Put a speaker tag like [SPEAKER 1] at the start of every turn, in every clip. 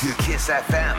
[SPEAKER 1] sur Kiss FM.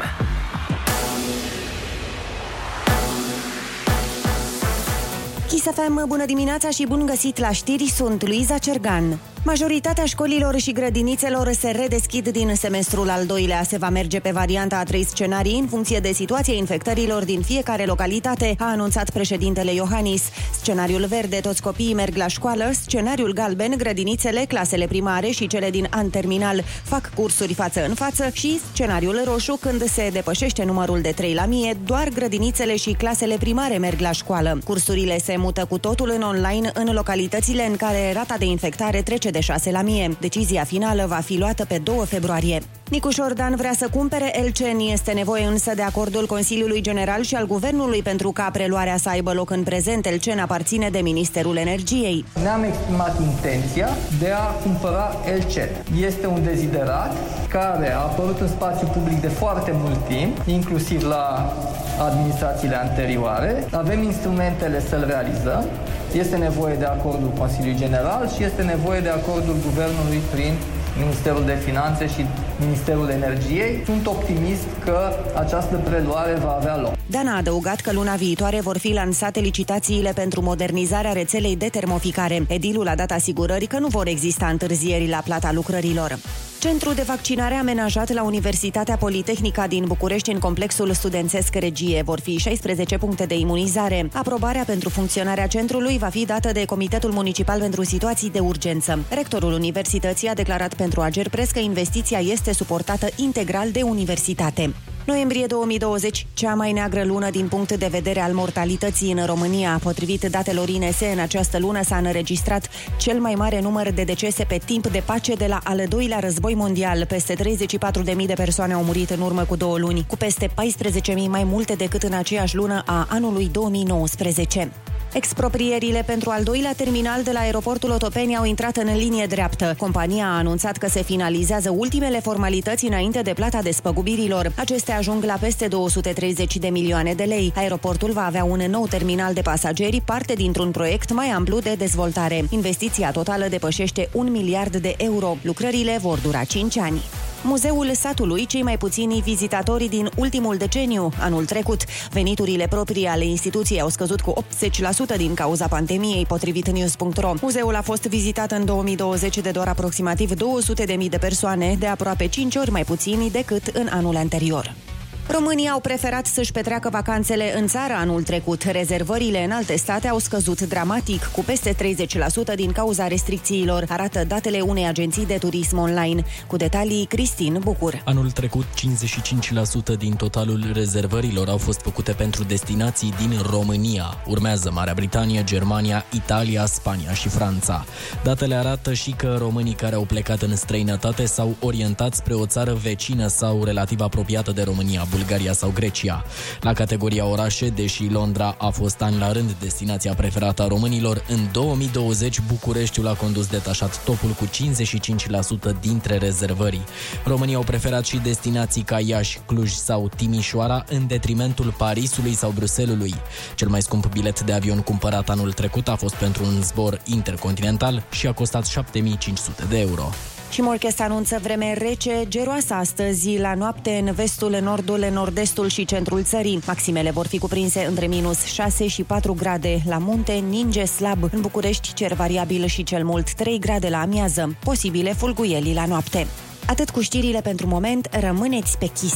[SPEAKER 2] Kiss FM, bună dimineața și bun găsit la știri, sunt Luiza Cergan. Majoritatea școlilor și grădinițelor se redeschid din semestrul al doilea. Se va merge pe varianta a trei scenarii în funcție de situația infectărilor din fiecare localitate, a anunțat președintele Iohannis. Scenariul verde, toți copiii merg la școală, scenariul galben, grădinițele, clasele primare și cele din an terminal fac cursuri față în față și scenariul roșu, când se depășește numărul de 3 la mie, doar grădinițele și clasele primare merg la școală. Cursurile se mută cu totul în online în localitățile în care rata de infectare trece de 6 la mie. Decizia finală va fi luată pe 2 februarie. Nicu Șordan vrea să cumpere Elcen. Este nevoie însă de acordul Consiliului General și al Guvernului pentru ca preluarea să aibă loc în prezent. Elcen aparține de Ministerul Energiei.
[SPEAKER 3] Ne-am exprimat intenția de a cumpăra Elcen. Este un deziderat care a apărut în spațiu public de foarte mult timp, inclusiv la administrațiile anterioare. Avem instrumentele să-l realizăm. Este nevoie de acordul Consiliului General și este nevoie de acordul Guvernului prin Ministerul de Finanțe și Ministerul Energiei. Sunt optimist că această preluare va avea loc.
[SPEAKER 2] Dan a adăugat că luna viitoare vor fi lansate licitațiile pentru modernizarea rețelei de termoficare. Edilul a dat asigurări că nu vor exista întârzieri la plata lucrărilor. Centru de vaccinare amenajat la Universitatea Politehnica din București în complexul studențesc Regie vor fi 16 puncte de imunizare. Aprobarea pentru funcționarea centrului va fi dată de Comitetul Municipal pentru Situații de Urgență. Rectorul Universității a declarat pentru Agerpres că investiția este suportată integral de universitate. Noiembrie 2020, cea mai neagră lună din punct de vedere al mortalității în România. Potrivit datelor INS, în această lună s-a înregistrat cel mai mare număr de decese pe timp de pace de la al doilea război mondial. Peste 34.000 de persoane au murit în urmă cu două luni, cu peste 14.000 mai multe decât în aceeași lună a anului 2019. Exproprierile pentru al doilea terminal de la aeroportul Otopeni au intrat în linie dreaptă. Compania a anunțat că se finalizează ultimele formalități înainte de plata despăgubirilor. Acestea ajung la peste 230 de milioane de lei. Aeroportul va avea un nou terminal de pasageri, parte dintr-un proiect mai amplu de dezvoltare. Investiția totală depășește un miliard de euro. Lucrările vor dura 5 ani. Muzeul satului cei mai puțini vizitatori din ultimul deceniu, anul trecut. Veniturile proprii ale instituției au scăzut cu 80% din cauza pandemiei, potrivit news.ro. Muzeul a fost vizitat în 2020 de doar aproximativ 200.000 de persoane, de aproape 5 ori mai puțini decât în anul anterior. România au preferat să-și petreacă vacanțele în țară anul trecut. Rezervările în alte state au scăzut dramatic, cu peste 30% din cauza restricțiilor, arată datele unei agenții de turism online. Cu detalii, Cristin Bucur.
[SPEAKER 4] Anul trecut, 55% din totalul rezervărilor au fost făcute pentru destinații din România. Urmează Marea Britanie, Germania, Italia, Spania și Franța. Datele arată și că românii care au plecat în străinătate s-au orientat spre o țară vecină sau relativ apropiată de România. Bulgaria sau Grecia. La categoria orașe, deși Londra a fost an la rând destinația preferată a românilor, în 2020 Bucureștiul a condus detașat topul cu 55% dintre rezervări. România au preferat și destinații ca Iași, Cluj sau Timișoara în detrimentul Parisului sau Bruselului. Cel mai scump bilet de avion cumpărat anul trecut a fost pentru un zbor intercontinental și a costat 7500 de euro.
[SPEAKER 2] Și Morchest anunță vreme rece, geroasă astăzi, la noapte în vestul, nordul, nord-estul și centrul țării. Maximele vor fi cuprinse între minus 6 și 4 grade. La munte, ninge slab. În București, cer variabil și cel mult 3 grade la amiază. Posibile fulguieli la noapte. Atât cu știrile pentru moment, rămâneți pe chis.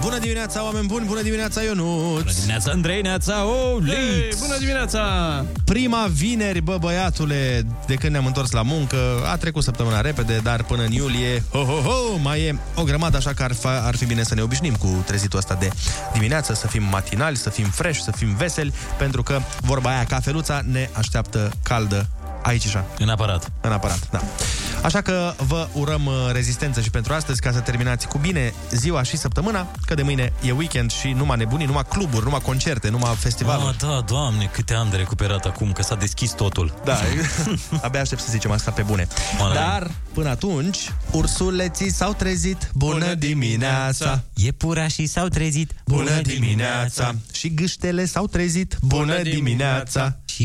[SPEAKER 5] Bună dimineața, oameni buni! Bună dimineața, Ionuț! Bună
[SPEAKER 6] Neața Andrei, neața
[SPEAKER 5] Ei,
[SPEAKER 6] Olix!
[SPEAKER 5] bună dimineața! Prima vineri, bă, băiatule, de când ne-am întors la muncă, a trecut săptămâna repede, dar până în iulie, ho, ho, ho, mai e o grămadă, așa că ar, fa- ar fi bine să ne obișnim cu trezitul ăsta de dimineață, să fim matinali, să fim fresh, să fim veseli, pentru că, vorba aia, cafeluța ne așteaptă caldă aici și așa.
[SPEAKER 6] În aparat.
[SPEAKER 1] Ah,
[SPEAKER 5] În aparat, da. Așa că vă urăm uh, rezistență și pentru astăzi ca să terminați cu bine ziua și săptămâna, că de mâine e weekend și numai nebunii, numai cluburi, numai concerte, numai festivaluri.
[SPEAKER 1] Ah, da, doamne, câte am de recuperat acum, că s-a deschis totul.
[SPEAKER 5] Da, abia aștept să zicem asta pe bune.
[SPEAKER 1] Oana,
[SPEAKER 5] Dar, până atunci, ursuleții s-au trezit. Bună dimineața!
[SPEAKER 1] Iepurașii s-au trezit.
[SPEAKER 5] Bună dimineața! Și gâștele s-au trezit. Bună dimineața!
[SPEAKER 1] Și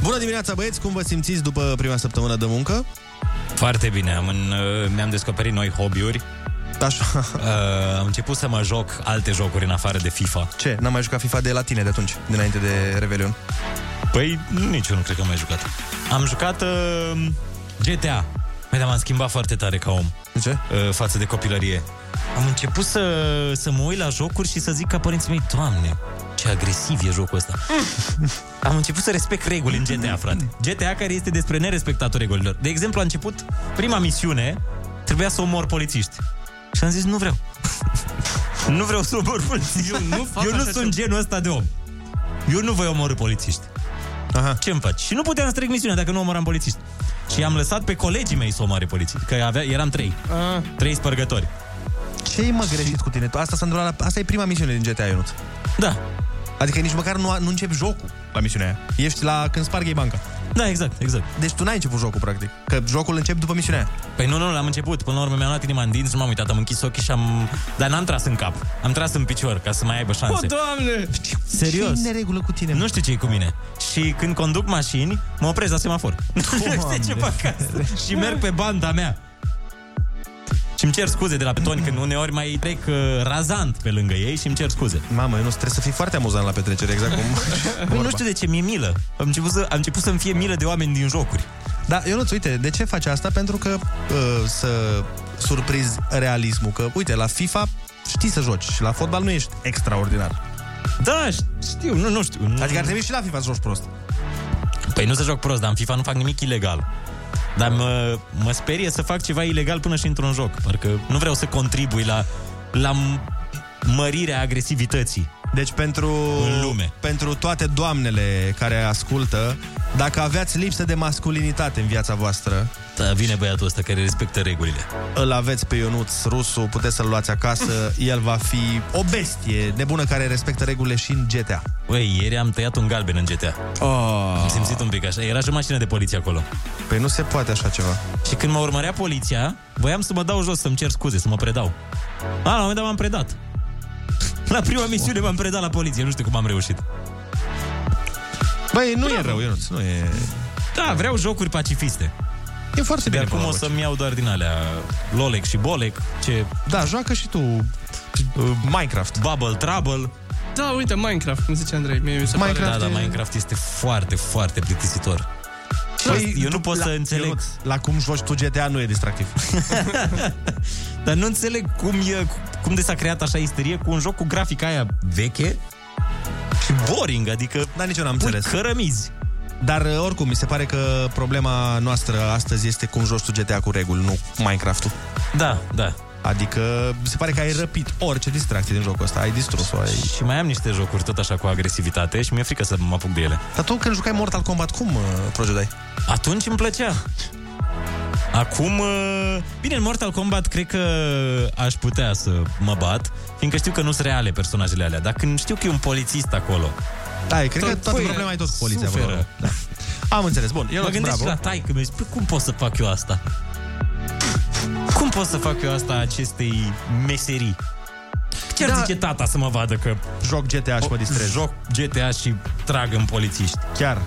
[SPEAKER 5] Bună dimineața, băieți! Cum vă simțiți după prima săptămână de muncă?
[SPEAKER 1] Foarte bine, am în, uh, mi-am descoperit noi hobby-uri.
[SPEAKER 5] Așa.
[SPEAKER 1] Uh, am început să mă joc alte jocuri în afară de FIFA.
[SPEAKER 5] Ce? N-am mai jucat FIFA de la tine de atunci, dinainte de Revelion.
[SPEAKER 1] Păi, niciunul nu cred că am mai jucat. Am jucat uh, GTA. Păi, dar m-am schimbat foarte tare ca om
[SPEAKER 5] De ce?
[SPEAKER 1] uh, față de copilărie. Am început să, să mă uit la jocuri și să zic ca părinții mei, Doamne, ce agresiv e jocul ăsta. Am început să respect reguli în GTA, frate. GTA care este despre nerespectatul regulilor. De exemplu, a început prima misiune, trebuia să omor polițiști. Și am zis, nu vreau. nu vreau să omor polițiști. Eu nu,
[SPEAKER 7] fac
[SPEAKER 1] Eu nu
[SPEAKER 7] așa
[SPEAKER 1] sunt genul ăsta de om. Eu nu voi omorâ polițiști.
[SPEAKER 5] Aha.
[SPEAKER 1] Ce-mi faci? Și nu puteam să trec misiunea dacă nu omoram polițiști. Și am lăsat pe colegii mei să omoare polițiști, că avea, eram trei. Trei spărgători.
[SPEAKER 5] Ce-i mă greșit cu tine? Tu- Asta, s-a întâmplat la... Asta e prima misiune din GTA, Ionut.
[SPEAKER 1] Da,
[SPEAKER 5] Adică nici măcar nu, nu începi jocul la misiunea aia. Ești la când sparg ei banca.
[SPEAKER 1] da, exact, exact.
[SPEAKER 5] Deci tu n-ai început jocul, practic. Că jocul începe după misiunea aia.
[SPEAKER 1] Păi nu, nu, l-am început. Până la urmă mi-am luat inima în dinți, nu m-am uitat, am închis ochii și am... Dar n-am tras în cap. Am tras în picior ca să mai aibă șanse.
[SPEAKER 7] doamne!
[SPEAKER 1] Serios.
[SPEAKER 5] Ce regulă cu tine?
[SPEAKER 1] Nu știu ce e cu mine. Și când conduc mașini, mă opresc la semafor. Nu știu ce fac acasă. Și merg pe banda mea. Și îmi cer scuze de la petoni când uneori mai trec uh, razant pe lângă ei și îmi cer scuze.
[SPEAKER 5] Mamă, eu nu trebuie să fii foarte amuzant la petrecere, exact cum...
[SPEAKER 1] Bă,
[SPEAKER 5] vorba.
[SPEAKER 1] nu știu de ce, mi-e milă. Am început, să, am început să-mi fie milă de oameni din jocuri.
[SPEAKER 5] Da, eu nu uite, de ce faci asta? Pentru că uh, să surprizi realismul. Că, uite, la FIFA știi să joci și la fotbal nu ești extraordinar.
[SPEAKER 1] Da, știu, nu, nu știu.
[SPEAKER 5] Adică ar trebui și la FIFA să joci prost.
[SPEAKER 1] Mm. Păi nu să joc prost, dar în FIFA nu fac nimic ilegal. Dar mă, mă sperie să fac ceva ilegal până și într-un joc. Parcă nu vreau să contribui la, la m- mărirea agresivității.
[SPEAKER 5] Deci pentru,
[SPEAKER 1] În lume.
[SPEAKER 5] pentru toate doamnele care ascultă, dacă aveați lipsă de masculinitate în viața voastră,
[SPEAKER 1] Da, vine băiatul ăsta care respectă regulile.
[SPEAKER 5] îl aveți pe Ionuț Rusu, puteți să-l luați acasă, el va fi o bestie nebună care respectă regulile și în GTA.
[SPEAKER 1] Băi, ieri am tăiat un galben în GTA.
[SPEAKER 5] Oh.
[SPEAKER 1] Am simțit un pic așa. Era și o mașină de poliție acolo.
[SPEAKER 5] Păi nu se poate așa ceva.
[SPEAKER 1] Și când mă urmărea poliția, voiam să mă dau jos, să-mi cer scuze, să mă predau. A, la un moment dat m-am predat. La prima misiune m-am predat la poliție, nu știu cum am reușit.
[SPEAKER 5] Băi, nu e rău, Ionuț, nu e...
[SPEAKER 1] Da, vreau jocuri pacifiste.
[SPEAKER 5] E foarte
[SPEAKER 1] De
[SPEAKER 5] bine.
[SPEAKER 1] acum
[SPEAKER 5] până la
[SPEAKER 1] o
[SPEAKER 5] urmă.
[SPEAKER 1] să-mi iau doar din alea Lolec și Bolec, ce
[SPEAKER 5] Da, joacă și tu uh, Minecraft.
[SPEAKER 1] Bubble Trouble.
[SPEAKER 7] Da, uite, Minecraft, cum zice Andrei. Mie mi se pare...
[SPEAKER 5] Minecraft
[SPEAKER 1] Da, da,
[SPEAKER 5] e-
[SPEAKER 1] Minecraft este foarte, foarte plictisitor.
[SPEAKER 5] Păi,
[SPEAKER 1] eu nu
[SPEAKER 5] tu-
[SPEAKER 1] pot să
[SPEAKER 5] la-
[SPEAKER 1] înțeleg.
[SPEAKER 5] Ionuț, La cum joci tu GTA nu e distractiv.
[SPEAKER 1] Dar nu înțeleg cum, e, cum de s-a creat așa isterie cu un joc cu grafica aia veche și boring, adică
[SPEAKER 5] Dar nici eu n-am
[SPEAKER 1] pui
[SPEAKER 5] înțeles.
[SPEAKER 1] cărămizi.
[SPEAKER 5] Dar uh, oricum, mi se pare că problema noastră astăzi este cum joci tu GTA cu reguli, nu Minecraft-ul.
[SPEAKER 1] Da, da.
[SPEAKER 5] Adică mi se pare că ai răpit orice distracție din jocul ăsta, ai distrus-o, ai...
[SPEAKER 1] Și mai am niște jocuri tot așa cu agresivitate și mi-e frică să mă apuc de ele.
[SPEAKER 5] Dar tu când jucai Mortal Kombat, cum uh, procedai?
[SPEAKER 1] Atunci îmi plăcea. Acum, uh, bine, în Mortal Kombat cred că aș putea să mă bat, fiindcă știu că nu sunt reale personajele alea, dar când știu că e un polițist acolo,
[SPEAKER 5] Da, eu cred că
[SPEAKER 1] Tot-
[SPEAKER 5] toată
[SPEAKER 1] păi,
[SPEAKER 5] problema e tot cu poliția.
[SPEAKER 1] suferă.
[SPEAKER 5] până la urmă. Da. Am înțeles, bun. Eu
[SPEAKER 1] mă gândesc
[SPEAKER 5] bravo.
[SPEAKER 1] și la taică, mi zic, "Păi cum pot să fac eu asta? Cum pot să fac eu asta acestei meserii? Ce da.
[SPEAKER 5] Da.
[SPEAKER 1] zice tata să mă vadă că
[SPEAKER 5] Joc GTA și mă distrez. Joc.
[SPEAKER 1] joc GTA și trag în polițiști?
[SPEAKER 5] Chiar.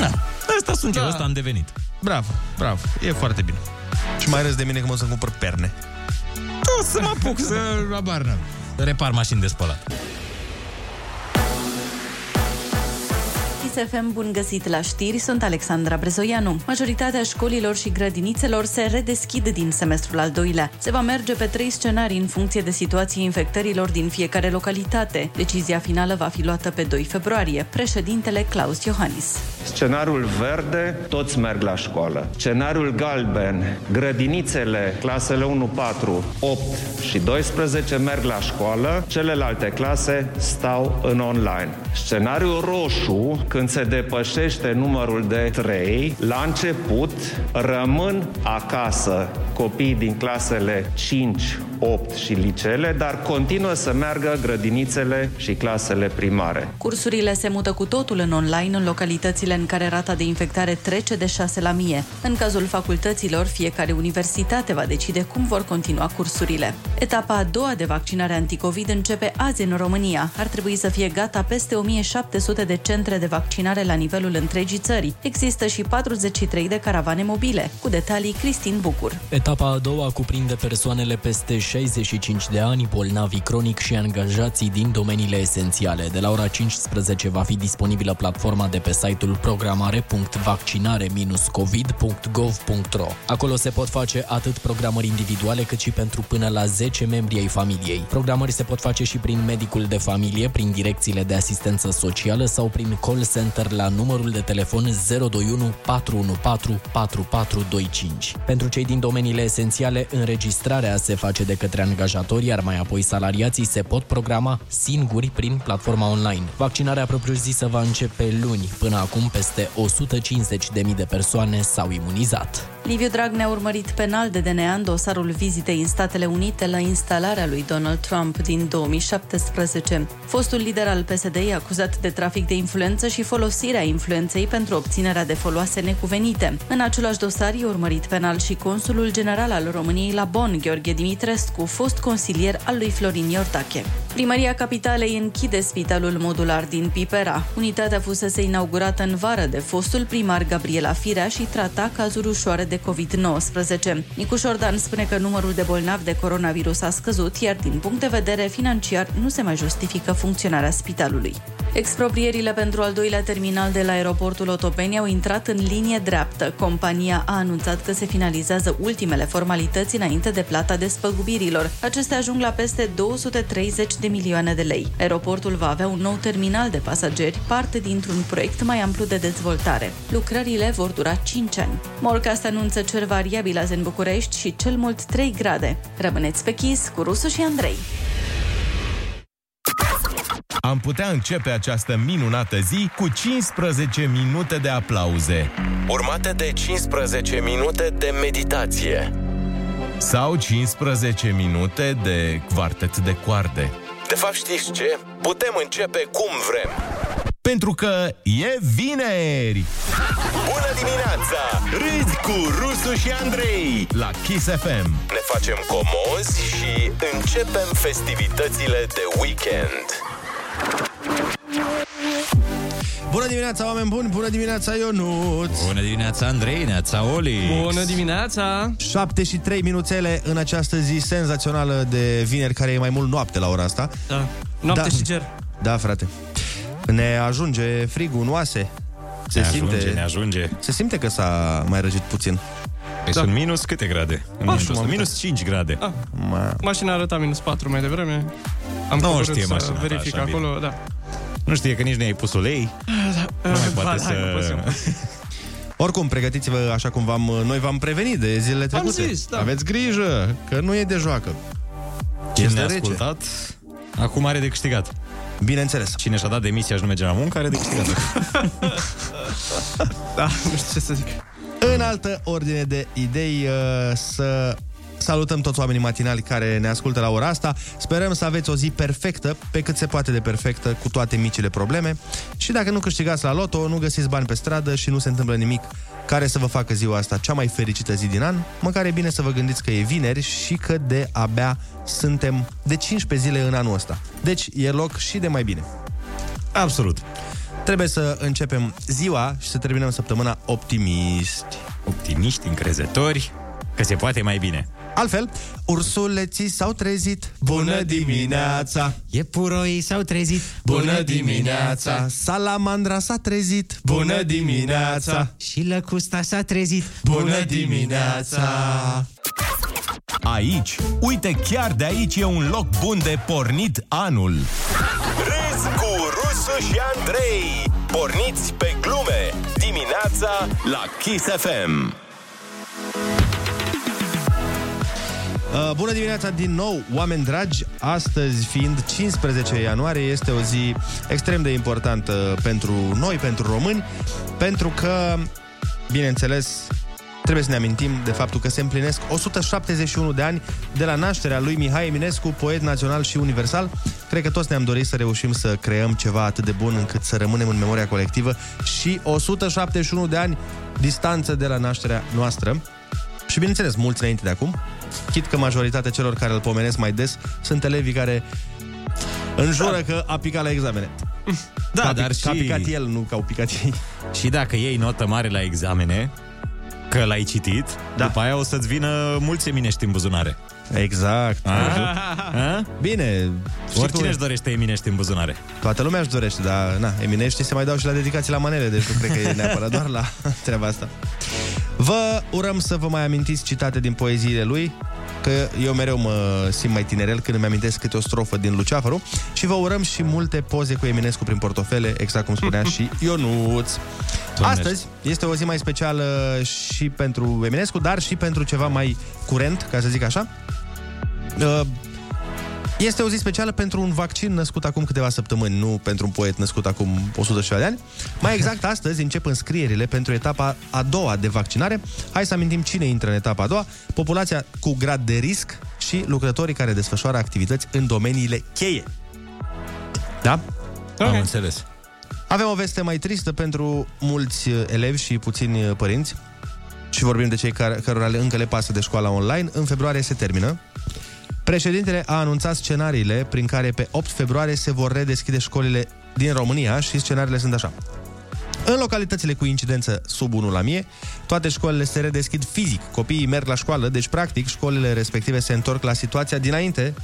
[SPEAKER 1] Da, asta sunt da. eu,
[SPEAKER 7] Da.
[SPEAKER 1] asta am devenit.
[SPEAKER 5] Bravo, bravo. E foarte bine. Și mai râs de mine că mă să cumpăr perne.
[SPEAKER 1] O să mă apuc să abar n-am. Repar mașini de spălat.
[SPEAKER 2] Kiss
[SPEAKER 8] DSFM, bun găsit la știri, sunt Alexandra Brezoianu. Majoritatea școlilor și grădinițelor se redeschid din semestrul al doilea. Se va merge pe trei scenarii în funcție de situației infectărilor din fiecare localitate. Decizia finală va fi luată pe 2 februarie. Președintele Claus Iohannis.
[SPEAKER 9] Scenariul verde, toți merg la școală. Scenariul galben, grădinițele, clasele 1-4, 8 și 12 merg la școală, celelalte clase stau în online. Scenariul roșu, când se depășește numărul de 3, la început rămân acasă copiii din clasele 5, 8 și licele, dar continuă să meargă grădinițele și clasele primare.
[SPEAKER 8] Cursurile se mută cu totul în online în localitățile în care rata de infectare trece de 6 la mie. În cazul facultăților, fiecare universitate va decide cum vor continua cursurile. Etapa a doua de vaccinare anticovid începe azi în România. Ar trebui să fie gata peste 1700 de centre de vaccinare la nivelul întregii țări. Există și 43 de caravane mobile. Cu detalii, Cristin Bucur.
[SPEAKER 4] Etapa a doua cuprinde persoanele peste 65 de ani, bolnavi cronic și angajații din domeniile esențiale. De la ora 15 va fi disponibilă platforma de pe site-ul programare.vaccinare-covid.gov.ro. Acolo se pot face atât programări individuale cât și pentru până la 10 membri ai familiei. Programări se pot face și prin medicul de familie, prin direcțiile de asistență socială sau prin call center la numărul de telefon 021 414 4425. Pentru cei din domeniile esențiale, înregistrarea se face de către angajatori, iar mai apoi salariații se pot programa singuri prin platforma online. Vaccinarea propriu-zisă va începe luni. Până acum, peste 150.000 de persoane s-au imunizat.
[SPEAKER 8] Liviu Dragnea a urmărit penal de DNA în dosarul vizitei în Statele Unite la instalarea lui Donald Trump din 2017. Fostul lider al PSD e acuzat de trafic de influență și folosirea influenței pentru obținerea de foloase necuvenite. În același dosar e urmărit penal și consulul general al României la Bonn, Gheorghe Dimitrescu, fost consilier al lui Florin Iortache. Primăria Capitalei închide spitalul modular din Pipera. Unitatea fusese inaugurată în vară de fostul primar Gabriela Firea și trata cazuri ușoare de COVID-19. Nicu Șordan spune că numărul de bolnavi de coronavirus a scăzut, iar din punct de vedere financiar nu se mai justifică funcționarea spitalului. Exproprierile pentru al doilea terminal de la aeroportul Otopeni au intrat în linie dreaptă. Compania a anunțat că se finalizează ultimele formalități înainte de plata despăgubirilor. Acestea ajung la peste 230 de milioane de lei. Aeroportul va avea un nou terminal de pasageri, parte dintr-un proiect mai amplu de dezvoltare. Lucrările vor dura 5 ani. Morcast anunță cer variabil azi în București și cel mult 3 grade. Rămâneți pe chis cu Rusu și Andrei.
[SPEAKER 10] Am putea începe această minunată zi cu 15 minute de aplauze. Urmate de 15 minute de meditație. Sau 15 minute de quartet de coarde. De fapt, știți ce? Putem începe cum vrem. Pentru că e vineri! Bună dimineața! Râzi cu Rusu și Andrei la Kiss FM. Ne facem comozi și începem festivitățile de weekend.
[SPEAKER 5] Bună dimineața, oameni buni! Bună dimineața, Ionut!
[SPEAKER 1] Bună dimineața, Andrei, neața, Oli.
[SPEAKER 7] Bună dimineața!
[SPEAKER 5] 7 și 3 minuțele în această zi senzațională de vineri, care e mai mult noapte la ora asta.
[SPEAKER 7] Da. Noapte
[SPEAKER 5] Da.
[SPEAKER 7] și ger.
[SPEAKER 5] Da, frate. Ne ajunge frigul în oase. Se
[SPEAKER 1] Ne
[SPEAKER 5] simte,
[SPEAKER 1] ajunge, ne ajunge.
[SPEAKER 5] Se simte că s-a mai răgit puțin.
[SPEAKER 1] Păi sunt minus câte grade? În momentul ăsta? minus 5 grade.
[SPEAKER 7] Da. Ah,
[SPEAKER 5] Ma...
[SPEAKER 7] mașina arăta minus 4 mai devreme. Am
[SPEAKER 1] Nu
[SPEAKER 7] coborât
[SPEAKER 1] știe
[SPEAKER 7] să
[SPEAKER 1] mașina ta
[SPEAKER 7] verific
[SPEAKER 1] așa bine.
[SPEAKER 7] acolo, da.
[SPEAKER 1] Nu știe că nici ne-ai pus ulei. Nu mai
[SPEAKER 7] Ba,
[SPEAKER 1] poate
[SPEAKER 7] da, nu pot
[SPEAKER 1] să...
[SPEAKER 7] să-
[SPEAKER 5] Oricum, pregătiți-vă așa cum v-am, noi v-am prevenit de zilele trecute.
[SPEAKER 7] zis, da.
[SPEAKER 5] Aveți grijă, că nu e de joacă.
[SPEAKER 1] Cine
[SPEAKER 5] Este
[SPEAKER 1] ne-a
[SPEAKER 5] rece.
[SPEAKER 1] ascultat, acum are de câștigat.
[SPEAKER 5] Bineînțeles.
[SPEAKER 1] Cine și-a dat demisia și nu merge la muncă, are de câștigat.
[SPEAKER 7] Da, nu știu ce să zic.
[SPEAKER 5] În altă ordine de idei, uh, să salutăm toți oamenii matinali care ne ascultă la ora asta. Sperăm să aveți o zi perfectă, pe cât se poate de perfectă, cu toate micile probleme. Și dacă nu câștigați la loto, nu găsiți bani pe stradă și nu se întâmplă nimic care să vă facă ziua asta cea mai fericită zi din an, măcar e bine să vă gândiți că e vineri și că de abia suntem de 15 zile în anul ăsta. Deci e loc și de mai bine.
[SPEAKER 1] Absolut.
[SPEAKER 5] Trebuie să începem ziua și să terminăm săptămâna optimiști.
[SPEAKER 1] Optimiști, încrezători, că se poate mai bine.
[SPEAKER 5] Altfel, ursuleții s-au trezit, bună dimineața!
[SPEAKER 1] Iepuroii s-au trezit,
[SPEAKER 5] Bună dimineața! Salamandra s-a trezit, bună dimineața!
[SPEAKER 1] Și lăcusta s-a trezit,
[SPEAKER 5] Bună dimineața!
[SPEAKER 10] Aici, uite chiar de aici e un loc bun de pornit anul. Râzi cu Rusu și Andrei. Porniți pe glume dimineața la Kiss FM.
[SPEAKER 5] Uh, Bună dimineața din nou, oameni dragi! Astăzi, fiind 15 ianuarie, este o zi extrem de importantă pentru noi, pentru români, pentru că, bineînțeles, trebuie să ne amintim de faptul că se împlinesc 171 de ani de la nașterea lui Mihai Eminescu, poet național și universal. Cred că toți ne-am dorit să reușim să creăm ceva atât de bun încât să rămânem în memoria colectivă și 171 de ani distanță de la nașterea noastră. Și bineînțeles, mulți înainte de acum, chit că majoritatea celor care îl pomenesc mai des sunt elevii care înjură că a picat la examene.
[SPEAKER 1] Da,
[SPEAKER 5] că a, pic-
[SPEAKER 1] dar
[SPEAKER 5] Că a
[SPEAKER 1] și-
[SPEAKER 5] picat el, nu că au picat ei.
[SPEAKER 1] Și dacă iei notă mare la examene, că l-ai citit, da. după aia o să-ți vină mulți eminești în buzunare.
[SPEAKER 5] Exact.
[SPEAKER 1] A?
[SPEAKER 5] A? Bine. știi cum
[SPEAKER 1] Oricine
[SPEAKER 5] e.
[SPEAKER 1] își dorește eminești în buzunare.
[SPEAKER 5] Toată lumea își dorește, dar na, emineștii se mai dau și la dedicații la manele, deci nu cred că e neapărat doar la treaba asta. Vă urăm să vă mai amintiți citate din poeziile lui, că eu mereu mă simt mai tinerel când îmi amintesc câte o strofă din Luceafăru și vă urăm și multe poze cu Eminescu prin portofele, exact cum spunea și Ionuț. Astăzi este o zi mai specială și pentru Eminescu, dar și pentru ceva mai curent, ca să zic așa. Uh, este o zi specială pentru un vaccin născut acum câteva săptămâni, nu pentru un poet născut acum 107 de ani. Mai exact, astăzi încep înscrierile pentru etapa a doua de vaccinare. Hai să amintim cine intră în etapa a doua. Populația cu grad de risc și lucrătorii care desfășoară activități în domeniile cheie. Da?
[SPEAKER 1] Okay. Am înțeles.
[SPEAKER 5] Avem o veste mai tristă pentru mulți uh, elevi și puțini uh, părinți și vorbim de cei care, cărora le- încă le pasă de școala online. În februarie se termină. Președintele a anunțat scenariile prin care pe 8 februarie se vor redeschide școlile din România și scenariile sunt așa. În localitățile cu incidență sub 1 la mie, toate școlile se redeschid fizic. Copiii merg la școală, deci practic școlile respective se întorc la situația dinainte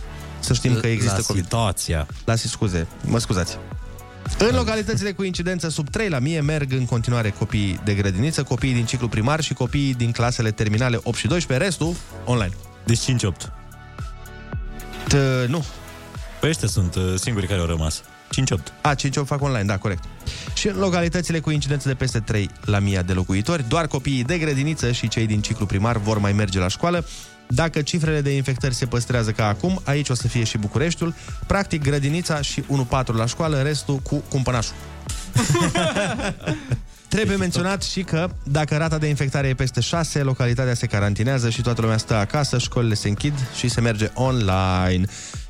[SPEAKER 5] să știm că există
[SPEAKER 1] la
[SPEAKER 5] COVID.
[SPEAKER 1] situația.
[SPEAKER 5] La scuze, mă scuzați. În localitățile cu incidență sub 3 la mie merg în continuare copiii de grădiniță, copiii din ciclu primar și copiii din clasele terminale 8 și 12, restul online.
[SPEAKER 1] Deci 5-8.
[SPEAKER 5] Tă, nu.
[SPEAKER 1] Păi ăștia sunt uh, singurii care au rămas. 5-8.
[SPEAKER 5] A, 5 o fac online, da, corect. Și în localitățile cu incidență de peste 3 la mie de locuitori, doar copiii de grădiniță și cei din ciclu primar vor mai merge la școală. Dacă cifrele de infectări se păstrează ca acum, aici o să fie și Bucureștiul, practic grădinița și 1-4 la școală, restul cu cumpănașul. Trebuie menționat și că dacă rata de infectare e peste 6, localitatea se carantinează și toată lumea stă acasă, școlile se închid și se merge online.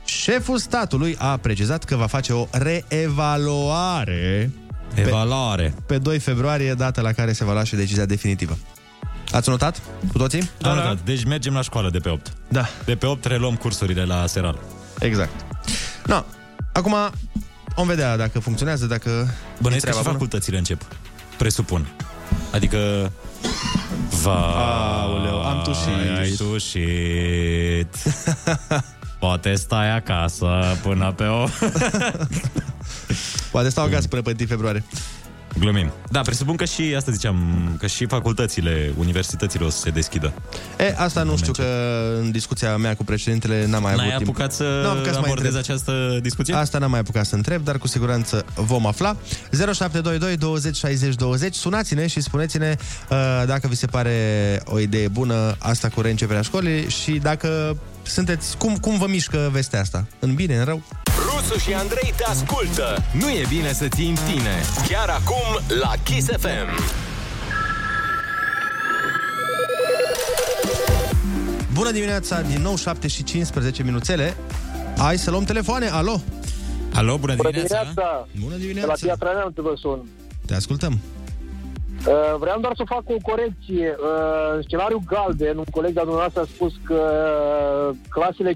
[SPEAKER 5] Șeful statului a precizat că va face o reevaluare
[SPEAKER 1] Evaluare.
[SPEAKER 5] pe 2 februarie, data la care se va lua și decizia definitivă. Ați notat cu toții?
[SPEAKER 1] Da, da, da. Deci mergem la școală de pe 8.
[SPEAKER 5] Da,
[SPEAKER 1] De pe 8 reluăm cursurile la seral.
[SPEAKER 5] exact. No, acum vom vedea dacă funcționează, dacă
[SPEAKER 1] Bănuiesc că și
[SPEAKER 5] treaba bună.
[SPEAKER 1] facultățile încep. Presupun. Adică... Va...
[SPEAKER 5] Aoleu, am tușit.
[SPEAKER 1] Ai tușit. Poate stai acasă până pe o...
[SPEAKER 5] Poate stau acasă până pe 1 februarie.
[SPEAKER 1] Glumim. Da, presupun că și, asta ziceam, că și facultățile, universitățile o să se deschidă.
[SPEAKER 5] E, asta nu știu că în discuția mea cu președintele n-am mai
[SPEAKER 1] N-ai
[SPEAKER 5] avut timp.
[SPEAKER 1] apucat să
[SPEAKER 5] N-am apucat să mai
[SPEAKER 1] abordezi
[SPEAKER 5] întreb.
[SPEAKER 1] această discuție?
[SPEAKER 5] Asta n-am mai apucat să întreb, dar cu siguranță vom afla. 0722 20 60 20. Sunați-ne și spuneți-ne uh, dacă vi se pare o idee bună asta cu reînceperea școlii și dacă sunteți, cum, cum vă mișcă vestea asta? În bine, în rău?
[SPEAKER 10] Rusu și Andrei te ascultă. Nu e bine să ții în tine. Chiar acum la Kiss FM.
[SPEAKER 5] Bună dimineața, din nou 7 și 15 minuțele. Hai să luăm telefoane, alo!
[SPEAKER 1] Alo, bună
[SPEAKER 11] Bună
[SPEAKER 1] dimineața!
[SPEAKER 11] dimineața!
[SPEAKER 5] Bună
[SPEAKER 11] De la
[SPEAKER 5] dimineața!
[SPEAKER 11] Piatra Neamț vă sun.
[SPEAKER 5] Te ascultăm.
[SPEAKER 11] Uh, Vreau doar să fac o corecție. Uh, Scenariul Galben, un coleg de-al dumneavoastră a spus că uh, clasele 5-8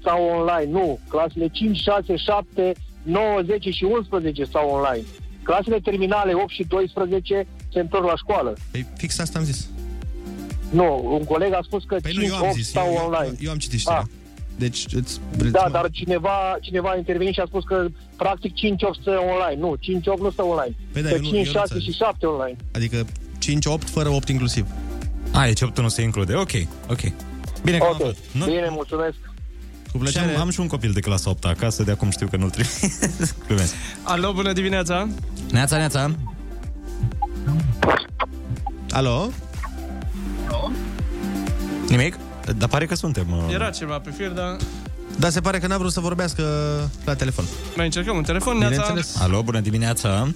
[SPEAKER 11] stau online. Nu, clasele 5, 6, 7, 9, 10 și 11 stau online. Clasele terminale 8 și 12 se întorc la școală.
[SPEAKER 5] Păi fix asta am zis.
[SPEAKER 11] Nu, un coleg a spus că
[SPEAKER 5] Păi nu,
[SPEAKER 11] 5,
[SPEAKER 5] eu am
[SPEAKER 11] 8
[SPEAKER 5] zis,
[SPEAKER 11] stau
[SPEAKER 5] eu,
[SPEAKER 11] online.
[SPEAKER 5] eu, eu am citit știrea.
[SPEAKER 11] Ah.
[SPEAKER 5] Deci, îți...
[SPEAKER 11] Da, dar cineva, cineva a intervenit și a spus că practic 5 8 stă online. Nu, 5 8 nu stă online.
[SPEAKER 5] Păi da,
[SPEAKER 11] Stă
[SPEAKER 5] eu nu-
[SPEAKER 11] 5
[SPEAKER 5] eu nu
[SPEAKER 11] 6 și 7 online.
[SPEAKER 5] Adică 5-8 fără 8 inclusiv.
[SPEAKER 1] A, deci 8 nu se include. Ok, ok. Bine că okay. am aflat.
[SPEAKER 11] Nu? Bine, mulțumesc.
[SPEAKER 5] Cu
[SPEAKER 1] plăcere. Și am, am și un copil de clasa 8 acasă, de acum știu că nu-l trebuie.
[SPEAKER 7] Alo, bună dimineața!
[SPEAKER 1] Neața, neața.
[SPEAKER 5] Alo?
[SPEAKER 1] Nimic? Dar pare că suntem. uh,
[SPEAKER 7] Era ceva pe fir, dar
[SPEAKER 5] Dar se pare că n-a vrut să vorbească la telefon.
[SPEAKER 7] mai încercăm un telefon, neața.
[SPEAKER 1] Alo, bună dimineața.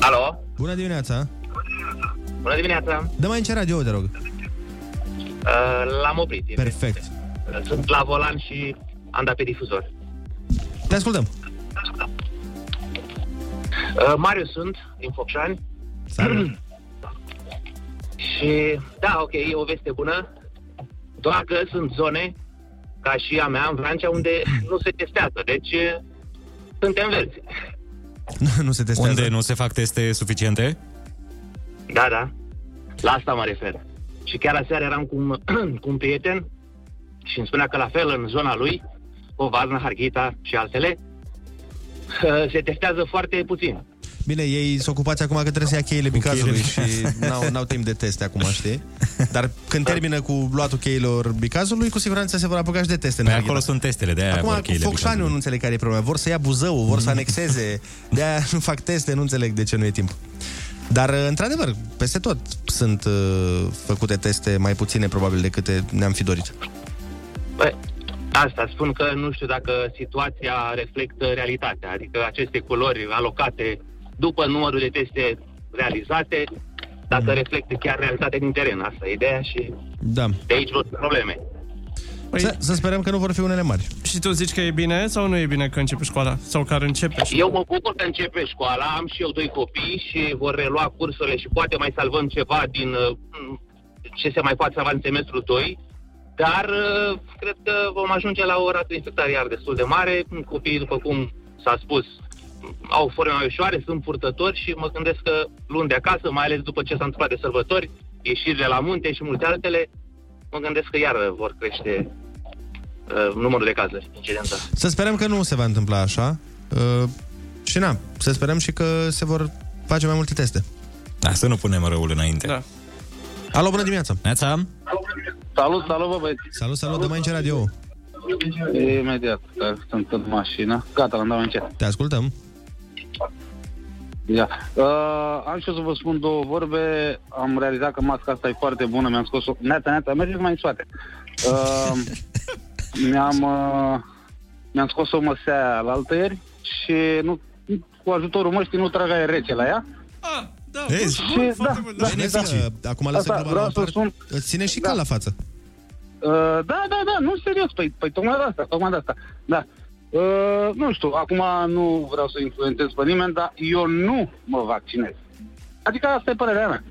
[SPEAKER 12] Alo,
[SPEAKER 5] Bună dimineața.
[SPEAKER 12] bună dimineața.
[SPEAKER 5] Dă mai încerc radio, te rog.
[SPEAKER 12] Uh, L-am oprit. Uh,
[SPEAKER 5] Perfect.
[SPEAKER 12] Sunt la volan și am dat pe difuzor.
[SPEAKER 5] Te ascultăm.
[SPEAKER 12] Uh, Marius sunt, din Focșani. și da, ok, e o veste bună, doar că sunt zone, ca și a mea, în Franța, unde nu se testează, deci uh, suntem verzi.
[SPEAKER 5] nu se testează.
[SPEAKER 1] Unde nu se fac teste suficiente?
[SPEAKER 12] Da, da. La asta mă refer. Și chiar aseară eram cu un, cu un prieten și îmi spunea că la fel în zona lui, o varnă, harghita și altele, se testează foarte puțin.
[SPEAKER 5] Bine, ei s-o ocupați acum că trebuie să ia cheile bicazului și n-au, n-au timp de teste acum, știi? Dar când termină cu luatul cheilor bicazului, cu siguranță se vor apuca și de teste.
[SPEAKER 1] Pe
[SPEAKER 5] în
[SPEAKER 1] Păi acolo
[SPEAKER 5] Arghita.
[SPEAKER 1] sunt testele, de aia
[SPEAKER 5] Acum,
[SPEAKER 1] vor
[SPEAKER 5] cu
[SPEAKER 1] cheile
[SPEAKER 5] Focșaniu nu înțeleg care e problema. Vor să ia Buzău, vor să anexeze. De-aia nu fac teste, nu înțeleg de ce nu e timp. Dar, uh, într-adevăr, peste tot sunt uh, făcute teste mai puține, probabil, decât ne-am fi dorit.
[SPEAKER 12] Bă, Păi, asta spun că nu știu dacă situația reflectă realitatea, adică aceste culori alocate după numărul de teste realizate, dacă reflectă chiar realitatea din teren. Asta e ideea și
[SPEAKER 5] Da.
[SPEAKER 12] de aici vor fi probleme.
[SPEAKER 5] Să, să sperăm că nu vor fi unele mari.
[SPEAKER 7] Păi- Și tu zici că e bine sau nu e bine că începe școala? Sau care începe școala?
[SPEAKER 12] Eu mă bucur că începe școala, am și eu doi copii și vor relua cursurile și poate mai salvăm ceva din uh, ce se mai poate salva în semestrul 2, dar uh, cred că vom ajunge la o rată de infectare iar destul de mare. Copiii, după cum s-a spus, au forme mai ușoare, sunt purtători și mă gândesc că luni de acasă, mai ales după ce s-a întâmplat de sărbători, ieșirile la munte și multe altele, mă gândesc că iar vor crește uh, numărul de cazuri, incidența.
[SPEAKER 5] Să sperăm că nu se va întâmpla așa. Uh, și na, să sperăm și că se vor face mai multe teste.
[SPEAKER 1] Da, să nu punem răul înainte. Da.
[SPEAKER 5] Alo, bună dimineața!
[SPEAKER 1] Neața!
[SPEAKER 13] Salut, salut, bă, băieți!
[SPEAKER 5] Salut, salut, dă mai încet radio
[SPEAKER 13] Imediat, că sunt în mașină. Gata, l-am dat mai încet.
[SPEAKER 5] Te ascultăm.
[SPEAKER 13] Ia. Uh, am și eu să vă spun două vorbe. Am realizat că masca asta e foarte bună. Mi-am scos-o. Neața, neața, mergeți mai în soate. Uh, mi-am, uh, mi-am scos-o măsea aia la altăieri și nu, cu ajutorul măștii nu trag aer rece la ea.
[SPEAKER 7] Da,
[SPEAKER 5] Vezi?
[SPEAKER 13] bun, bun, foarte bun, da.
[SPEAKER 5] Beneficii. Acum lasă
[SPEAKER 13] Asta
[SPEAKER 5] globa
[SPEAKER 13] vreau
[SPEAKER 5] la o
[SPEAKER 13] să
[SPEAKER 5] parte.
[SPEAKER 13] spun.
[SPEAKER 5] Îți ține și da. cal la față.
[SPEAKER 13] Uh, da, da, da, nu, serios, păi, păi tocmai de asta, tocmai de asta, da. Uh, nu știu, acum nu vreau să influențez pe nimeni, dar eu nu mă vaccinez. Adică asta e părerea mea.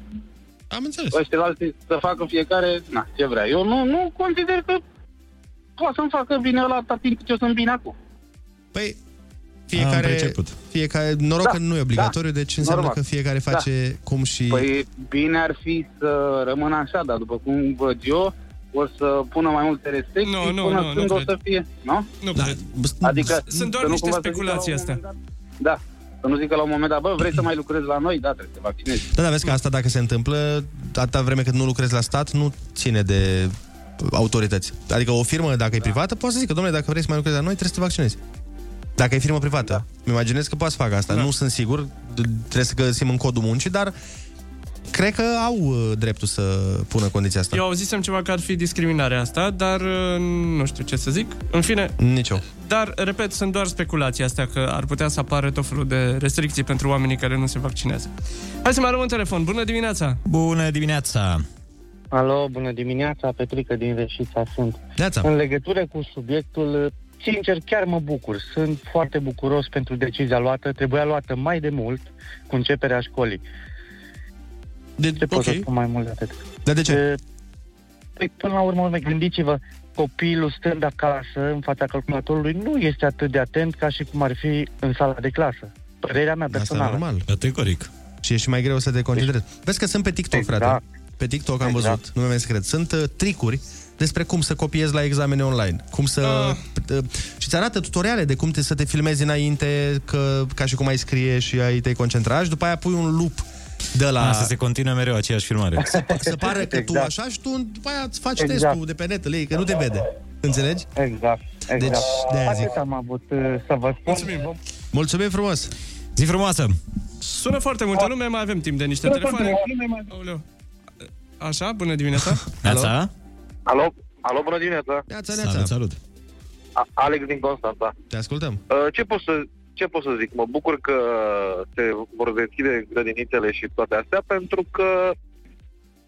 [SPEAKER 5] Am înțeles.
[SPEAKER 13] Ăștia alții să facă fiecare, na, ce vrea. Eu nu, nu consider că poate să-mi facă bine la atâta timp cât eu sunt bine acum.
[SPEAKER 5] Păi, Fiecare, fiecare noroc da.
[SPEAKER 13] Da,
[SPEAKER 5] că nu e obligatoriu,
[SPEAKER 13] da,
[SPEAKER 5] deci înseamnă
[SPEAKER 13] normal.
[SPEAKER 5] că fiecare
[SPEAKER 13] Da.
[SPEAKER 5] face da. cum și...
[SPEAKER 13] Păi bine ar fi să rămână așa, dar după cum văd eu, o să pună mai multe restricții
[SPEAKER 7] Nu, nu,
[SPEAKER 13] până
[SPEAKER 7] nu, nu
[SPEAKER 13] când o
[SPEAKER 7] cred.
[SPEAKER 13] să fie, nu?
[SPEAKER 7] Nu da. cred.
[SPEAKER 13] Adică,
[SPEAKER 7] Sunt doar
[SPEAKER 13] să nu
[SPEAKER 7] niște
[SPEAKER 13] cumva să zică la un
[SPEAKER 7] speculații astea.
[SPEAKER 13] Da. Să nu zic că la un moment dat, bă, vrei să mai lucrezi la noi? Da, trebuie să te vaccinezi.
[SPEAKER 5] Da, da, vezi că asta dacă se întâmplă, atâta vreme cât nu lucrezi la stat, nu ține de autorități. Adică o firmă, dacă e privată, poate să zică, domnule, dacă vrei să mai lucrezi la noi, trebuie să te vaccinezi. Dacă e firmă privată. Îmi imaginez că poate să facă asta. Da. Nu sunt sigur, trebuie să găsim în codul muncii, dar cred că au uh, dreptul să pună condiția asta.
[SPEAKER 7] Eu auzisem ceva că ar fi discriminarea asta, dar uh, nu știu ce să zic. În fine,
[SPEAKER 5] Nici eu.
[SPEAKER 7] dar, repet, sunt doar speculații astea că ar putea să apară tot felul de restricții pentru oamenii care nu se vaccinează. Hai să mai luăm un telefon. Bună dimineața!
[SPEAKER 1] Bună dimineața!
[SPEAKER 14] Alo, bună dimineața, Petrică din Reșița sunt.
[SPEAKER 5] Neața.
[SPEAKER 14] În legătură cu subiectul, sincer, chiar mă bucur. Sunt foarte bucuros pentru decizia luată. Trebuia luată mai de mult cu începerea școlii.
[SPEAKER 5] De,
[SPEAKER 14] Ce pot să spun mai mult de atât?
[SPEAKER 5] Dar de ce?
[SPEAKER 14] E, păi, până la urmă, urmei, gândiți-vă, copilul stând acasă, în fața calculatorului, nu este atât de atent ca și cum ar fi în sala de clasă. Părerea mea
[SPEAKER 5] Asta e
[SPEAKER 14] personală. Deci-
[SPEAKER 5] normal.
[SPEAKER 1] Categoric.
[SPEAKER 14] Exact.
[SPEAKER 5] Și e și mai greu să te concentrezi. Vezi că sunt pe TikTok, frate. Pe pe TikTok am văzut, nu mi-am să cred. Sunt uh, tricuri despre cum să copiezi la examene online. Cum să... Uh. Și ți arată tutoriale de cum te, să te filmezi înainte, că, ca și cum ai scrie și ai te concentra și după aia pui un loop de la...
[SPEAKER 1] Asta se continuă mereu aceeași filmare.
[SPEAKER 5] Să, să pară că tu
[SPEAKER 1] Exact.
[SPEAKER 5] așa și tu după aia îți faci
[SPEAKER 14] Exact.
[SPEAKER 5] testul de pe net, lei, că nu te vede. Înțelegi?
[SPEAKER 14] Exact. exact.
[SPEAKER 5] Deci, de-aia zic.
[SPEAKER 14] Atât am avut uh, să vă spun. Mulțumim.
[SPEAKER 5] Mulțumim frumos!
[SPEAKER 1] Zi frumoasă!
[SPEAKER 7] Sună foarte multă lume, mai avem timp de niște
[SPEAKER 11] Sună
[SPEAKER 7] telefoane.
[SPEAKER 11] foarte
[SPEAKER 7] Aoleu. Așa, bună dimineața.
[SPEAKER 1] Neața?
[SPEAKER 11] Alo, alo bună dimineața.
[SPEAKER 5] Neața,
[SPEAKER 1] Salut, salut!
[SPEAKER 11] A- Alex din Constanța.
[SPEAKER 5] Te ascultăm.
[SPEAKER 11] Uh, Ce pot să, ce pot să zic? Mă bucur că se vor deschide grădinițele și toate astea, pentru că,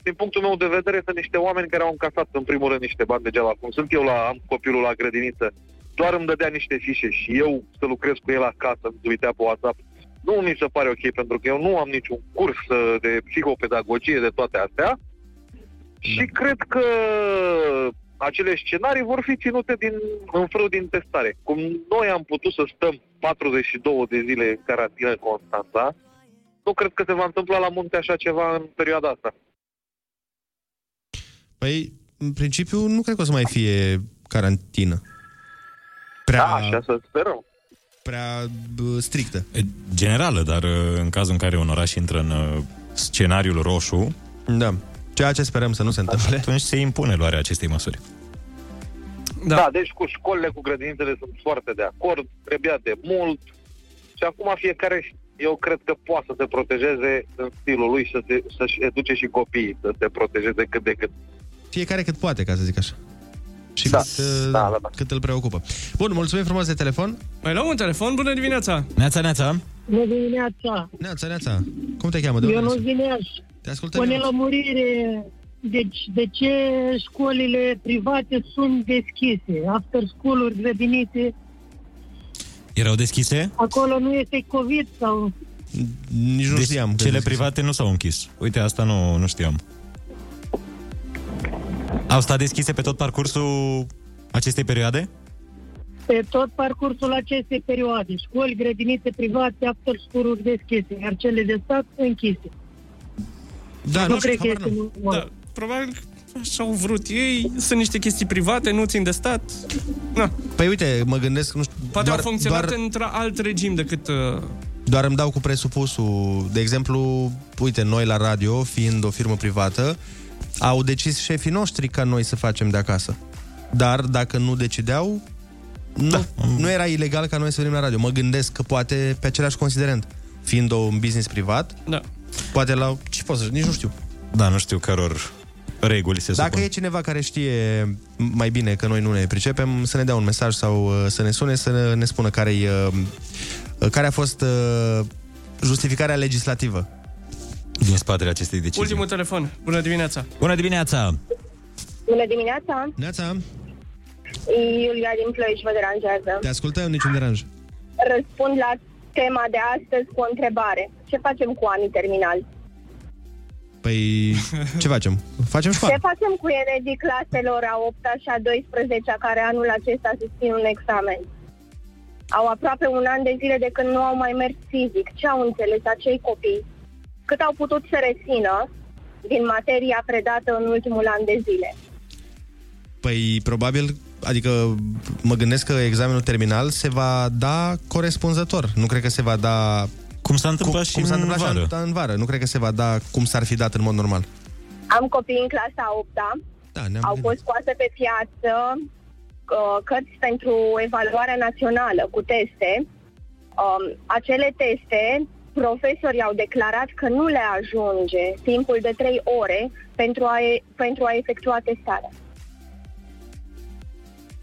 [SPEAKER 11] din punctul meu de vedere, sunt niște oameni care au încasat, în primul rând, niște bani degeaba. Cum sunt eu la am copilul la grădiniță, doar îmi dădea niște fișe și eu să lucrez cu el acasă, îmi uitea pe WhatsApp. Nu mi se pare ok, pentru că eu nu am niciun curs uh, de psihopedagogie, de toate astea. Și cred că acele scenarii vor fi ținute din, în frâu din testare. Cum noi am putut să stăm 42 de zile în carantină în Constanța, nu cred că se va întâmpla la munte așa ceva în perioada asta.
[SPEAKER 5] Păi, în principiu, nu cred că o să mai fie carantină. Prea... Da, așa
[SPEAKER 11] să sperăm.
[SPEAKER 5] Prea bă, strictă.
[SPEAKER 1] Generală, dar uh, în cazul în care un oraș intră în uh, scenariul roșu...
[SPEAKER 5] Da. Ceea ce sperăm să nu se întâmple.
[SPEAKER 1] Atunci se impune luarea acestei măsuri.
[SPEAKER 11] Da. da, deci cu școlile, cu grădinițele sunt foarte de acord, trebuia de mult și acum fiecare, eu cred că poate să se protejeze în stilul lui și să se, să-și educe și copiii să se protejeze cât de cât.
[SPEAKER 5] Fiecare cât poate, ca să zic așa. Și da. Cât, uh, da, da, da. cât îl preocupă. Bun, mulțumim frumos de telefon.
[SPEAKER 7] Mai luăm un telefon, bună dimineața.
[SPEAKER 1] Neața, neața.
[SPEAKER 15] Bună dimineața!
[SPEAKER 5] Neața, neața. Cum te cheamă? De unde
[SPEAKER 15] Eu nu
[SPEAKER 5] ești?
[SPEAKER 15] zineaș.
[SPEAKER 5] Te ascultăm,
[SPEAKER 15] O
[SPEAKER 5] Ionuț.
[SPEAKER 15] nelămurire. Deci, de ce școlile private sunt deschise? After school-uri, grădinițe,
[SPEAKER 1] Erau deschise?
[SPEAKER 15] acolo nu este COVID sau...
[SPEAKER 5] Nici
[SPEAKER 1] nu deci știam. Cele private nu s-au închis. Uite, asta nu, nu știam. Au stat deschise pe tot parcursul acestei perioade?
[SPEAKER 15] Pe tot parcursul acestei perioade, școli, grădinițe private, after school-uri deschise, iar cele de stat închise.
[SPEAKER 5] Da,
[SPEAKER 15] nu, cred că este
[SPEAKER 7] Da, probabil că așa au vrut ei, sunt niște chestii private, nu țin de stat. Na.
[SPEAKER 5] Păi uite, mă gândesc, nu știu...
[SPEAKER 7] Poate doar, au funcționat
[SPEAKER 5] doar,
[SPEAKER 7] doar... într-alt regim decât... Uh,
[SPEAKER 5] doar îmi dau cu presupusul. De exemplu, uite, noi la radio, fiind o firmă privată, au decis șefii noștri ca noi să facem de acasă. Dar dacă nu decideau, nu, da. nu era ilegal ca noi să venim la radio. Mă gândesc că poate pe același considerent. Fiind un business privat,
[SPEAKER 7] da.
[SPEAKER 5] poate la... Ce pot să... Nici nu știu.
[SPEAKER 1] Da, nu știu căror reguli se
[SPEAKER 5] Dacă
[SPEAKER 1] supun.
[SPEAKER 5] e cineva care știe mai bine că noi nu ne pricepem, să ne dea un mesaj sau uh, să ne sune, să ne- ne spună care, uh, care a fost uh, justificarea legislativă.
[SPEAKER 1] Din spatele acestei decizii.
[SPEAKER 7] ultimul telefon, bună dimineața.
[SPEAKER 1] Bună dimineața!
[SPEAKER 16] Bună dimineața!
[SPEAKER 5] Neața,
[SPEAKER 16] Iulia din Ploiești vă deranjează.
[SPEAKER 5] te ascultăm, niciun deranj.
[SPEAKER 16] Răspund la tema de astăzi cu o întrebare. Ce facem cu anii terminali?
[SPEAKER 5] Păi, ce facem? Facem
[SPEAKER 16] Ce
[SPEAKER 5] școală.
[SPEAKER 16] facem cu elevii claselor a 8 și a 12 care anul acesta susțin un examen? Au aproape un an de zile de când nu au mai mers fizic. Ce au înțeles acei copii? Cât au putut să rețină din materia predată în ultimul an de zile?
[SPEAKER 5] Păi, probabil, adică mă gândesc că examenul terminal se va da corespunzător. Nu cred că se va da...
[SPEAKER 1] Cum s-a întâmplat
[SPEAKER 5] cum,
[SPEAKER 1] și
[SPEAKER 5] cum s-a
[SPEAKER 1] în
[SPEAKER 5] întâmplat și
[SPEAKER 1] vară.
[SPEAKER 5] în vară. Nu cred că se va da cum s-ar fi dat în mod normal.
[SPEAKER 16] Am copii în clasa 8
[SPEAKER 5] Da, ne-am
[SPEAKER 16] Au
[SPEAKER 5] gândit.
[SPEAKER 16] fost scoase pe piață uh, cărți pentru evaluarea națională cu teste. Um, Acele teste, profesorii au declarat că nu le ajunge timpul de 3 ore pentru a, e- pentru a efectua testarea.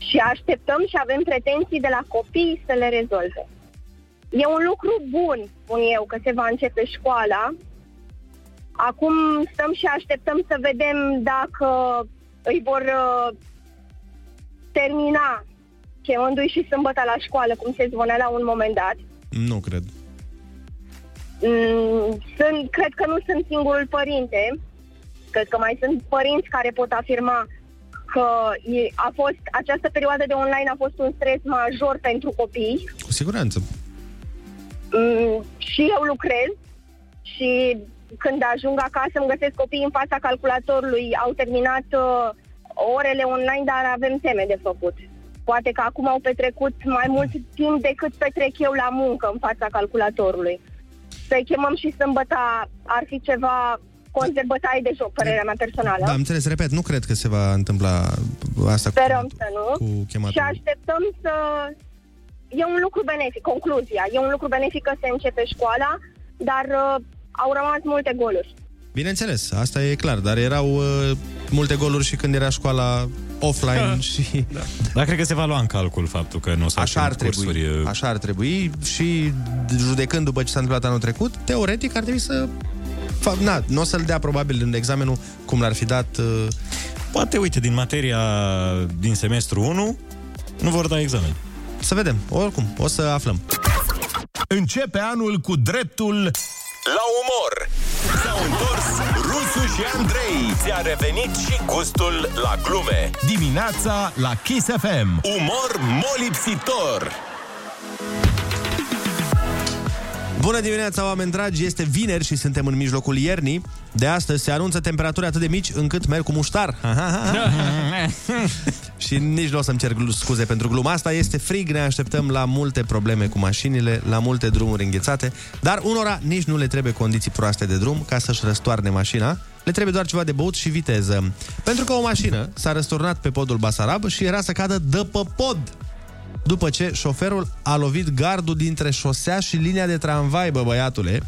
[SPEAKER 16] Și așteptăm și avem pretenții de la copii să le rezolve. E un lucru bun, spun eu, că se va începe școala, Acum stăm și așteptăm să vedem dacă îi vor uh, termina chemându-i și sâmbătă la școală, cum se zvonea la un moment dat.
[SPEAKER 5] Nu cred.
[SPEAKER 16] Mm, Sunt, cred că nu sunt singurul părinte. Cred că mai sunt părinți care pot afirma că e, a fost, această perioadă de online a fost un stres major pentru copii.
[SPEAKER 5] Cu siguranță.
[SPEAKER 16] Mm, și eu lucrez și când ajung acasă îmi găsesc copiii în fața calculatorului, au terminat uh, orele online, dar avem teme de făcut. Poate că acum au petrecut mai mult timp decât petrec eu la muncă în fața calculatorului. Să-i chemăm și sâmbăta ar fi ceva cont de bătaie de joc, părerea mea personală.
[SPEAKER 5] Da, am înțeles, repet, nu cred că se va întâmpla asta cu...
[SPEAKER 16] Sperăm să nu.
[SPEAKER 5] cu chematul.
[SPEAKER 16] Și așteptăm să... E un lucru benefic, concluzia. E un lucru benefic că se începe școala, dar uh, au rămas multe goluri.
[SPEAKER 5] Bineînțeles, asta e clar, dar erau uh, multe goluri și când era școala offline și... Da.
[SPEAKER 1] Dar cred că se va lua în calcul faptul că nu o să
[SPEAKER 5] Așa ar,
[SPEAKER 1] facem cursuri...
[SPEAKER 5] trebui, așa ar trebui și judecând după ce s-a întâmplat anul trecut, teoretic ar trebui să... Fa- na, nu o să-l dea probabil în examenul cum l-ar fi dat... Uh...
[SPEAKER 1] Poate, uite, din materia din semestru 1, nu vor da examen.
[SPEAKER 5] Să vedem, oricum, o să aflăm.
[SPEAKER 10] Începe anul cu dreptul la umor. S-au întors Rusu și Andrei. Ți-a revenit și gustul la glume. Dimineața la Kiss FM. Umor molipsitor.
[SPEAKER 5] Bună dimineața, oameni dragi! Este vineri și suntem în mijlocul iernii. De astăzi se anunță temperaturi atât de mici încât merg cu muștar. Ha, ha, ha, ha. și nici nu o să-mi cer glu- scuze pentru gluma asta. Este frig, ne așteptăm la multe probleme cu mașinile, la multe drumuri înghețate, dar unora nici nu le trebuie condiții proaste de drum ca să-și răstoarne mașina. Le trebuie doar ceva de băut și viteză. Pentru că o mașină s-a răsturnat pe podul Basarab și era să cadă de pe pod după ce șoferul a lovit gardul dintre șosea și linia de tramvai, bă băiatule.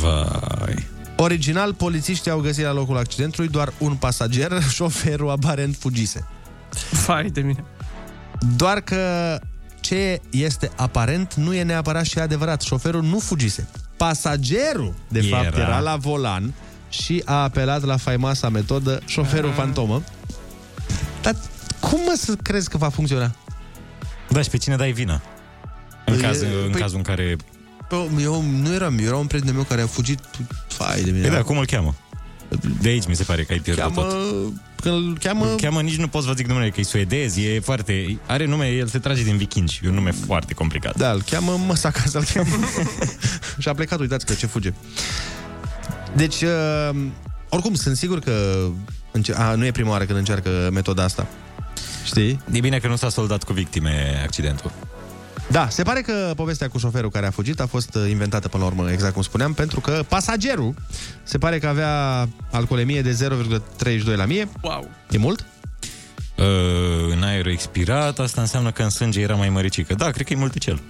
[SPEAKER 1] Vai.
[SPEAKER 5] Original, polițiștii au găsit la locul accidentului doar un pasager, șoferul aparent fugise.
[SPEAKER 7] Vai de mine.
[SPEAKER 5] Doar că ce este aparent nu e neapărat și adevărat. Șoferul nu fugise. Pasagerul, de
[SPEAKER 1] Era.
[SPEAKER 5] era. fapt, era la volan și a apelat la faimoasa metodă șoferul fantomă. Dar cum mă să crezi că va funcționa?
[SPEAKER 1] Da, și pe cine dai vina?
[SPEAKER 5] Păi,
[SPEAKER 1] În, caz, în cazul în care...
[SPEAKER 5] Bă, eu nu eram, eu era un prieten meu care a fugit Fai de mine
[SPEAKER 1] E, da, cum îl cheamă? De aici mi se pare că ai pierdut
[SPEAKER 5] Cheamă-
[SPEAKER 1] tot.
[SPEAKER 5] Când îl cheamă...
[SPEAKER 1] Îl cheamă, nici nu pot să vă zic numele, că e suedez, e foarte... Are nume, el se trage din vikingi, e un nume foarte complicat.
[SPEAKER 5] Da, îl cheamă măsa ca să-l cheamă. și a plecat, uitați că ce fuge. Deci, uh, oricum, sunt sigur că înce- a, nu e prima oară când încearcă metoda asta. Știi?
[SPEAKER 1] E bine că nu s-a soldat cu victime accidentul.
[SPEAKER 5] Da, se pare că povestea cu șoferul care a fugit a fost uh, inventată până la urmă, exact cum spuneam, pentru că pasagerul se pare că avea alcoolemie de 0,32 la mie.
[SPEAKER 7] Wow!
[SPEAKER 5] E mult?
[SPEAKER 1] Uh, în aer expirat, asta înseamnă că în sânge era mai măricică. Da, cred că e multicel.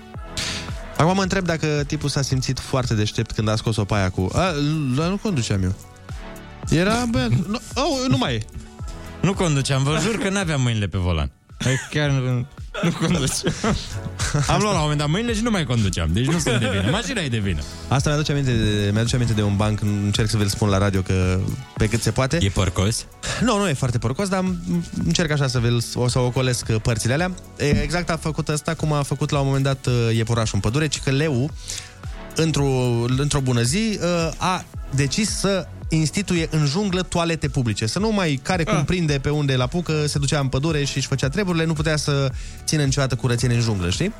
[SPEAKER 5] Acum mă întreb dacă tipul s-a simțit foarte deștept când a scos-o pe aia cu... A, la nu conduceam eu. Era, bă, nu, oh, nu mai e.
[SPEAKER 1] Nu conduceam, vă jur că n-aveam mâinile pe volan. Adică Chiar nu, nu conduceam. Am luat la un moment dat mâinile și nu mai conduceam, deci nu sunt de vină. Mașina e de vină.
[SPEAKER 5] Asta mi-aduce aminte, de, mi-aduce aminte de un banc, încerc să vi-l spun la radio că pe cât se poate.
[SPEAKER 1] E porcos?
[SPEAKER 5] Nu, nu e foarte porcos, dar m- încerc așa să vi-l, o să ocolesc uh, părțile alea. E, Exact a făcut asta cum a făcut la un moment dat uh, iepurașul în pădure, ci că leu, într-o, într-o bună zi, uh, a decis să instituie în junglă toalete publice. Să nu mai care cum prinde pe unde la apucă, se ducea în pădure și își făcea treburile, nu putea să țină niciodată curățenie în junglă, știi?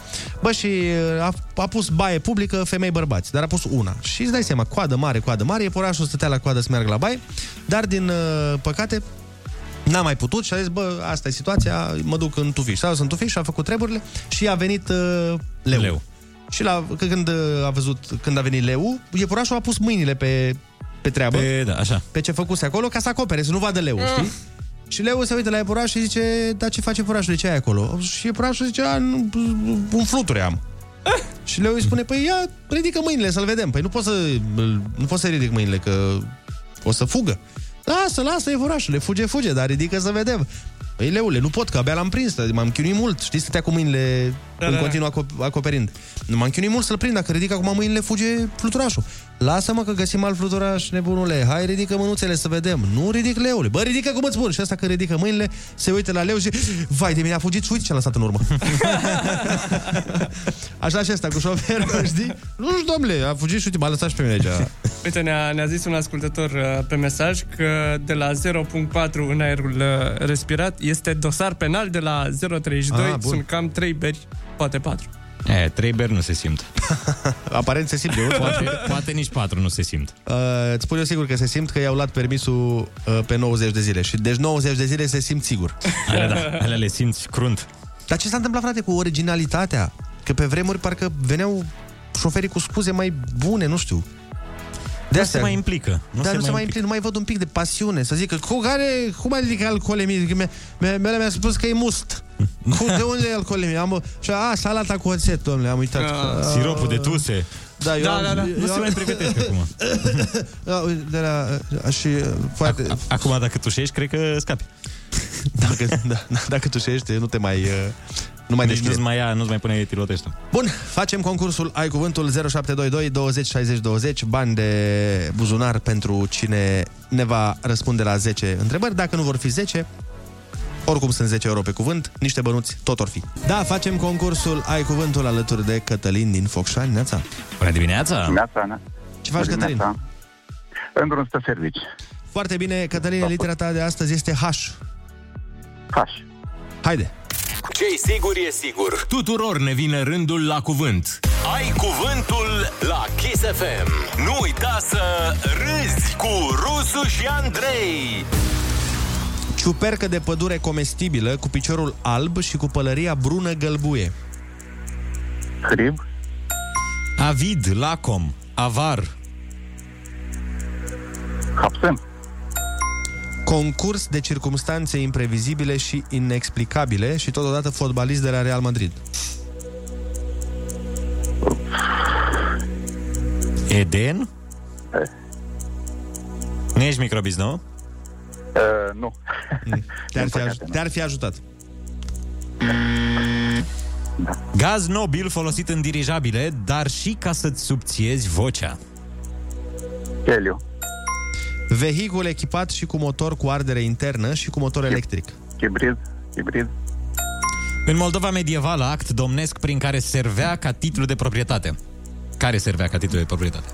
[SPEAKER 5] Bă, și uh, a, a pus baie publică femei bărbați, dar a pus una. Și îți dai seama, coadă mare, coadă mare, iepurașul stătea la coadă să meargă la baie, dar din uh, păcate N-a mai putut și a zis, bă, asta e situația, mă duc în tufiș. S-a dus în tufiș și a făcut treburile și a venit uh, leu. leu. Și la, că când uh, a văzut, când a venit leu, iepurașul a pus mâinile pe, pe treabă.
[SPEAKER 1] Pe, da, așa.
[SPEAKER 5] Pe ce făcuse acolo, ca să acopere, să nu vadă leu, știi? Și leu se uită la iepuraș și zice, da, ce face iepurașul, de ce ai acolo? Și iepurașul zice, a, nu, un fluture am. și leu îi spune, păi ia, ridică mâinile să-l vedem. Păi nu pot, să, nu pot să ridic mâinile, că o să fugă. Lasă, lasă, iepurașule, fuge, fuge, dar ridică să vedem. Păi leule, nu pot, că abia l-am prins, adică m-am chinuit mult. Știi, stătea cu mâinile
[SPEAKER 1] Da,
[SPEAKER 5] da, în
[SPEAKER 1] da, da.
[SPEAKER 5] continuu aco- acoperind. Nu m-am chinuit mult să-l prind, dacă ridic acum mâinile, fuge fluturașul. Lasă-mă că găsim alt fluturaș, nebunule. Hai, ridică mânuțele să vedem. Nu ridic leule. Bă, ridică cum îți spun. Și asta că ridică mâinile, se uită la leu și... Vai, de mine a fugit și uite ce a lăsat în urmă. Așa și asta cu șoferul, știi? Nu știu, domnule, a fugit și uite, m-a lăsat și pe mine aici.
[SPEAKER 7] Uite, ne-a, ne-a zis un ascultător uh, pe mesaj că de la 0.4 în aerul uh, respirat este dosar penal de la 0.32,
[SPEAKER 5] Ah, bun.
[SPEAKER 7] sunt cam 3 beri, poate 4.
[SPEAKER 1] E, trei beri nu se simt.
[SPEAKER 5] Aparent se simt. Eu.
[SPEAKER 1] Poate, poate nici patru nu se simt.
[SPEAKER 5] Uh, îți spun eu sigur că se simt că i-au luat permisul uh, pe 90 de zile. Și deci 90 de zile se simt sigur.
[SPEAKER 1] Alea, da, alea le simți crunt.
[SPEAKER 5] Dar ce s-a întâmplat, frate, cu originalitatea? Că pe vremuri parcă veneau șoferii cu scuze mai bune, nu știu.
[SPEAKER 1] De asta mai implică.
[SPEAKER 5] Nu Dar se nu se mai implică, nu mai văd un pic de pasiune. Să zică, cu care, cum adică alcoolemie? Mi-a, mi-a, mi-a spus că e must. Cu, de unde e alcoolemie? Am, și a, salata cu oțet, domnule, am uitat. Ah.
[SPEAKER 1] A, siropul de tuse.
[SPEAKER 5] Da, eu
[SPEAKER 1] Ah. da,
[SPEAKER 5] am-
[SPEAKER 1] da, da.
[SPEAKER 5] eu
[SPEAKER 1] nu se
[SPEAKER 5] am-
[SPEAKER 1] mai pregătesc acum.
[SPEAKER 5] Da, uite, de la, și foarte...
[SPEAKER 1] Acum, dacă tușești, cred că scapi.
[SPEAKER 5] Dacă, da, dacă tușești, nu te mai... uh, Nu mai
[SPEAKER 1] Nici
[SPEAKER 5] deschide.
[SPEAKER 1] nu-ți mai, ia, nu-ți mai pune etilotul ăsta.
[SPEAKER 5] Bun, facem concursul Ai Cuvântul 0722 20 60 20 Bani de buzunar pentru cine ne va răspunde la 10 întrebări Dacă nu vor fi 10, oricum sunt 10 euro pe cuvânt Niște bănuți, tot or fi Da, facem concursul Ai Cuvântul alături de Cătălin din Focșani Neața
[SPEAKER 1] Bună dimineața!
[SPEAKER 13] Neața, ne-
[SPEAKER 5] Ce faci,
[SPEAKER 13] Bună
[SPEAKER 5] Cătălin?
[SPEAKER 13] dimineața. În drum spre servici.
[SPEAKER 5] Foarte bine, Cătălin, litera ta de astăzi este H
[SPEAKER 13] H
[SPEAKER 5] Haide
[SPEAKER 10] Ce-i sigur e sigur. Tuturor ne vine rândul la cuvânt. Ai cuvântul la Kiss FM. Nu uita să râzi cu Rusu și Andrei.
[SPEAKER 5] Ciupercă de pădure comestibilă cu piciorul alb și cu pălăria brună gălbuie
[SPEAKER 13] Crib
[SPEAKER 1] Avid, lacom, avar.
[SPEAKER 13] Capsen.
[SPEAKER 5] Concurs de circumstanțe imprevizibile și inexplicabile și totodată fotbalist de la Real Madrid.
[SPEAKER 1] Eden? Nu ești microbist, nu?
[SPEAKER 13] Uh, nu.
[SPEAKER 5] Te-ar fi, aj- te-ar fi ajutat.
[SPEAKER 1] Gaz nobil folosit în dirijabile, dar și ca să-ți subțiezi vocea.
[SPEAKER 13] Heliu.
[SPEAKER 5] Vehicul echipat și cu motor cu ardere internă și cu motor electric.
[SPEAKER 13] Hibrid. Hibrid.
[SPEAKER 1] În Moldova medievală, act domnesc prin care servea ca titlu de proprietate. Care servea ca titlu de proprietate?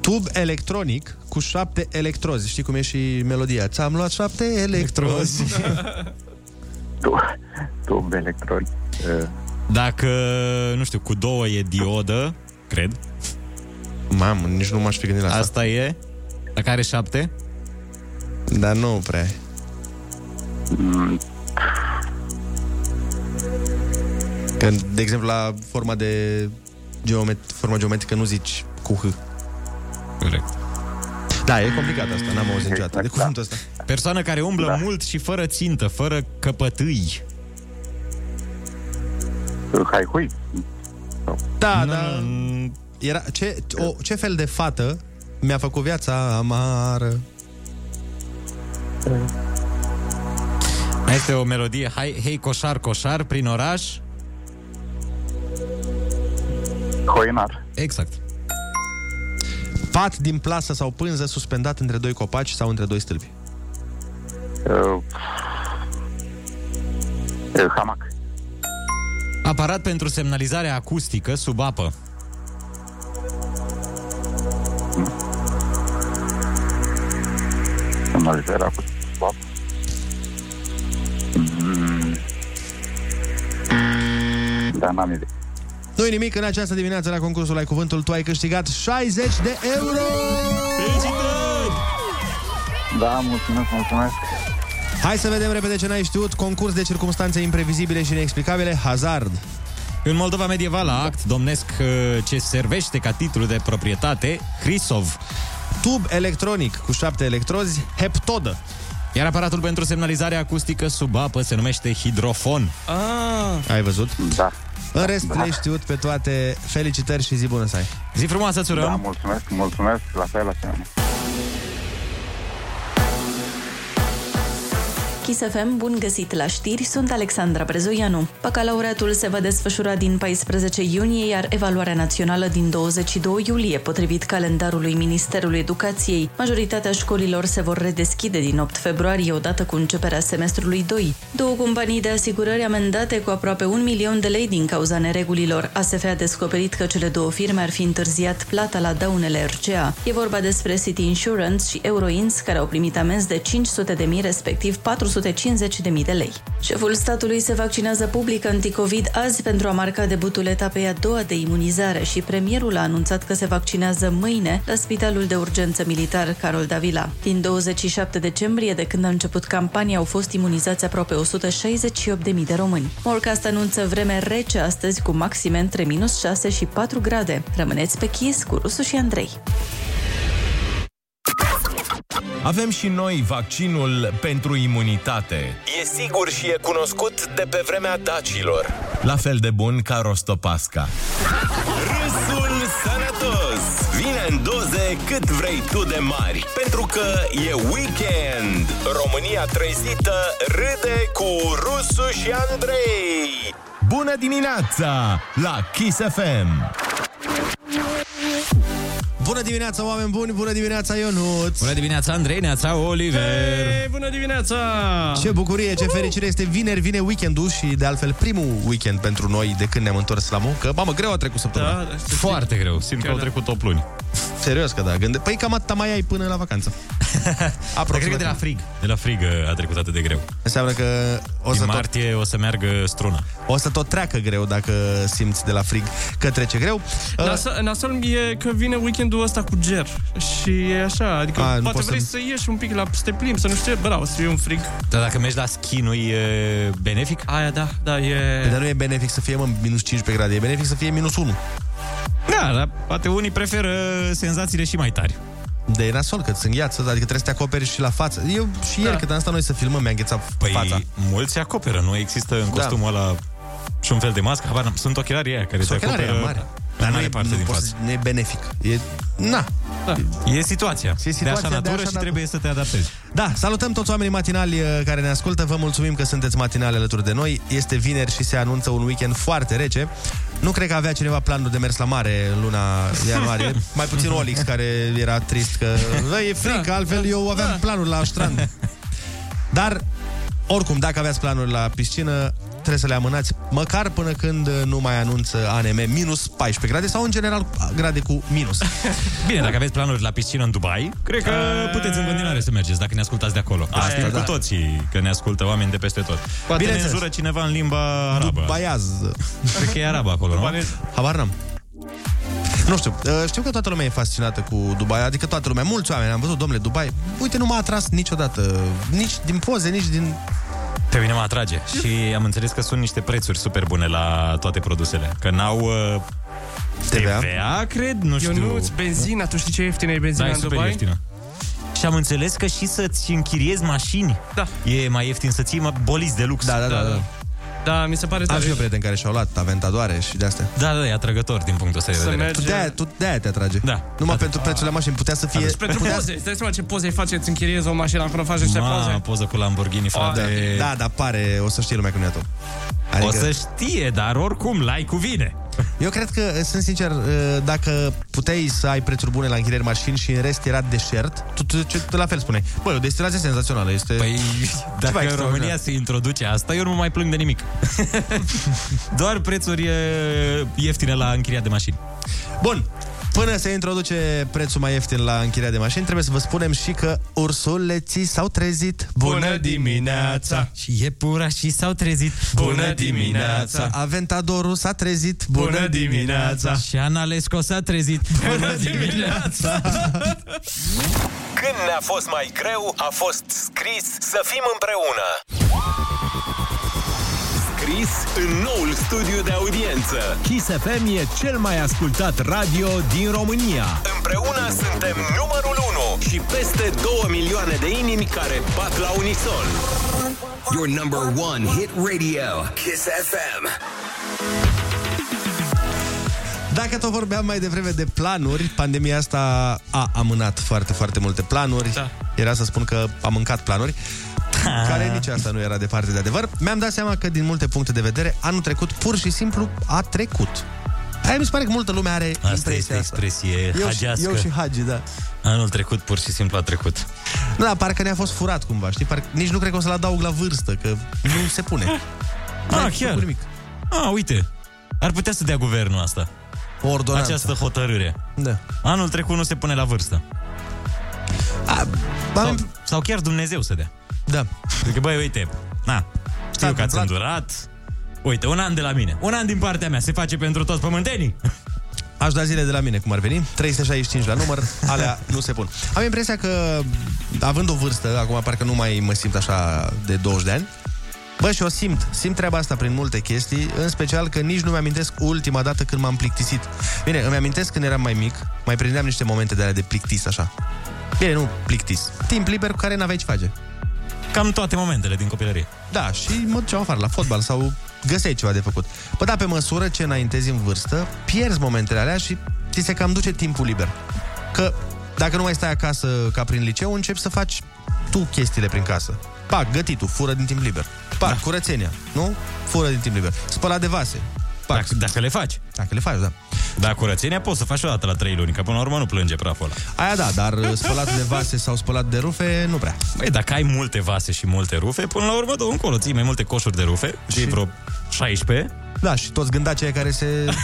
[SPEAKER 5] Tub electronic cu șapte electrozi. Știi cum e și melodia? Ți-am luat șapte electrozi.
[SPEAKER 13] Tub electronic. Uh,
[SPEAKER 1] Dacă, nu știu, cu două e diodă, cred.
[SPEAKER 5] Mamă, nici nu m-aș fi gândit la
[SPEAKER 1] asta. Asta e? Dacă are șapte?
[SPEAKER 5] Dar nu prea. Când, de exemplu, la forma de geomet- forma geometrică nu zici cu H.
[SPEAKER 1] Corect.
[SPEAKER 5] Da, e complicat asta, n-am auzit niciodată
[SPEAKER 13] Exact,
[SPEAKER 5] de cuvântul ăsta.
[SPEAKER 1] Persoană care umblă da. mult și fără țintă, fără căpătâi.
[SPEAKER 13] hai, hui.
[SPEAKER 5] Da, da. Era, ce, o, ce fel de fată mi-a făcut viața amară?
[SPEAKER 1] Mai este o melodie, hai, hei, coșar, coșar, prin oraș.
[SPEAKER 13] Hoinar.
[SPEAKER 1] Exact.
[SPEAKER 5] Pat din plasă sau pânză suspendat între doi copaci sau între doi stâlpi.
[SPEAKER 13] Uh, uh, hamac.
[SPEAKER 1] Aparat pentru semnalizare acustică sub apă.
[SPEAKER 13] Semnalizarea cu swap. Mm. Da, n-am idee.
[SPEAKER 5] Nu-i nimic, în această dimineață la concursul Ai Cuvântul tu ai câștigat 60 de euro!
[SPEAKER 13] Da, mulțumesc, mulțumesc.
[SPEAKER 5] Hai să vedem repede ce n-ai știut. Concurs de circunstanțe imprevizibile și inexplicabile, hazard.
[SPEAKER 1] În Moldova medievală,
[SPEAKER 13] Da.
[SPEAKER 1] act domnesc uh, ce servește ca titlu de proprietate, Hrisov.
[SPEAKER 5] Tub electronic cu șapte electrozi, heptodă.
[SPEAKER 1] Iar aparatul pentru semnalizare acustică sub apă se numește hidrofon.
[SPEAKER 5] Ah. Ai văzut?
[SPEAKER 13] Da.
[SPEAKER 5] În rest, le-ai știut pe toate. Felicitări și zi bună să ai!
[SPEAKER 1] Zi frumoasă, țurăm!
[SPEAKER 13] Da, mulțumesc, mulțumesc, la fel, la fel.
[SPEAKER 8] Kiss FM, bun găsit la știri, sunt Alexandra Brezoianu. Bacalaureatul se va desfășura din 14 iunie, iar evaluarea națională din 22 iulie, potrivit calendarului Ministerului Educației. Majoritatea școlilor se vor redeschide din 8 februarie, odată cu începerea semestrului 2. Două companii de asigurări amendate cu aproape un milion de lei din cauza neregulilor. ASF a descoperit că cele două firme ar fi întârziat plata la daunele RCA. E vorba despre City Insurance și Euroins, care au primit amenzi de 500 de mii, respectiv 450 de mii de lei. Șeful statului se vaccinează public anticovid azi pentru a marca debutul etapei a doua de imunizare și premierul a anunțat că se vaccinează mâine la Spitalul de Urgență Militar Carol Davila. Din 27 decembrie, de când a început campania, au fost imunizați aproape 168 de mii de români. Morcast anunță vreme rece astăzi cu maxime între minus 6 și 4 grade. Rămâneți pe chis cu Rusu și Andrei.
[SPEAKER 17] Avem și noi vaccinul pentru imunitate.
[SPEAKER 10] E sigur și e cunoscut de pe vremea dacilor.
[SPEAKER 17] La fel de bun ca Rostopasca. Râsul sănătos! Vine în doze cât vrei tu de mari, pentru că e weekend!
[SPEAKER 10] România trezită râde cu Rusu și Andrei.
[SPEAKER 17] Bună dimineața la Kiss FM!
[SPEAKER 5] Bună dimineața, oameni buni! Bună dimineața, Ionut!
[SPEAKER 1] Bună dimineața, Andrei, neața, Oliver!
[SPEAKER 7] Ei, bună dimineața! Ah.
[SPEAKER 5] Ce bucurie, ce fericire este vineri, vine weekendul și de altfel primul weekend pentru noi de când ne-am întors la muncă. Mamă, greu a trecut săptămâna.
[SPEAKER 7] Da, da, știu. da.
[SPEAKER 1] Foarte greu.
[SPEAKER 7] Simt că au
[SPEAKER 5] trecut 8 luni. Serios că da, gânde... Păi cam atâta mai ai până la vacanță. Aproximativ.
[SPEAKER 1] Cred că de la frig. uh,
[SPEAKER 5] De la frig a trecut atât de greu. Înseamnă că o să,
[SPEAKER 1] Din
[SPEAKER 5] tot,
[SPEAKER 1] martie o să meargă struna.
[SPEAKER 5] o să tot treacă greu dacă simți de la frig că trece greu.
[SPEAKER 7] Nasol, nasol e că vine weekendul ăsta cu ger și e așa, adică
[SPEAKER 5] A,
[SPEAKER 7] A,
[SPEAKER 5] nu
[SPEAKER 7] poate
[SPEAKER 5] poți
[SPEAKER 7] vrei
[SPEAKER 5] să-
[SPEAKER 7] să... ieși un pic la să te plimbi, să nu știu ce,
[SPEAKER 1] da,
[SPEAKER 7] bravo, să fie un frig.
[SPEAKER 1] Dar dacă mergi la schi, nu-i e benefic?
[SPEAKER 7] Aia, da, da, e...
[SPEAKER 5] Păi, dar nu e benefic să fie, mă, minus 15 grade, e benefic să fie minus 1.
[SPEAKER 1] Da, dar poate unii preferă senzațiile și mai tari.
[SPEAKER 5] De e nasol, că sunt gheață, adică trebuie să te acoperi și la față. Eu și ieri, da. când am stat noi să filmăm, mi-am ghețat
[SPEAKER 1] Păi
[SPEAKER 5] fața.
[SPEAKER 1] mulți se acoperă, nu există în
[SPEAKER 5] Da.
[SPEAKER 1] costumul ăla și un fel de mască. Habar, n-am. sunt ochelarii aia care
[SPEAKER 5] Sunt
[SPEAKER 1] te
[SPEAKER 5] ochelarii
[SPEAKER 1] acoperă
[SPEAKER 5] aia mari.
[SPEAKER 1] Dar
[SPEAKER 5] nu
[SPEAKER 1] nu
[SPEAKER 5] e-
[SPEAKER 1] e parte
[SPEAKER 5] nu
[SPEAKER 1] din
[SPEAKER 5] poți-
[SPEAKER 1] față.
[SPEAKER 5] nu e benefic. E... Na.
[SPEAKER 7] Da.
[SPEAKER 1] E situația.
[SPEAKER 5] E situația
[SPEAKER 1] de așa natură și trebuie să te adaptezi.
[SPEAKER 5] Da, salutăm toți oamenii matinali uh, care ne ascultă. Vă mulțumim că sunteți matinali alături de noi. Este vineri și se anunță un weekend foarte rece. Nu cred că avea cineva planul de mers la mare în luna ianuarie. Mai puțin Olix, care era trist că "Da, e frică, altfel eu aveam
[SPEAKER 1] da."
[SPEAKER 5] planul la strand. Dar, oricum, dacă aveați planuri la piscină, trebuie să le amânați măcar până când uh, nu mai anunță ANM minus 14 grade sau, în general, grade cu minus.
[SPEAKER 1] Bine, dacă aveți planuri la piscină în Dubai, cred că puteți în continuare să mergeți dacă ne ascultați de acolo. Că
[SPEAKER 5] Asta
[SPEAKER 1] știm
[SPEAKER 5] da.
[SPEAKER 1] cu toții că ne ascultă oameni de peste tot. Poate ne
[SPEAKER 5] Bineînțeles.
[SPEAKER 1] înjură cineva în limba arabă.
[SPEAKER 5] Dubaiaz.
[SPEAKER 1] Cred că e arabă acolo, nu?
[SPEAKER 5] Habar n-am. Nu știu, uh, știu că toată lumea e fascinată cu Dubai, adică toată lumea, mulți oameni, am văzut, domnule, Dubai, uite, nu m-a atras niciodată, nici din poze, nici din...
[SPEAKER 1] Pe mine mă atrage și am înțeles că sunt niște prețuri super bune la toate produsele. Că n-au uh, TVA, TVA cred, nu știu.
[SPEAKER 7] Ionuț, benzina, tu știi ce ieftină e benzina
[SPEAKER 1] da, e
[SPEAKER 7] în
[SPEAKER 1] super
[SPEAKER 7] Dubai?
[SPEAKER 1] ieftină. Și am înțeles că și să-ți închiriezi mașini
[SPEAKER 7] da.
[SPEAKER 1] e mai ieftin să ții mă, boliți de lux.
[SPEAKER 5] da, da.
[SPEAKER 7] Da, mi se pare
[SPEAKER 5] Am
[SPEAKER 7] tare.
[SPEAKER 5] și eu prieteni care și-au luat aventadoare și de-astea.
[SPEAKER 1] Da, da, e atrăgător din punctul ăsta de
[SPEAKER 7] Să
[SPEAKER 1] vedere.
[SPEAKER 7] mergi-
[SPEAKER 5] Tu de-aia, tu de-aia te atrage. Da. Numai pentru prețul la mașini putea să fie...
[SPEAKER 7] Deci pentru
[SPEAKER 5] putea...
[SPEAKER 7] poze, îți dai seama ce poze îi face, îți închiriezi o mașină, acum faci niște
[SPEAKER 1] Ma,
[SPEAKER 7] poze.
[SPEAKER 1] poză cu Lamborghini, frate.
[SPEAKER 5] Da, da, pare, o să știe lumea cum e tot.
[SPEAKER 1] Adică... O să știe, dar oricum, lai cu vine.
[SPEAKER 5] Eu cred că, sunt sincer, uh, dacă puteai să ai prețuri bune la închirieri mașini și în rest era deșert, tu, tu, tu, tu la fel spune. Băi, o destinație senzațională, este...
[SPEAKER 1] Păi,
[SPEAKER 5] Ceva
[SPEAKER 1] dacă în
[SPEAKER 5] extraordinar.
[SPEAKER 1] România se introduce asta, eu nu mă mai plâng de nimic. Doar prețuri e, ieftine la închiriat de mașini.
[SPEAKER 5] Bun, până se introduce prețul mai ieftin la închiria de mașini, trebuie să vă spunem și că ursuleții s-au trezit.
[SPEAKER 1] Și iepurașii s-au trezit.
[SPEAKER 5] Aventadorul s-a trezit.
[SPEAKER 1] Și Analesco s-a trezit. Bună dimineața!
[SPEAKER 10] Când ne-a fost mai greu, a fost scris să fim împreună.
[SPEAKER 17] Scris în noul studiu de audiență. Kiss FM e cel mai ascultat radio din România.
[SPEAKER 10] Împreună suntem numărul 1
[SPEAKER 17] Și peste 2 milioane de inimi care bat la unison.
[SPEAKER 10] Your number one hit radio, Kiss FM.
[SPEAKER 5] Dacă tot vorbeam mai devreme de planuri, pandemia asta a amânat foarte, foarte multe planuri. Da. Era să spun că am mâncat planuri. care nici asta nu era departe de adevăr, mi-am dat seama că din multe puncte de vedere, anul trecut pur și simplu a trecut. Aia mi se pare că multă lume are
[SPEAKER 1] Asta este
[SPEAKER 5] impresia asta.
[SPEAKER 1] expresie
[SPEAKER 5] Eu și,
[SPEAKER 1] hagească.
[SPEAKER 5] eu și Hagi, da.
[SPEAKER 1] Anul trecut pur și simplu a trecut.
[SPEAKER 5] Nu, Da, parcă ne-a fost furat cumva, știi? Parcă, nici nu cred că o să-l adaug la vârstă, că nu se pune.
[SPEAKER 1] Ah, chiar. Nimic. Ah, uite. Ar putea să dea guvernul asta.
[SPEAKER 5] O ordonanță.
[SPEAKER 1] Această hotărâre.
[SPEAKER 5] Da.
[SPEAKER 1] Anul trecut nu se pune la vârstă.
[SPEAKER 5] A,
[SPEAKER 1] sau, sau chiar Dumnezeu să dea.
[SPEAKER 5] Da.
[SPEAKER 1] Adică, băi, uite, na, știu că ați îndurat. Uite, un an de la mine. Un an din partea mea. Se face pentru toți pământenii.
[SPEAKER 5] Aș da zile de la mine, cum ar veni 365 la număr, alea nu se pun Am impresia că, având o vârstă Acum parcă nu mai mă simt așa De 20 de ani Bă, și o simt, simt treaba asta prin multe chestii În special că nici nu mi-amintesc ultima dată Când m-am plictisit Bine, îmi amintesc când eram mai mic Mai prindeam niște momente de alea de plictis așa Bine, nu plictis, timp liber cu care n-aveai ce face
[SPEAKER 1] Cam toate momentele din copilărie
[SPEAKER 5] Da, și mă duceam afară la fotbal Sau găseai ceva de făcut Bă, da, pe măsură ce înaintezi în vârstă Pierzi momentele alea și ți se cam duce timpul liber Că dacă nu mai stai acasă ca prin liceu Începi să faci tu chestiile prin casă Pac, gătitul, fură din timp liber Pac, da. curățenia, nu? Fură din timp liber Spăla de vase Pac.
[SPEAKER 1] Dacă, dacă le faci.
[SPEAKER 5] Dacă le faci, da.
[SPEAKER 1] Da, curățenia poți să faci o dată la 3 luni, că până la urmă nu plânge praful ăla.
[SPEAKER 5] Aia da, dar uh, spălat de vase sau spălat de rufe, nu prea
[SPEAKER 1] Băi, dacă ai multe vase și multe rufe, până la urmă, dă încolo, ții mai multe coșuri de rufe, și vreo 16,
[SPEAKER 5] Da, și toți gândacii care se...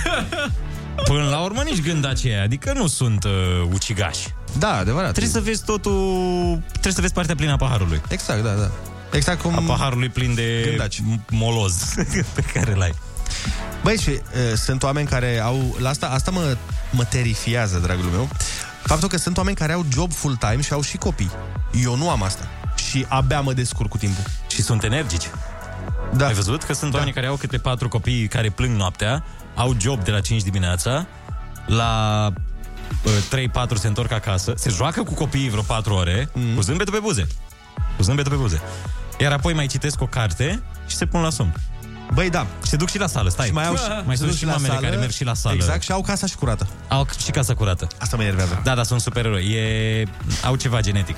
[SPEAKER 1] până la urmă nici gând aceea, adică nu sunt uh, ucigași.
[SPEAKER 5] Da, adevărat.
[SPEAKER 1] Trebuie să vezi totul, trebuie să vezi partea plină a paharului.
[SPEAKER 5] Exact, da, da. Exact cum...
[SPEAKER 1] A paharului plin de gândaci. moloz pe care l-ai.
[SPEAKER 5] Băi, și uh, sunt oameni care au... La asta, asta mă, mă terifiază, dragul meu. Faptul că sunt oameni care au job full-time și au și copii. Eu nu am asta. Și abia mă descurc cu timpul.
[SPEAKER 1] Și sunt energici.
[SPEAKER 5] Da.
[SPEAKER 1] Ai văzut că sunt oameni care au câte patru copii care plâng noaptea, au job de la 5 dimineața, la 3-4 se întorc acasă, se joacă cu copiii vreo 4 ore,
[SPEAKER 5] Mhm.
[SPEAKER 1] mm. cu zâmbetul pe buze. Cu zâmbetul pe buze. Iar apoi mai citesc o carte și se pun la somn.
[SPEAKER 5] Băi, da.
[SPEAKER 1] Și se duc și la sală, stai.
[SPEAKER 5] Și mai au și- se
[SPEAKER 1] mai sunt
[SPEAKER 5] duc
[SPEAKER 1] și
[SPEAKER 5] Ah, la
[SPEAKER 1] mamele
[SPEAKER 5] sală.
[SPEAKER 1] care merg și la sală.
[SPEAKER 5] Exact, și au casa și curată.
[SPEAKER 1] Au și casa curată.
[SPEAKER 5] Asta mă enervează.
[SPEAKER 1] Da, da, sunt supereroi. E... Au ceva genetic.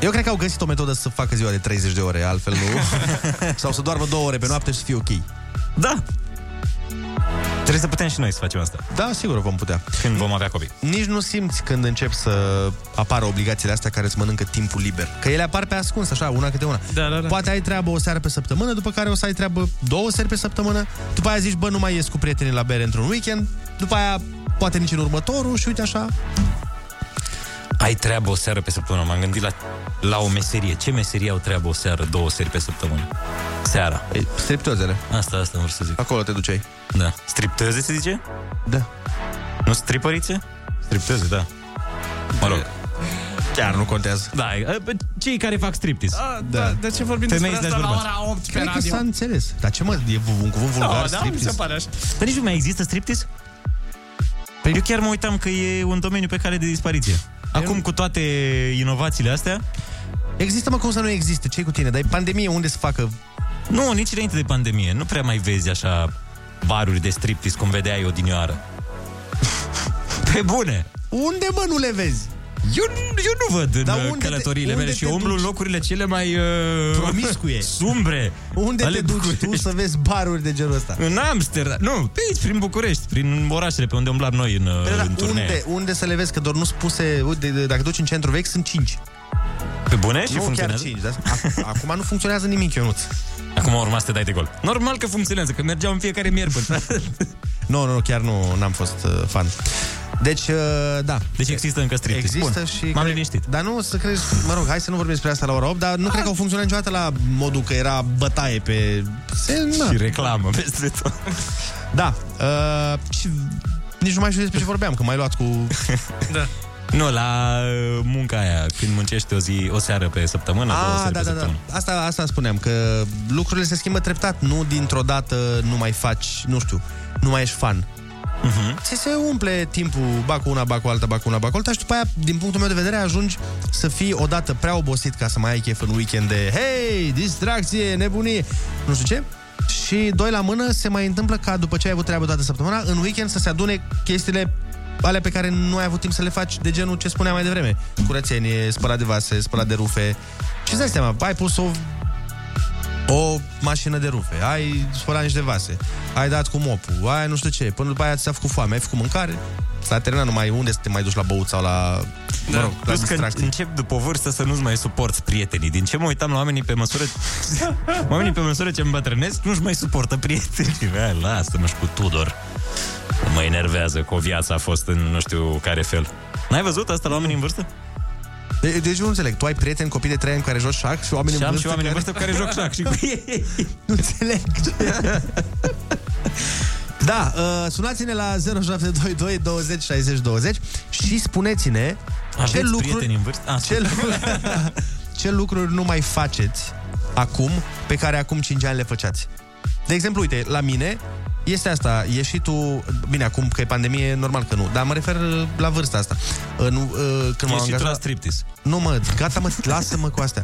[SPEAKER 5] Eu cred că au găsit o metodă să facă ziua de 30 de ore, altfel nu. Sau să doarmă două ore pe noapte și să fie ok.
[SPEAKER 1] Da. Trebuie să putem și noi să facem asta.
[SPEAKER 5] Da, sigur vom putea.
[SPEAKER 1] Când vom avea copii.
[SPEAKER 5] Nici nu simți când încep să apară obligațiile astea care îți mănâncă timpul liber. Că ele apar pe ascuns, așa, una câte una.
[SPEAKER 1] Da, da, da.
[SPEAKER 5] Poate ai treabă o seară pe săptămână, după care o să ai treabă două seri pe săptămână, după aia zici, bă, nu mai ies cu prietenii la bere într-un weekend, după aia poate nici în următorul și uite așa.
[SPEAKER 1] Ai treabă o seară pe săptămână. M-am gândit la, la o meserie. Ce meserie au treabă o seară, două seri pe săptămână? Seara.
[SPEAKER 5] Ei, striptozele.
[SPEAKER 1] Asta, asta vreau să zic.
[SPEAKER 5] Acolo te duceai.
[SPEAKER 1] Da. Stripteze se zice?
[SPEAKER 5] Da.
[SPEAKER 1] Nu stripărițe? Stripteze, da. Mă rog.
[SPEAKER 5] Chiar nu contează.
[SPEAKER 1] Da, e, bă, cei care fac striptease.
[SPEAKER 7] A, da. De ce vorbim
[SPEAKER 1] Femei
[SPEAKER 7] despre
[SPEAKER 1] slash
[SPEAKER 7] asta la
[SPEAKER 1] bărbați.
[SPEAKER 7] ora 8 pe
[SPEAKER 5] Cred că
[SPEAKER 7] radio?
[SPEAKER 5] s-a înțeles. Dar ce mă, e un cuvânt
[SPEAKER 7] Da,
[SPEAKER 5] vulgar,
[SPEAKER 7] da, mi
[SPEAKER 5] striptease?
[SPEAKER 7] se pare așa.
[SPEAKER 1] Dar nici nu mai există striptease? Păi eu chiar mă uitam că e un domeniu pe care de dispariție.
[SPEAKER 5] Păi
[SPEAKER 1] Acum cu toate inovațiile astea...
[SPEAKER 5] Există, mă, cum să nu existe? ce cu tine? Dar e pandemie, unde să facă?
[SPEAKER 1] Nu, nici înainte de pandemie. Nu prea mai vezi așa baruri de striptease cum vedeai odinioară. Pe bune!
[SPEAKER 5] Unde, mă, nu le vezi?
[SPEAKER 1] Eu, eu nu văd în
[SPEAKER 5] Dar
[SPEAKER 1] uh,
[SPEAKER 5] unde te-
[SPEAKER 1] călătoriile
[SPEAKER 5] unde
[SPEAKER 1] mele și
[SPEAKER 5] te
[SPEAKER 1] umblu în
[SPEAKER 5] duci?
[SPEAKER 1] locurile cele mai... Uh,
[SPEAKER 5] Promiscuie.
[SPEAKER 1] Sumbre.
[SPEAKER 5] Unde
[SPEAKER 1] ale
[SPEAKER 5] te duci
[SPEAKER 1] București.
[SPEAKER 5] tu să vezi baruri de genul ăsta?
[SPEAKER 1] În Amsterdam. Nu, pe aici, prin București, prin orașele pe unde umblam noi în, uh,
[SPEAKER 5] Da,
[SPEAKER 1] în
[SPEAKER 5] da,
[SPEAKER 1] turnee.
[SPEAKER 5] unde, unde să le vezi? Că doar nu spuse... Uite, de- dacă duci în centru vechi, sunt 5.
[SPEAKER 1] Pe bune? Și
[SPEAKER 5] nu chiar
[SPEAKER 1] funcționează?
[SPEAKER 5] 5, dar ac- acum nu funcționează nimic, Ionuț.
[SPEAKER 1] Acum urma să te dai de gol. Normal că funcționează, că mergeam în fiecare miercuri.
[SPEAKER 5] Nu, nu, nu, chiar nu n-am fost uh, fan. Deci, uh, da.
[SPEAKER 1] Deci există încă striptease.
[SPEAKER 5] Există
[SPEAKER 1] Bun.
[SPEAKER 5] și...
[SPEAKER 1] M-am liniștit.
[SPEAKER 5] Dar nu, să crezi... Mă rog, hai să nu vorbim despre asta la ora 8, dar nu cred că au funcționat niciodată la modul că era bătaie pe... Se, na.
[SPEAKER 1] Și reclamă peste tot.
[SPEAKER 5] Da. Uh, și nici nu mai știu despre ce vorbeam, că m-ai luat cu...
[SPEAKER 1] Da. Nu, la uh, munca aia, când muncești o zi, o seară pe săptămână, două
[SPEAKER 5] Ah,
[SPEAKER 1] seară
[SPEAKER 5] da,
[SPEAKER 1] pe
[SPEAKER 5] da, da.
[SPEAKER 1] săptămână.
[SPEAKER 5] Asta, asta spuneam, că lucrurile se schimbă treptat. Nu dintr-o dată nu mai faci, nu știu, nu mai ești fan.
[SPEAKER 1] Uh-huh.
[SPEAKER 5] Ți se umple timpul, ba cu una, ba cu alta, ba cu una, ba cu alta și după aia, din punctul meu de vedere, ajungi să fii odată prea obosit ca să mai ai chef în weekend de hei, distracție, nebunie, nu știu ce. Și doi la mână se mai întâmplă ca după ce ai avut treabă toată săptămâna, în weekend să se adune chestiile alea pe care nu ai avut timp să le faci, de genul ce spuneam mai devreme. Curățenie, spălat de vase, spălat de rufe. Ce îți dai seama? Ai pus o o mașină de rufe, ai spălat niște vase, ai dat cu mopul, ai nu știu ce, până după aia ți-a făcut foame, ai făcut mâncare, s-a terminat numai unde să te mai duci la băut sau la... Da, mă rog, la
[SPEAKER 18] Plus că
[SPEAKER 5] distracție.
[SPEAKER 18] încep după vârstă să nu-ți mai suporți prietenii. Din ce mă uitam la oamenii pe măsură... oamenii pe măsură ce îmbătrânesc nu-și mai suportă prietenii. Hai, lasă-mă și cu Tudor. Mă enervează că o viață a fost în nu știu care fel. N-ai văzut asta la oamenii în vârstă?
[SPEAKER 5] De, deci nu înțeleg, tu ai prieteni copii de 3 ani care joci șac și oameni
[SPEAKER 18] Și
[SPEAKER 5] în
[SPEAKER 18] am
[SPEAKER 5] vârstă
[SPEAKER 18] și oameni în vârstă cu care joc șac și cu ei.
[SPEAKER 5] nu înțeleg. Da, uh, sunați-ne la 0722 20 60 20 și spuneți-ne
[SPEAKER 18] Aveți prieteni în vârstă? Ah,
[SPEAKER 5] ce, lucruri, ce lucruri nu mai faceți acum pe care acum 5 ani le făceați. De exemplu, uite, la mine este asta, ieșitul, bine, acum că e pandemie, normal că nu, dar mă refer uh, la vârsta asta. Uh, nu, uh, când m-am
[SPEAKER 18] Ieșitul
[SPEAKER 5] angajat,
[SPEAKER 18] la striptease.
[SPEAKER 5] Nu mă, gata mă, lasă-mă cu astea.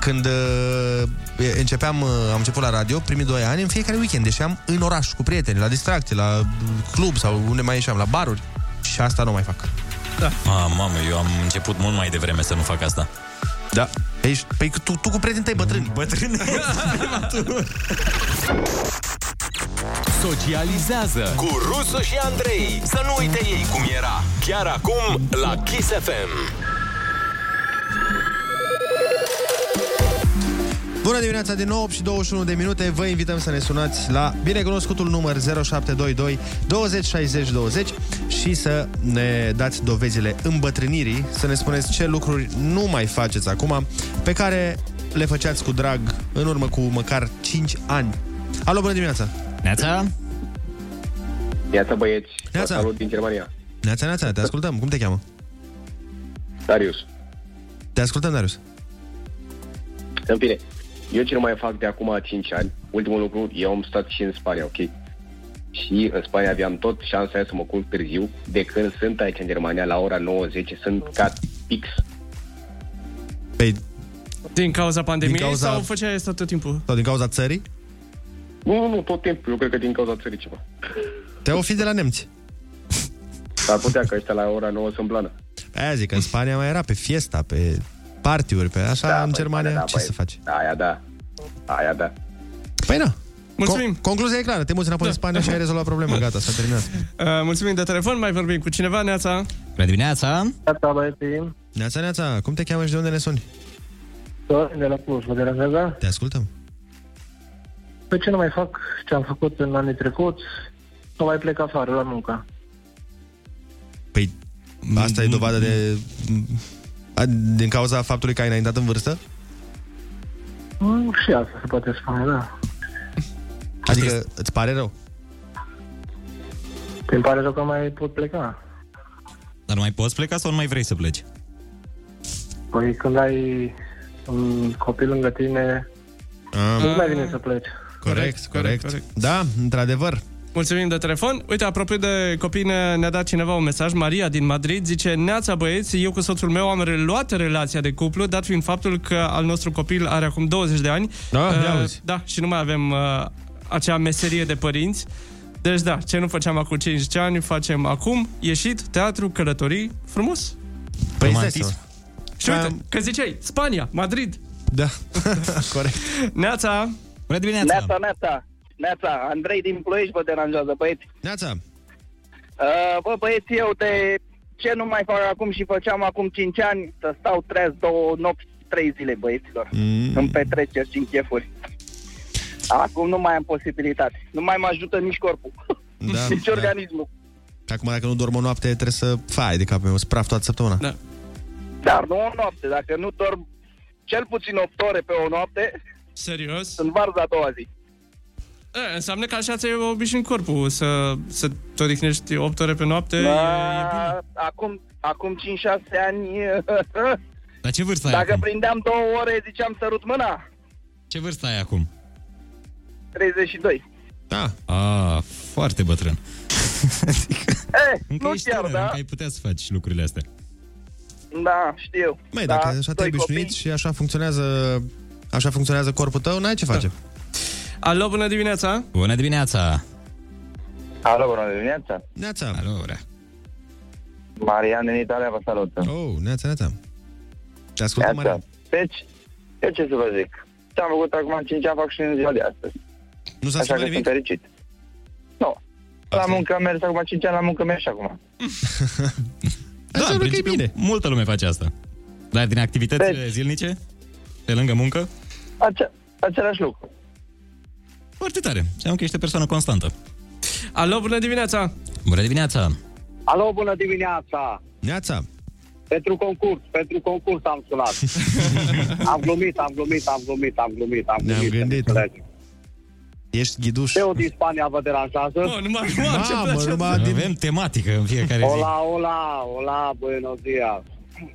[SPEAKER 5] Când uh, e- începeam, uh, am început la radio, primii doi ani, în fiecare weekend ieșeam în oraș cu prieteni, la distracție, la uh, club sau unde mai ieșeam, la baruri. Și asta nu mai fac.
[SPEAKER 18] Da. A, mamă, eu am început mult mai devreme să nu fac asta.
[SPEAKER 5] Da. Ești, păi tu, tu cu prieteni tăi bătrâni.
[SPEAKER 18] Bătrâni.
[SPEAKER 19] Socializează cu Rusu și Andrei. Să nu uite ei cum era. Chiar acum la Kiss FM.
[SPEAKER 5] Bună dimineața din 9 și 21 de minute. Vă invităm să ne sunați la binecunoscutul număr 0722 20 60 20 și să ne dați dovezile îmbătrânirii, să ne spuneți ce lucruri nu mai faceți acum, pe care le făceați cu drag în urmă cu măcar 5 ani. Alo, bună dimineața!
[SPEAKER 20] Neața!
[SPEAKER 21] Neața, băieți.
[SPEAKER 5] Neața.
[SPEAKER 21] Vă Salut din Germania.
[SPEAKER 5] Neața, neața, te ascultăm. Cum te cheamă?
[SPEAKER 21] Darius.
[SPEAKER 5] Te ascultăm, Darius.
[SPEAKER 21] În fine, eu ce nu mai fac de acum 5 ani, ultimul lucru, eu am stat și în Spania, ok? Și în Spania aveam tot șansa aia să mă culc târziu, de când sunt aici în Germania, la ora 90, sunt ca pix.
[SPEAKER 7] Din cauza pandemiei
[SPEAKER 21] Din
[SPEAKER 7] din
[SPEAKER 21] cauza-
[SPEAKER 7] cauza... sau făceai asta tot timpul?
[SPEAKER 5] Sau din cauza țării?
[SPEAKER 21] Nu, nu, nu, tot timpul, eu cred că din cauza țării ceva.
[SPEAKER 5] Te-au fi de la nemți.
[SPEAKER 21] S-ar putea că ăștia la ora 9 sunt blană.
[SPEAKER 5] Aia zic, în Spania mai era pe fiesta, pe partiuri, pe așa, da, în Germania, da, ce să faci?
[SPEAKER 21] Aia da, aia da.
[SPEAKER 5] Păi na. Mulțumim. Con- concluzia e clară, te muți înapoi da. în Spania și ai rezolvat problema, gata, s-a terminat.
[SPEAKER 7] Uh, mulțumim de telefon, mai vorbim cu cineva, Neața.
[SPEAKER 5] Bună dimineața!
[SPEAKER 21] Neața, băieții!
[SPEAKER 5] Neața, Neața, cum te cheamă și de unde ne suni?
[SPEAKER 21] Sorin Da, de la Cluj, vă deranjează?
[SPEAKER 5] Te ascultăm.
[SPEAKER 21] Pe ce nu mai fac ce am făcut în anii trecuți? Nu mai plec afară la muncă.
[SPEAKER 5] Păi, asta e dovadă de... a- Din cauza faptului că ai înaintat în vârstă?
[SPEAKER 21] Mm, și asta se poate spune, da.
[SPEAKER 5] Adică, îți pare rău?
[SPEAKER 21] Îmi pare rău că mai pot pleca.
[SPEAKER 18] Dar nu mai poți pleca sau nu mai vrei să pleci?
[SPEAKER 21] Păi când ai un copil lângă tine,
[SPEAKER 7] Ah.
[SPEAKER 21] nu mai vine să pleci.
[SPEAKER 5] Corect,
[SPEAKER 7] corect.
[SPEAKER 5] Da, într-adevăr.
[SPEAKER 7] Mulțumim de telefon. Uite, apropo de copii, ne, ne-a dat cineva un mesaj. Maria din Madrid zice, Neața băieți, eu cu soțul meu am reluat relația de cuplu, dat fiind faptul că al nostru copil are acum 20 de ani.
[SPEAKER 5] Da, ia uzi.
[SPEAKER 7] da și nu mai avem uh, acea meserie de părinți. Deci da, ce nu făceam acum 5 ani, facem acum. Ieșit, teatru, călătorii, frumos.
[SPEAKER 5] Păi, Romantism.
[SPEAKER 7] Și uite, că ziceai, Spania, Madrid.
[SPEAKER 5] Da, corect.
[SPEAKER 7] Neața!
[SPEAKER 18] Bună
[SPEAKER 22] Neața, Neața, Neața, Andrei din Ploiești vă deranjează, băieți.
[SPEAKER 5] Neața!
[SPEAKER 22] Uh, bă, băieți, eu de ce nu mai fac acum și făceam acum 5 ani, să stau trez două nopți, trei zile, băieților, mm. în petreceri și în chefuri. Acum nu mai am posibilitate. Nu mai mă ajută nici corpul,
[SPEAKER 5] Da,
[SPEAKER 22] nici
[SPEAKER 5] da.
[SPEAKER 22] organismul.
[SPEAKER 5] Acum, dacă nu dorm o noapte, trebuie să... Fai de capul meu, spraf toată săptămâna.
[SPEAKER 7] Da.
[SPEAKER 22] Dar nu o noapte, dacă nu dorm cel puțin 8 ore pe o noapte,
[SPEAKER 7] Serios?
[SPEAKER 22] sunt varza a doua zi.
[SPEAKER 7] E, înseamnă că așa ți-ai obișnuit corpul să, să te odihnești 8 ore pe noapte.
[SPEAKER 22] Da, acum, acum 5-6 ani...
[SPEAKER 18] Dar ce vârstă ai
[SPEAKER 22] Dacă
[SPEAKER 18] acum?
[SPEAKER 22] prindeam două ore, ziceam sărut mâna.
[SPEAKER 18] Ce vârstă ai acum?
[SPEAKER 22] 32.
[SPEAKER 5] Da.
[SPEAKER 18] A, Ah, foarte bătrân.
[SPEAKER 22] Eh,
[SPEAKER 18] Încă
[SPEAKER 22] nu
[SPEAKER 18] ești
[SPEAKER 22] chiar,
[SPEAKER 18] tânăr,
[SPEAKER 22] da?
[SPEAKER 18] încă ai putea să faci lucrurile astea.
[SPEAKER 22] Da, știu.
[SPEAKER 5] Măi,
[SPEAKER 22] da,
[SPEAKER 5] dacă așa te-ai
[SPEAKER 22] doi
[SPEAKER 5] obișnuit și așa funcționează, așa funcționează corpul tău, n-ai ce face. Da.
[SPEAKER 7] Alo, bună dimineața!
[SPEAKER 18] Bună dimineața!
[SPEAKER 21] Alo, bună dimineața!
[SPEAKER 5] Neața!
[SPEAKER 18] Alo, ora.
[SPEAKER 3] Marian din Italia vă salută.
[SPEAKER 5] Oh, neața, neața. Te ascultăm, Marian.
[SPEAKER 3] Deci, eu ce să vă zic? Ce am făcut acum 5 ani, fac și în ziua de astăzi.
[SPEAKER 5] Nu s-a
[SPEAKER 3] Așa
[SPEAKER 5] schimbat
[SPEAKER 3] că
[SPEAKER 5] nimic?
[SPEAKER 3] sunt fericit. Nu. La muncă am mers acum 5 ani, la muncă merg și acum.
[SPEAKER 18] Da, în principiu, bine. multă lume face asta. Dar din activitățile deci... zilnice, pe lângă muncă,
[SPEAKER 3] Ace- același lucru.
[SPEAKER 18] foarte tare. Seamă că ești o persoană constantă.
[SPEAKER 7] Alo, bună dimineața!
[SPEAKER 18] Bună dimineața!
[SPEAKER 20] Alo, bună dimineața!
[SPEAKER 5] Neața.
[SPEAKER 20] Pentru concurs, pentru concurs am sunat. am glumit, am glumit, am glumit, am glumit, am
[SPEAKER 5] Ne-am
[SPEAKER 20] glumit.
[SPEAKER 5] gândit. Ești ghiduș.
[SPEAKER 20] Eu din Spania vă deranjează? Nu,
[SPEAKER 7] numai,
[SPEAKER 18] Avem tematică în fiecare zi.
[SPEAKER 20] Ola, ola, ola, buenos dias.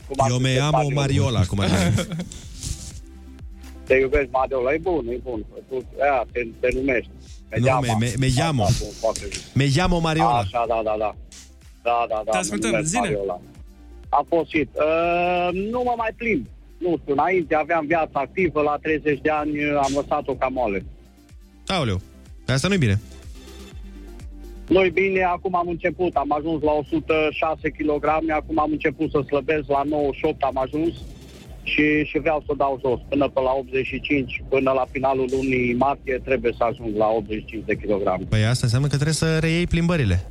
[SPEAKER 20] Cum
[SPEAKER 5] Eu me am o mariola, adică, cum ar fi.
[SPEAKER 20] Te iubesc, Madeola, e bun, e bun. Tu, ea, te, te numești.
[SPEAKER 5] Nu,
[SPEAKER 20] cheamă.
[SPEAKER 5] me, me, me llamo.
[SPEAKER 20] Asta, bun, foarte bine.
[SPEAKER 5] Me llamo Mariola.
[SPEAKER 20] Așa, da, da, da. Da, da,
[SPEAKER 5] Te
[SPEAKER 20] da. mă
[SPEAKER 5] ascultăm,
[SPEAKER 20] numesc
[SPEAKER 5] zine.
[SPEAKER 20] Mariola. A fost hit. Uh, nu mă mai plimb. Nu știu, înainte aveam viață activă, la 30 de ani uh, am lăsat-o ca moale.
[SPEAKER 5] Aoleu, dar asta nu-i bine.
[SPEAKER 20] Noi bine, acum am început, am ajuns la 106 kg, acum am început să slăbesc, la 98 am ajuns și, și vreau să o dau jos până pe la 85, până la finalul lunii martie trebuie să ajung la 85 de kg.
[SPEAKER 5] Păi asta înseamnă că trebuie să reiei plimbările.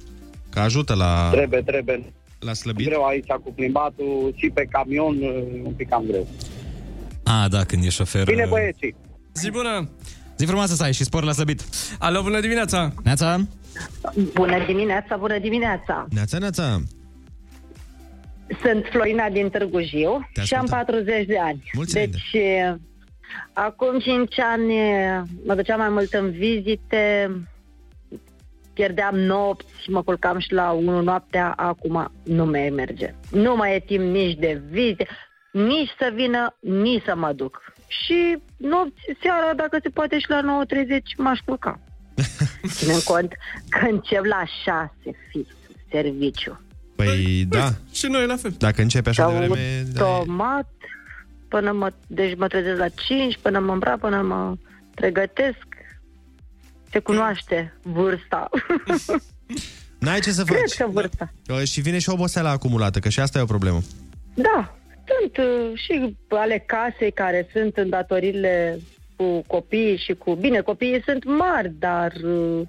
[SPEAKER 5] Că ajută la...
[SPEAKER 20] Trebuie, trebuie.
[SPEAKER 5] Ah. La slăbit?
[SPEAKER 20] Greu aici cu plimbatul și pe camion, ă, un pic am greu.
[SPEAKER 18] A, da, când e șofer...
[SPEAKER 1] uh,
[SPEAKER 20] Bine băieții!
[SPEAKER 7] Zi bună!
[SPEAKER 18] Zi frumoasă să ai și spor la slăbit.
[SPEAKER 7] Alo, bună dimineața!
[SPEAKER 18] Neața?
[SPEAKER 23] Bună dimineața, bună dimineața!
[SPEAKER 5] Neața, neața.
[SPEAKER 23] Sunt Floina din Târgu Jiu și am 40 de ani.
[SPEAKER 5] Mulți
[SPEAKER 23] deci, acum 5 ani mă duceam mai mult în vizite, pierdeam nopți, mă culcam și la 1 noaptea, acum nu mai merge. Nu mai e timp nici de vizite, nici să vină, nici să mă duc. Și nopți, seara, dacă se poate și la 9.30, m-aș culca. Ținând cont că încep la 6 fix serviciu.
[SPEAKER 5] Păi, da.
[SPEAKER 7] Și noi la fel.
[SPEAKER 5] Dacă începe așa de vreme...
[SPEAKER 23] Automat, până mă, deci mă trezesc la 5, până mă îmbrac, până mă pregătesc. Se cunoaște vârsta.
[SPEAKER 5] N-ai ce să faci.
[SPEAKER 23] Cred că vârsta.
[SPEAKER 5] Uh, Și vine și oboseala acumulată, că și asta e o problemă.
[SPEAKER 23] Da, sunt uh, și ale casei care sunt în datoririle cu copiii și cu... Bine, copiii sunt mari, dar uh,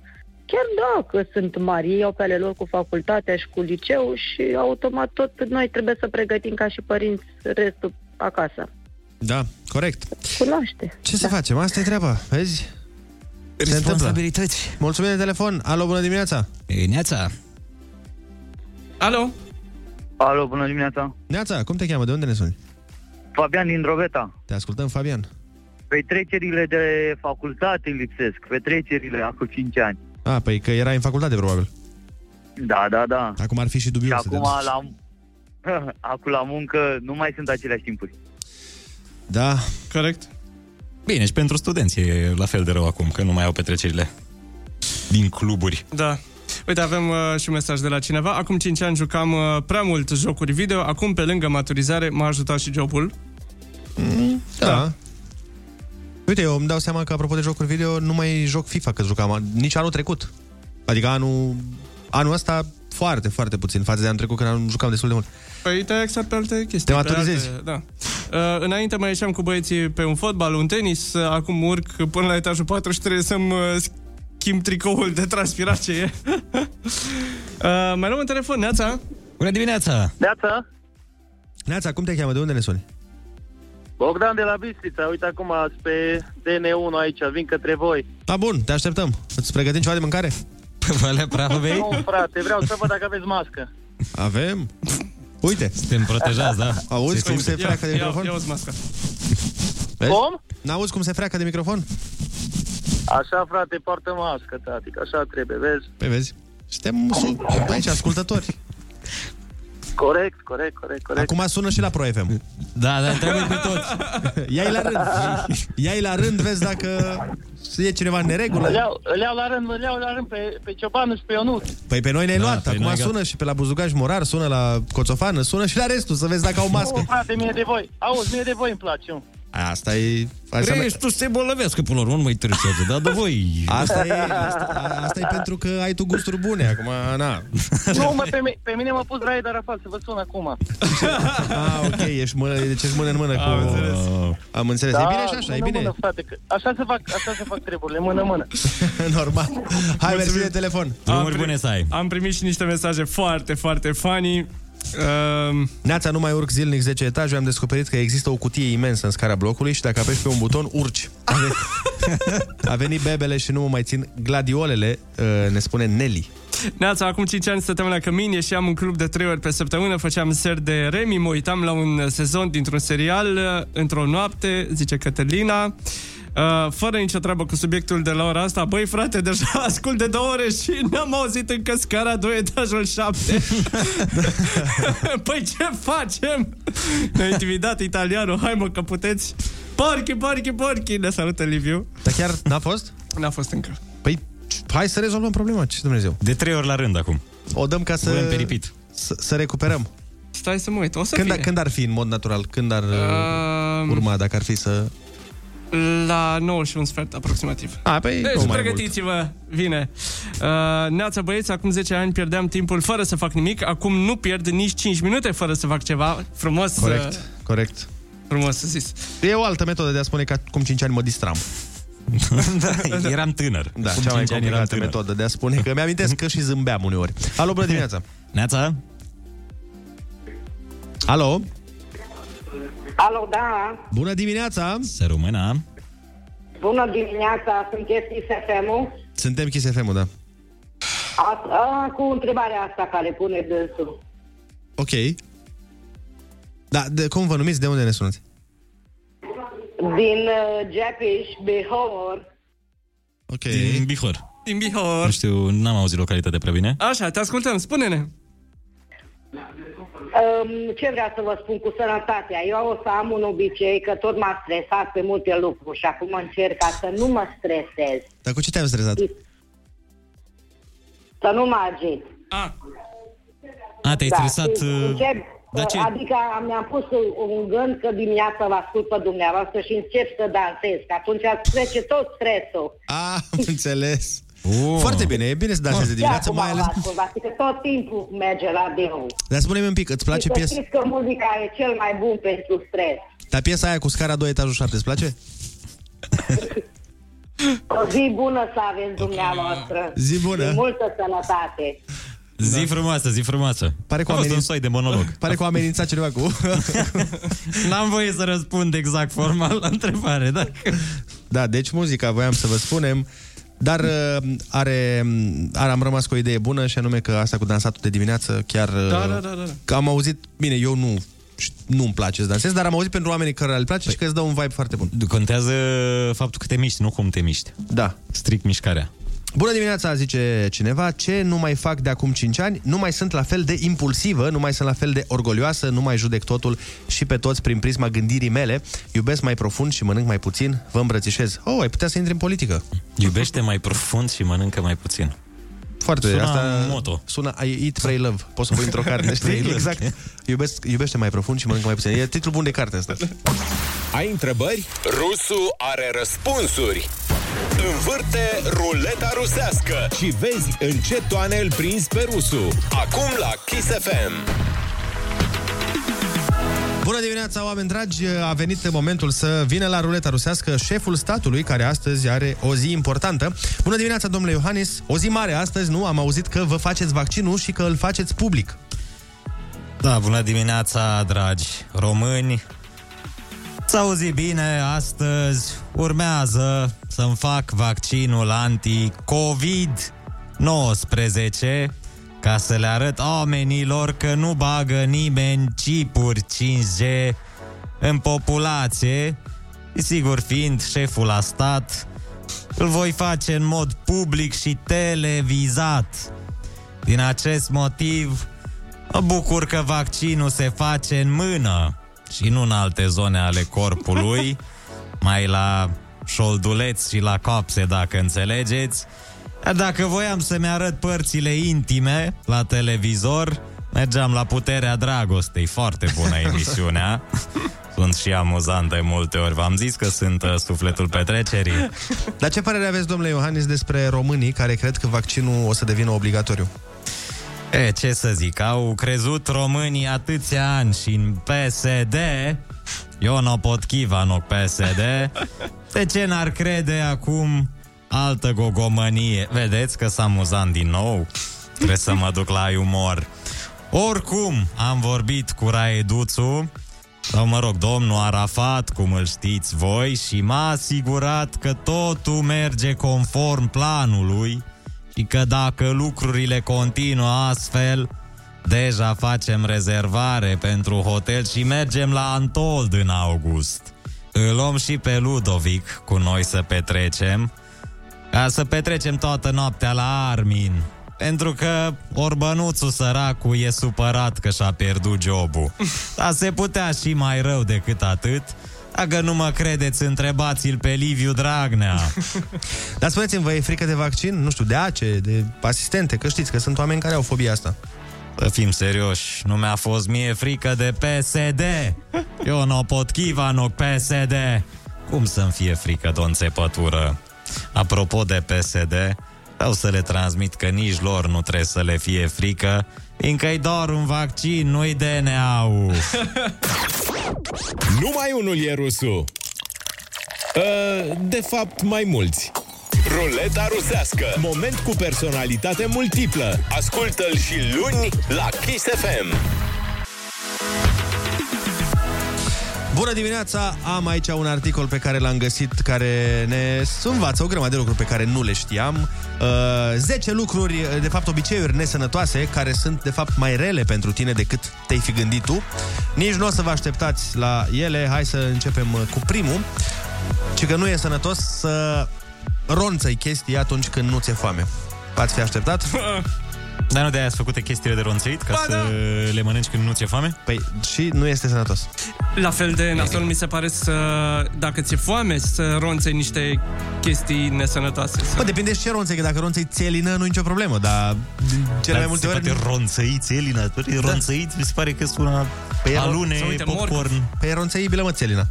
[SPEAKER 23] chiar dacă sunt mari, ei au pe ale lor cu facultatea și cu liceu și automat tot noi trebuie să pregătim ca și părinți restul acasă.
[SPEAKER 5] Da, corect.
[SPEAKER 23] Cunoaște.
[SPEAKER 5] Ce să facem? Asta e treaba, vezi? Responsabilități. Mulțumim de telefon. Alo, bună dimineața. Ei, neața.
[SPEAKER 7] Alo.
[SPEAKER 3] Alo, bună dimineața.
[SPEAKER 5] Neața, cum te cheamă? De unde ne suni?
[SPEAKER 3] Fabian din Drobeta.
[SPEAKER 5] Te ascultăm, Fabian.
[SPEAKER 3] Petrecerile de facultate îmi lipsesc, petrecerile acum 5 ani.
[SPEAKER 5] A, păi că era în facultate, probabil.
[SPEAKER 3] Da, da, da.
[SPEAKER 5] Acum ar fi și dubios. deci. să te
[SPEAKER 3] Acum
[SPEAKER 5] duci.
[SPEAKER 3] la, acum la muncă nu mai sunt aceleași timpuri.
[SPEAKER 5] Da.
[SPEAKER 7] Corect.
[SPEAKER 18] Bine, și pentru studenți e la fel de rău acum, că nu mai au petrecerile din cluburi.
[SPEAKER 7] Da. Uite, avem uh, și un mesaj de la cineva. Acum 5 ani jucam uh, prea mult jocuri video, acum pe lângă maturizare m-a ajutat și jobul.
[SPEAKER 5] Da. da. Uite, eu îmi dau seama că, apropo de jocuri video, nu mai joc FIFA, că jucam nici anul trecut. Adică anul, anul ăsta foarte, foarte puțin față de anul trecut, când am jucam destul de mult.
[SPEAKER 7] Păi te exact pe alte chestii.
[SPEAKER 5] Te
[SPEAKER 7] pe
[SPEAKER 5] maturizezi.
[SPEAKER 7] alte- Da. Uh, înainte mai ieșeam cu băieții pe un fotbal, un tenis, uh, acum urc până la etajul 4 și trebuie să-mi uh, schimb tricoul de transpirat ce e. uh, mai luăm un telefon, Neața.
[SPEAKER 18] Bună dimineața!
[SPEAKER 3] Neața!
[SPEAKER 5] Neața, cum te cheamă? De unde ne suni?
[SPEAKER 3] Bogdan de la Bistrița, uite acum ați pe DN1 aici, vin către voi.
[SPEAKER 5] A, Da, bun, te așteptăm. Îți pregătim ceva de mâncare?
[SPEAKER 18] Valea
[SPEAKER 3] Nu, frate, vreau să văd dacă aveți mască.
[SPEAKER 5] Avem? Uite.
[SPEAKER 18] Suntem protejați, da.
[SPEAKER 5] Auzi cum se
[SPEAKER 7] Ia,
[SPEAKER 5] freacă de
[SPEAKER 7] ia,
[SPEAKER 5] microfon?
[SPEAKER 7] Ia, uzi masca.
[SPEAKER 3] Cum?
[SPEAKER 5] N-auzi cum se freacă de microfon?
[SPEAKER 3] Așa, frate, poartă mască, tatic, așa trebuie, vezi?
[SPEAKER 5] Păi vezi, suntem sub, aici ascultători.
[SPEAKER 3] Corect, corect, corect, corect.
[SPEAKER 5] Acum sună și la Pro FM.
[SPEAKER 18] Da, da, trebuie pe toți. Da,
[SPEAKER 5] Ia-i la rând. Ia-i la rând, vezi dacă e cineva în neregulă.
[SPEAKER 3] Îl iau, îl iau la rând, îl iau la rând pe, pe Ciobanu și pe Ionut.
[SPEAKER 5] Păi pe noi ne-ai
[SPEAKER 3] Da,
[SPEAKER 5] da, luat.
[SPEAKER 3] pe
[SPEAKER 5] Acum
[SPEAKER 3] noi,
[SPEAKER 5] sună
[SPEAKER 3] gata.
[SPEAKER 5] și pe la Buzugaș Morar, sună la Coțofană, sună și la restul, să vezi dacă au
[SPEAKER 3] Nu,
[SPEAKER 5] mască.
[SPEAKER 3] frate, mie de voi. Auzi, mie de voi îmi place. mă.
[SPEAKER 5] Asta e...
[SPEAKER 1] Înseamnă... Păi, Ești tu să te bolăvesc, că până la urmă nu mă interesează, dar de voi...
[SPEAKER 5] Asta e, asta, asta e pentru că ai tu gusturi bune acum, na.
[SPEAKER 12] Nu, mă, pe, mi- pe mine m-a pus Raed Arafat să vă sun acum.
[SPEAKER 5] Ah, ok, ești mână, deci ești mână în mână cu... Am înțeles. Am înțeles. Da, e bine și așa, e
[SPEAKER 12] mână,
[SPEAKER 5] bine.
[SPEAKER 12] Mână, frate, că așa se fac, așa se fac treburile, mână-mână.
[SPEAKER 5] Normal. Hai, mersi de telefon.
[SPEAKER 7] Drumuri bune să ai. Am primit și niște mesaje foarte, foarte funny. Um,
[SPEAKER 5] Neața, nu mai urc zilnic 10 etaje, am descoperit că există o cutie imensă în scara blocului și dacă apeși pe un buton, urci. A venit, a venit bebele și nu mă mai țin gladiolele, uh, ne spune Nelly.
[SPEAKER 7] Neața, acum 5 ani stăteam la Cămin, ieșeam în club de 3 ori pe săptămână, făceam seri de remi, mă uitam la un sezon dintr-un serial, într-o noapte, zice Cătălina, Uh, fără nicio treabă cu subiectul de la ora asta Băi frate, deja ascult de două ore Și n-am auzit încă scara 2, etajul 7 Păi ce facem? Ne-a intimidat italianul Hai mă că puteți Porchi, porchi, porchi Ne salută Liviu
[SPEAKER 5] Dar chiar n-a fost?
[SPEAKER 7] N-a fost încă
[SPEAKER 5] Păi, hai să rezolvăm problema, ce Dumnezeu.
[SPEAKER 1] De trei ori la rând acum.
[SPEAKER 5] O dăm ca să...
[SPEAKER 1] Vrem peripit.
[SPEAKER 5] Să, să recuperăm.
[SPEAKER 7] Stai să mă uit, o să
[SPEAKER 5] Când,
[SPEAKER 7] fie.
[SPEAKER 5] când ar fi în mod natural? Când ar uh...
[SPEAKER 7] Um,
[SPEAKER 5] urma, dacă ar fi să...
[SPEAKER 7] La 9 și un sfert aproximativ.
[SPEAKER 5] A, păi, nu
[SPEAKER 7] deci,
[SPEAKER 5] mai
[SPEAKER 7] pregătiți-vă, vine. Uh, neața băieți, acum 10 ani pierdeam timpul fără să fac nimic, acum nu pierd nici 5 minute fără să fac ceva. Frumos,
[SPEAKER 5] Corect,
[SPEAKER 7] uh,
[SPEAKER 5] corect.
[SPEAKER 7] frumos zis.
[SPEAKER 5] E o altă metodă de a spune că cum 5 ani mă distram.
[SPEAKER 1] da, eram tânăr.
[SPEAKER 5] Da,
[SPEAKER 1] Cum
[SPEAKER 5] cea mai
[SPEAKER 1] cinci ani eram
[SPEAKER 5] complicată
[SPEAKER 1] tânăr.
[SPEAKER 5] metodă de a spune că mi-amintesc că și zâmbeam uneori. Alo, bună dimineața!
[SPEAKER 1] Neața?
[SPEAKER 5] Alo,
[SPEAKER 15] Alo, da.
[SPEAKER 5] bună dimineața!
[SPEAKER 1] Să rămână!
[SPEAKER 15] Bună dimineața, sunteți ISFM-ul?
[SPEAKER 5] Suntem Kiss fm da.
[SPEAKER 15] A, a, cu întrebarea asta care pune dânsul.
[SPEAKER 5] Ok. Da, de, cum vă numiți? De unde ne sunați?
[SPEAKER 15] Din uh, Japiș, Bihor.
[SPEAKER 5] Ok.
[SPEAKER 1] Din Bihor.
[SPEAKER 7] Din Bihor.
[SPEAKER 1] Nu știu, n-am auzit localitatea prea bine.
[SPEAKER 7] Așa, te ascultăm, spune-ne.
[SPEAKER 15] Um, ce vreau să vă spun cu sănătatea? Eu o să am un obicei că tot m-a stresat pe multe lucruri și acum încerc ca să nu mă stresez,
[SPEAKER 5] Dar cu ce te-am stresat?
[SPEAKER 15] să nu mă agit.
[SPEAKER 1] A,
[SPEAKER 15] Da.
[SPEAKER 1] te-ai Ah, stresat... uh,
[SPEAKER 15] Încep,
[SPEAKER 1] dar ce?
[SPEAKER 15] Adică am, mi-am pus un- un gând că dimineața vă ascult pe dumneavoastră și încep să dansez, că atunci îți trece tot stresul.
[SPEAKER 5] Ah, am înțeles.
[SPEAKER 1] Uh.
[SPEAKER 5] Oh. Foarte bine, e bine să dansezi de dimineață, mai ales...
[SPEAKER 15] Adică tot timpul merge la deu.
[SPEAKER 5] Dar spune-mi un pic, îți place
[SPEAKER 15] Și să
[SPEAKER 5] piesa?
[SPEAKER 15] știți că muzica e cel mai bun pentru stres.
[SPEAKER 5] Dar piesa aia cu scara 2, etajul 7, îți place?
[SPEAKER 15] O zi bună să aveți dumneavoastră.
[SPEAKER 1] Zi bună.
[SPEAKER 15] Și multă sănătate.
[SPEAKER 1] Zi frumoasă, zi frumoasă.
[SPEAKER 5] Pare că
[SPEAKER 1] A fost
[SPEAKER 5] oamenii-
[SPEAKER 1] un soi de monolog.
[SPEAKER 5] Pare că o amenința cineva cu...
[SPEAKER 1] N-am voie să răspund exact formal la întrebare, da?
[SPEAKER 5] Da, deci muzica, voiam să vă spunem, dar uh, are, are, am rămas cu o idee bună și anume că asta cu dansatul de dimineață chiar... uh,
[SPEAKER 7] Da, da, da, da, da.
[SPEAKER 5] Că am auzit, bine, eu nu nu-mi place să dansez, dar am auzit pentru oamenii care le
[SPEAKER 7] Păi
[SPEAKER 5] place și că îți dă un vibe foarte bun.
[SPEAKER 1] Contează faptul că te miști, nu cum te miști.
[SPEAKER 5] Da.
[SPEAKER 1] Strict mișcarea.
[SPEAKER 5] Bună dimineața, zice cineva, ce nu mai fac de acum 5 ani? Nu mai sunt la fel de impulsivă, nu mai sunt la fel de orgolioasă, nu mai judec totul și pe toți prin prisma gândirii mele. Iubesc mai profund și mănânc mai puțin, vă îmbrățișez. Oh, ai putea să intri în politică.
[SPEAKER 1] Iubește mai profund și mănâncă mai puțin.
[SPEAKER 5] Foarte,
[SPEAKER 1] Sună
[SPEAKER 5] Păi, asta
[SPEAKER 1] moto.
[SPEAKER 5] sună I Eat, Pray, Love. Poți să pui într-o carte,
[SPEAKER 1] Pray,
[SPEAKER 5] știi?
[SPEAKER 1] love.
[SPEAKER 5] Exact. Iubesc, iubește mai profund și mănâncă mai puțin. E titlul bun de carte asta.
[SPEAKER 24] Ai întrebări?
[SPEAKER 10] Rusu are răspunsuri. Învârte ruleta rusească.
[SPEAKER 24] Și vezi în ce toane îl prinzi pe rusu.
[SPEAKER 10] Acum la Kiss FM.
[SPEAKER 5] Bună dimineața, oameni dragi! A venit momentul să vină la ruleta rusească șeful statului, care astăzi are o zi importantă. Bună dimineața, domnule Iohannis! O zi mare astăzi, nu? Am auzit că vă faceți vaccinul și că îl faceți public.
[SPEAKER 1] Da, bună dimineața, dragi români! Să auzi bine, astăzi urmează să-mi fac vaccinul anti-COVID-19 ca să le arăt oamenilor că nu bagă nimeni chipuri 5G în populație. Și sigur, fiind șeful la stat, îl voi face în mod public și televizat. Din acest motiv, mă bucur că vaccinul se face în mână și nu în alte zone ale corpului, mai la șolduleți și la capse, dacă înțelegeți. Dar Dacă voiam să-mi arăt părțile intime la televizor, mergeam la Puterea Dragostei, foarte bună emisiunea. Sunt și amuzant de multe ori. V-am zis că sunt uh, sufletul petrecerii.
[SPEAKER 5] Dar ce părere aveți, domnule Iohannis, despre românii care cred că vaccinul o să devină obligatoriu?
[SPEAKER 1] E, ce să zic, au crezut românii atâția ani și în PSD, eu n-o pot chiva în PSD, de ce n-ar crede acum altă gogomănie? Vedeți că s-a amuzant din nou? Trebuie să mă duc la umor. Oricum, am vorbit cu Raeduțu, sau mă rog, domnul Arafat, cum îl știți voi, și m-a asigurat că totul merge conform planului și că dacă lucrurile continuă astfel, deja facem rezervare pentru hotel și mergem la Antold în august. Îl luăm și pe Ludovic cu noi să petrecem, ca să petrecem toată noaptea la Armin. Pentru că Orbănuțul săracul e supărat că și-a pierdut jobul. Dar se putea și mai rău decât atât. Dacă nu mă credeți, întrebați-l pe Liviu Dragnea.
[SPEAKER 5] Dar spuneți-mi, vă e frică de vaccin? Nu știu, de ace, de asistente, că știți că sunt oameni care au fobia asta.
[SPEAKER 1] Să fim serioși, nu mi-a fost mie frică de PSD. Eu n-o pot chiva, n PSD. Cum să-mi fie frică de o înțepătură? Apropo de PSD, vreau să le transmit că nici lor nu trebuie să le fie frică, fiindcă-i doar un vaccin, nu-i DNA-ul.
[SPEAKER 10] Numai unul e rusul. Uh, De fapt, mai mulți. Ruleta rusească. Moment cu personalitate multiplă.
[SPEAKER 25] Ascultă-l și luni la Kiss FM.
[SPEAKER 5] Exact, Bună dimineața! Am aici un articol pe care l-am găsit care ne învață o grămadă de lucruri pe care nu le știam. Uh, 10 lucruri, uh, de fapt obiceiuri nesănătoase care sunt de fapt mai rele pentru tine decât te-ai fi gândit tu. Nici nu o să vă așteptați la ele. Hai să începem uh, cu primul. Ci că nu e sănătos să ronțăi chestii atunci când nu ți-e foame. V-ați fi așteptat?
[SPEAKER 1] Dar nu de-aia ați făcut chestiile de ronțăit ca
[SPEAKER 7] Ba
[SPEAKER 1] să
[SPEAKER 7] da.
[SPEAKER 1] le mănânci când nu ți-e foame?
[SPEAKER 5] Păi și nu este sănătos.
[SPEAKER 7] La fel de nasol mi se pare să, dacă ți-e foame, să ronței niște chestii nesănătoase.
[SPEAKER 5] Bă, depinde și ce ronțe, că dacă ronței țelină nu e nicio problemă, dar din cele mai multe ori... Da.
[SPEAKER 1] ronțăiți, Elina, tot e ronțăiți, mi se pare că sună
[SPEAKER 5] Păi era-
[SPEAKER 1] alune,
[SPEAKER 5] sau uite,
[SPEAKER 1] popcorn.
[SPEAKER 5] Păi e ronțeibilă, mă, țelina.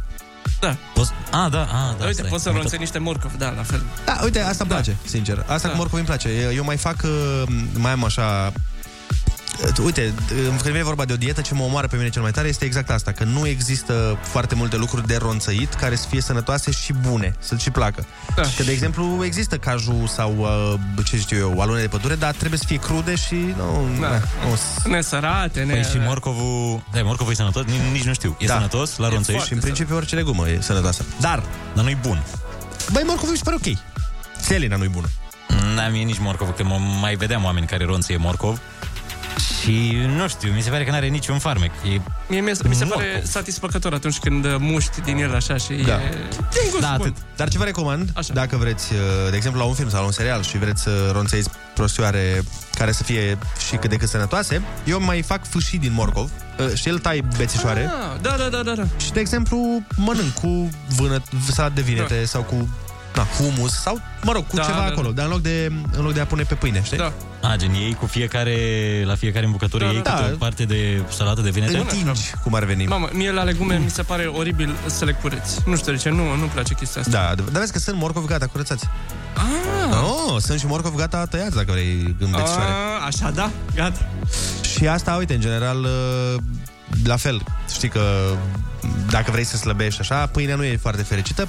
[SPEAKER 7] Da.
[SPEAKER 1] Poți... A, da, a, da.
[SPEAKER 7] Da, Uite, poți să ronței niște morcovi, da, la fel.
[SPEAKER 5] Da, uite, asta îmi place, sincer. Asta da. cu morcovii îmi place. Eu- Eu mai fac, uh, mai am așa... Uh, Uite, uh, când vine vorba de o dietă, ce mă omoară pe mine cel mai tare este exact asta, că nu există foarte multe lucruri de ronțăit care să fie sănătoase și bune, să și placă. Da. Că, de exemplu, există caju sau, uh, ce știu eu, alune de pădure, dar trebuie să fie crude și... Nu, da. nu,
[SPEAKER 7] Nesărate, ne...
[SPEAKER 1] Păi și morcovul... Da, morcovul e sănătos? Nici, nici nu știu. E da. sănătos la ronțăit?
[SPEAKER 5] Și în principiu orice legumă e sănătoasă. Dar...
[SPEAKER 1] Dar nu-i bun.
[SPEAKER 5] Băi, morcovul mi se pare ok. Țelina nu-i bună.
[SPEAKER 1] Da, mie nici morcov, că mă mai vedeam oameni care ronțăie morcov. Și nu știu, mi se pare că n-are niciun farmec. E...
[SPEAKER 7] Mie mi se, mi se pare
[SPEAKER 1] Morcov.
[SPEAKER 7] satisfăcător atunci când uh, muști din el așa și
[SPEAKER 5] Da.
[SPEAKER 7] e... Din gust da, bun.
[SPEAKER 5] Dar ce vă recomand, Așa. dacă vreți, uh, de exemplu, la un film sau la un serial și vreți să ronțăiți prostioare care să fie și cât de cât sănătoase, eu mai fac fâșii din morcov uh, și el tai bețișoare
[SPEAKER 7] Ah, da, da, da, da, da.
[SPEAKER 5] și, de exemplu, mănânc cu vână, salat de vinete da. sau cu na, humus sau, mă rog, cu da,
[SPEAKER 1] Da,
[SPEAKER 5] ceva
[SPEAKER 1] da,
[SPEAKER 5] da,
[SPEAKER 1] da.
[SPEAKER 5] acolo, dar în loc, de, în loc de a pune pe pâine, știi? Da.
[SPEAKER 1] A, gen, ei cu fiecare, la fiecare în bucătură,
[SPEAKER 7] Da,
[SPEAKER 1] ei
[SPEAKER 7] da.
[SPEAKER 1] câte
[SPEAKER 7] Da.
[SPEAKER 1] o parte de salată de
[SPEAKER 7] Păi
[SPEAKER 1] vinete.
[SPEAKER 7] Întingi,
[SPEAKER 5] cum ar veni.
[SPEAKER 7] Mamă, mie la legume mi se pare oribil să le cureți. Nu știu de ce, nu, nu-mi place chestia asta.
[SPEAKER 5] Da, dar vezi că sunt morcovi gata, curățați.
[SPEAKER 7] Ah,
[SPEAKER 5] Oh, sunt și morcovi gata tăiați, dacă vrei, în bețișoare.
[SPEAKER 7] Ah, așa, da, gata.
[SPEAKER 5] Și asta, uite, în general, uh, la fel, știi că dacă vrei să slăbești așa, pâinea nu e foarte fericită,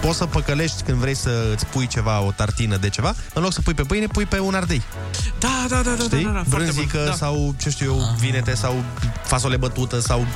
[SPEAKER 5] poți să păcălești când vrei să îți pui ceva, o tartină de ceva, în loc să pui pe pâine, pui pe un ardei.
[SPEAKER 7] Da, da, da, da,
[SPEAKER 5] Știi?
[SPEAKER 7] da, da, da, foarte
[SPEAKER 5] Brânzică
[SPEAKER 7] bun, da.
[SPEAKER 5] sau, ce știu eu, vinete sau fasole bătută sau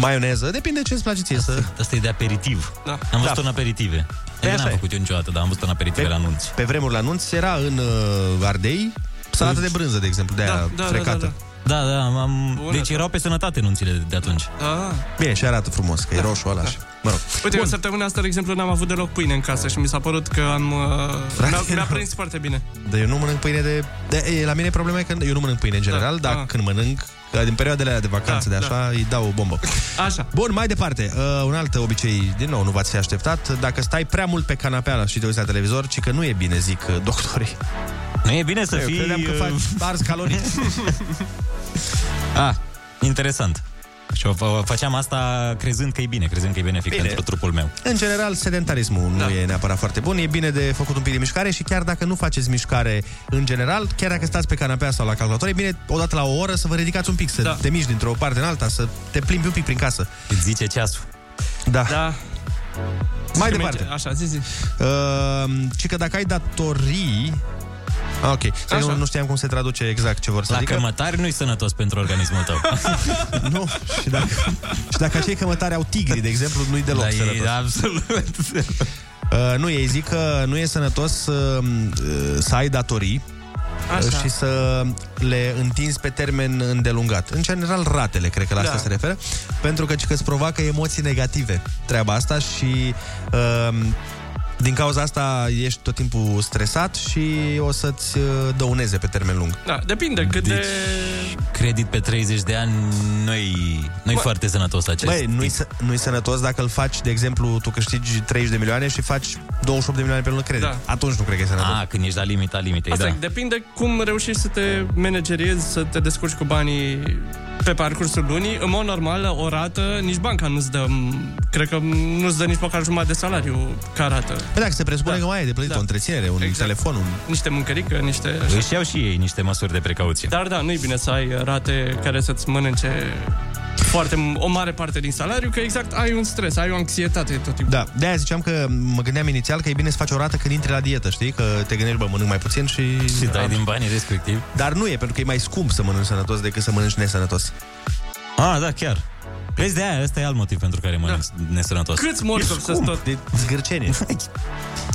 [SPEAKER 5] maioneză, depinde ce îți place ție să...
[SPEAKER 1] Asta e de aperitiv.
[SPEAKER 7] Da.
[SPEAKER 1] Am văzut-o în aperitive.
[SPEAKER 5] Păi
[SPEAKER 1] Eu
[SPEAKER 5] asta
[SPEAKER 1] n-am
[SPEAKER 5] e.
[SPEAKER 1] făcut eu niciodată, dar am văzut-o în aperitive
[SPEAKER 5] Pe-
[SPEAKER 1] la anunți.
[SPEAKER 5] Pe vremuri la anunț era în uh, ardei salată de brânză, de exemplu, de aia frecată.
[SPEAKER 1] Da, da, am... Deci erau pe sănătate nunțile de- de atunci.
[SPEAKER 7] Ah.
[SPEAKER 5] Bine, și arată frumos,
[SPEAKER 1] Da.
[SPEAKER 5] că e roșu ăla și... Mă rog.
[SPEAKER 7] Uite, Bun. săptămâna asta, de exemplu, n-am avut deloc pâine în casă și mi s-a părut că am... Uh, mi-a, mi-a prins foarte bine.
[SPEAKER 5] Dar eu nu mănânc pâine de... de e, la mine problema e că eu nu mănânc pâine în general, da, dar când mănânc, ca din perioadele alea de vacanță,
[SPEAKER 7] Ah. Da,
[SPEAKER 5] de așa, îi dau o bombă.
[SPEAKER 7] Așa.
[SPEAKER 5] Bun, mai departe, uh, un alt obicei, din nou, nu v-ați fi așteptat, dacă stai prea mult pe canapea și te uiți la televizor, ci că nu e bine, zic uh, doctorii.
[SPEAKER 1] Nu e bine să
[SPEAKER 5] Eu
[SPEAKER 1] fii...
[SPEAKER 5] credeam că
[SPEAKER 1] uh,
[SPEAKER 5] faci ars calorii.
[SPEAKER 1] Ah, interesant. Și o fă- făceam asta crezând că e bine, crezând că e benefic
[SPEAKER 5] Bine.
[SPEAKER 1] bine. pentru trupul meu.
[SPEAKER 5] În general, sedentarismul da. nu e neapărat foarte bun. E bine de făcut un pic de mișcare și chiar dacă nu faceți mișcare în general, chiar dacă stați pe canapea sau la calculator, e bine odată la o oră să vă ridicați un pic, să da. te miști dintr-o parte în alta, să te plimbi un pic prin casă.
[SPEAKER 1] Îți zice ceasul.
[SPEAKER 5] Da.
[SPEAKER 7] da.
[SPEAKER 5] Mai
[SPEAKER 7] Și
[SPEAKER 5] departe.
[SPEAKER 7] merge- Așa, zi, zi.
[SPEAKER 5] Uh, ci că dacă ai datorii... Ah, ok. Să
[SPEAKER 1] Așa.
[SPEAKER 5] nu, nu știam cum se traduce exact ce vor să
[SPEAKER 1] La
[SPEAKER 5] zică.
[SPEAKER 1] cămătari nu-i sănătos pentru organismul tău.
[SPEAKER 5] nu, și dacă, și dacă acei cămătari au tigri, de exemplu, nu-i deloc
[SPEAKER 1] Da, e
[SPEAKER 5] sănătos.
[SPEAKER 1] absolut.
[SPEAKER 5] Uh, nu, ei zic că nu e sănătos uh, uh, să ai datorii
[SPEAKER 1] Așa.
[SPEAKER 5] Așa. și să le întinzi pe termen îndelungat. În general, ratele, cred că la da. asta
[SPEAKER 1] Da.
[SPEAKER 5] se referă, pentru că ci că îți provoacă emoții negative treaba asta și uh, din cauza asta ești tot timpul stresat și o să-ți uh, dăuneze pe termen lung.
[SPEAKER 7] Da, depinde cât de...
[SPEAKER 1] Deci, Credit pe 30 de ani nu-i, nu-i
[SPEAKER 5] Bă-
[SPEAKER 1] foarte sănătos acest.
[SPEAKER 5] Băi, nu-i, să- nu-i sănătos dacă îl faci, de exemplu, tu câștigi 30 de milioane și faci 28 de milioane pe lună credit. Da.
[SPEAKER 7] Da.
[SPEAKER 5] Atunci nu cred că e sănătos.
[SPEAKER 1] A, Ah, când ești la limita limitei,
[SPEAKER 7] Asta
[SPEAKER 1] da.
[SPEAKER 5] Păi
[SPEAKER 7] e, depinde cum reușești să te manageriezi, să te descurci cu banii pe parcursul lunii. În mod normal, o rată, nici banca nu-ți dă, m, cred că nu-ți dă nici măcar jumătate de salariu ca rată.
[SPEAKER 5] Păi dacă se presupune da. că mai ai de plătit da. o întreținere, un exact. telefon, un... Păi-
[SPEAKER 7] Niște mâncărică, niște... Așa.
[SPEAKER 1] Își iau și ei niște măsuri de precauție.
[SPEAKER 7] Dar da, nu-i bine să ai rate care să-ți mănânce foarte, o mare parte din salariu, că exact ai un stres, ai o anxietate tot timpul.
[SPEAKER 5] Da, de aia ziceam că mă gândeam inițial că e bine să faci o rată când intri la dietă, știi? Că te gândești, bă, mănânc mai puțin și...
[SPEAKER 1] Și dai din banii respectiv.
[SPEAKER 5] Dar nu e, pentru că e mai scump să mănânci sănătos decât să mănânci nesănătos.
[SPEAKER 1] Ah, da, chiar. Vezi, de aia, ăsta e alt motiv pentru care mănânc da. nesănătos.
[SPEAKER 7] Păi- Câți morcovi să tot...
[SPEAKER 5] De zgârcenie.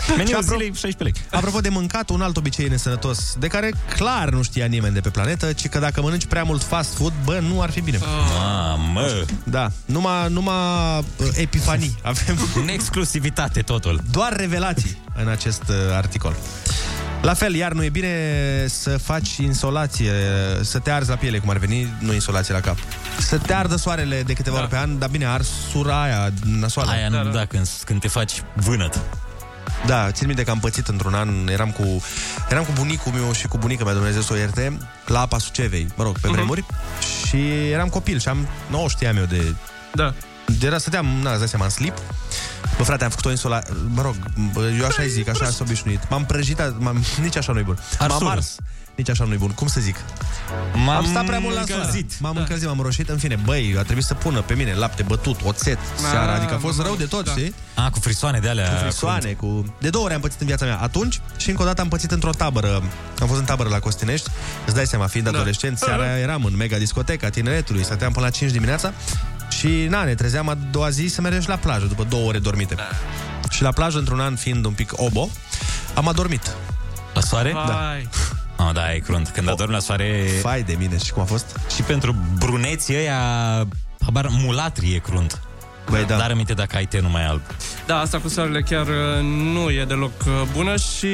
[SPEAKER 1] Meniul
[SPEAKER 5] Și apro-
[SPEAKER 1] zilei 16 lei.
[SPEAKER 5] Apropo de mâncat, un alt obicei nesănătos, de care clar nu știa nimeni de pe planetă, ci că dacă mănânci prea mult fast food, bă, nu ar fi bine.
[SPEAKER 1] Mamă!
[SPEAKER 5] Da, numai, numai uh, epifanii avem.
[SPEAKER 1] În exclusivitate totul.
[SPEAKER 5] Doar revelații în acest uh, articol. La fel, iar nu e bine să faci insolație, să te arzi la piele, cum ar veni, nu insolație la cap. Să te ardă soarele de câteva da. ori pe an, dar bine, arsura aia nasoală.
[SPEAKER 1] Aia nu, da, când, când te faci vânăt.
[SPEAKER 5] Da, țin minte că am pățit într-un an, eram cu, eram cu bunicul meu și cu bunica mea, Dumnezeu să o ierte, la apa Sucevei, mă rog, pe vremuri, și eram copil și am, nu știam eu de...
[SPEAKER 7] Da.
[SPEAKER 5] De era, stăteam, na, îți dai seama, în slip, Bă, frate, am făcut o insola... Mă rog, bă, eu așa zic, așa sunt obișnuit. M-am prăjit, a- m-am... nici așa nu-i bun. M-am
[SPEAKER 1] Arsură.
[SPEAKER 5] ars. Nici așa nu-i bun. Cum să zic?
[SPEAKER 1] M-am
[SPEAKER 5] am stat prea mult la soare.
[SPEAKER 1] încălzit.
[SPEAKER 5] M-am încălzit, m-am roșit. În fine, băi, a trebuit să pună pe mine lapte bătut, oțet,
[SPEAKER 1] Da,
[SPEAKER 5] seara. Adică a fost rău de tot, știi?
[SPEAKER 1] A, cu frisoane de alea.
[SPEAKER 5] Cu frisoane, cu... De două ori am pățit în viața mea atunci și încă o dată am pățit într-o tabără. Am fost în tabără la Costinești, îți dai seama, fiind da. adolescent, seara eram în mega discoteca tineretului, stăteam până la 5 dimineața și na, ne trezeam a doua zi să mergem și la plajă după două ore dormite. Da. Și la plajă, într-un an fiind un pic obo, am adormit.
[SPEAKER 1] La soare?
[SPEAKER 5] Da.
[SPEAKER 1] Ah, da, e crunt. Când adormi la soare...
[SPEAKER 5] Fai de mine, și cum a fost?
[SPEAKER 1] Și pentru bruneții ăia, habar, mulatri e crunt.
[SPEAKER 5] Băi, da.
[SPEAKER 1] Dar aminte dacă ai tenul mai alb.
[SPEAKER 7] Da, asta cu soarele chiar uh, nu e deloc uh, bună și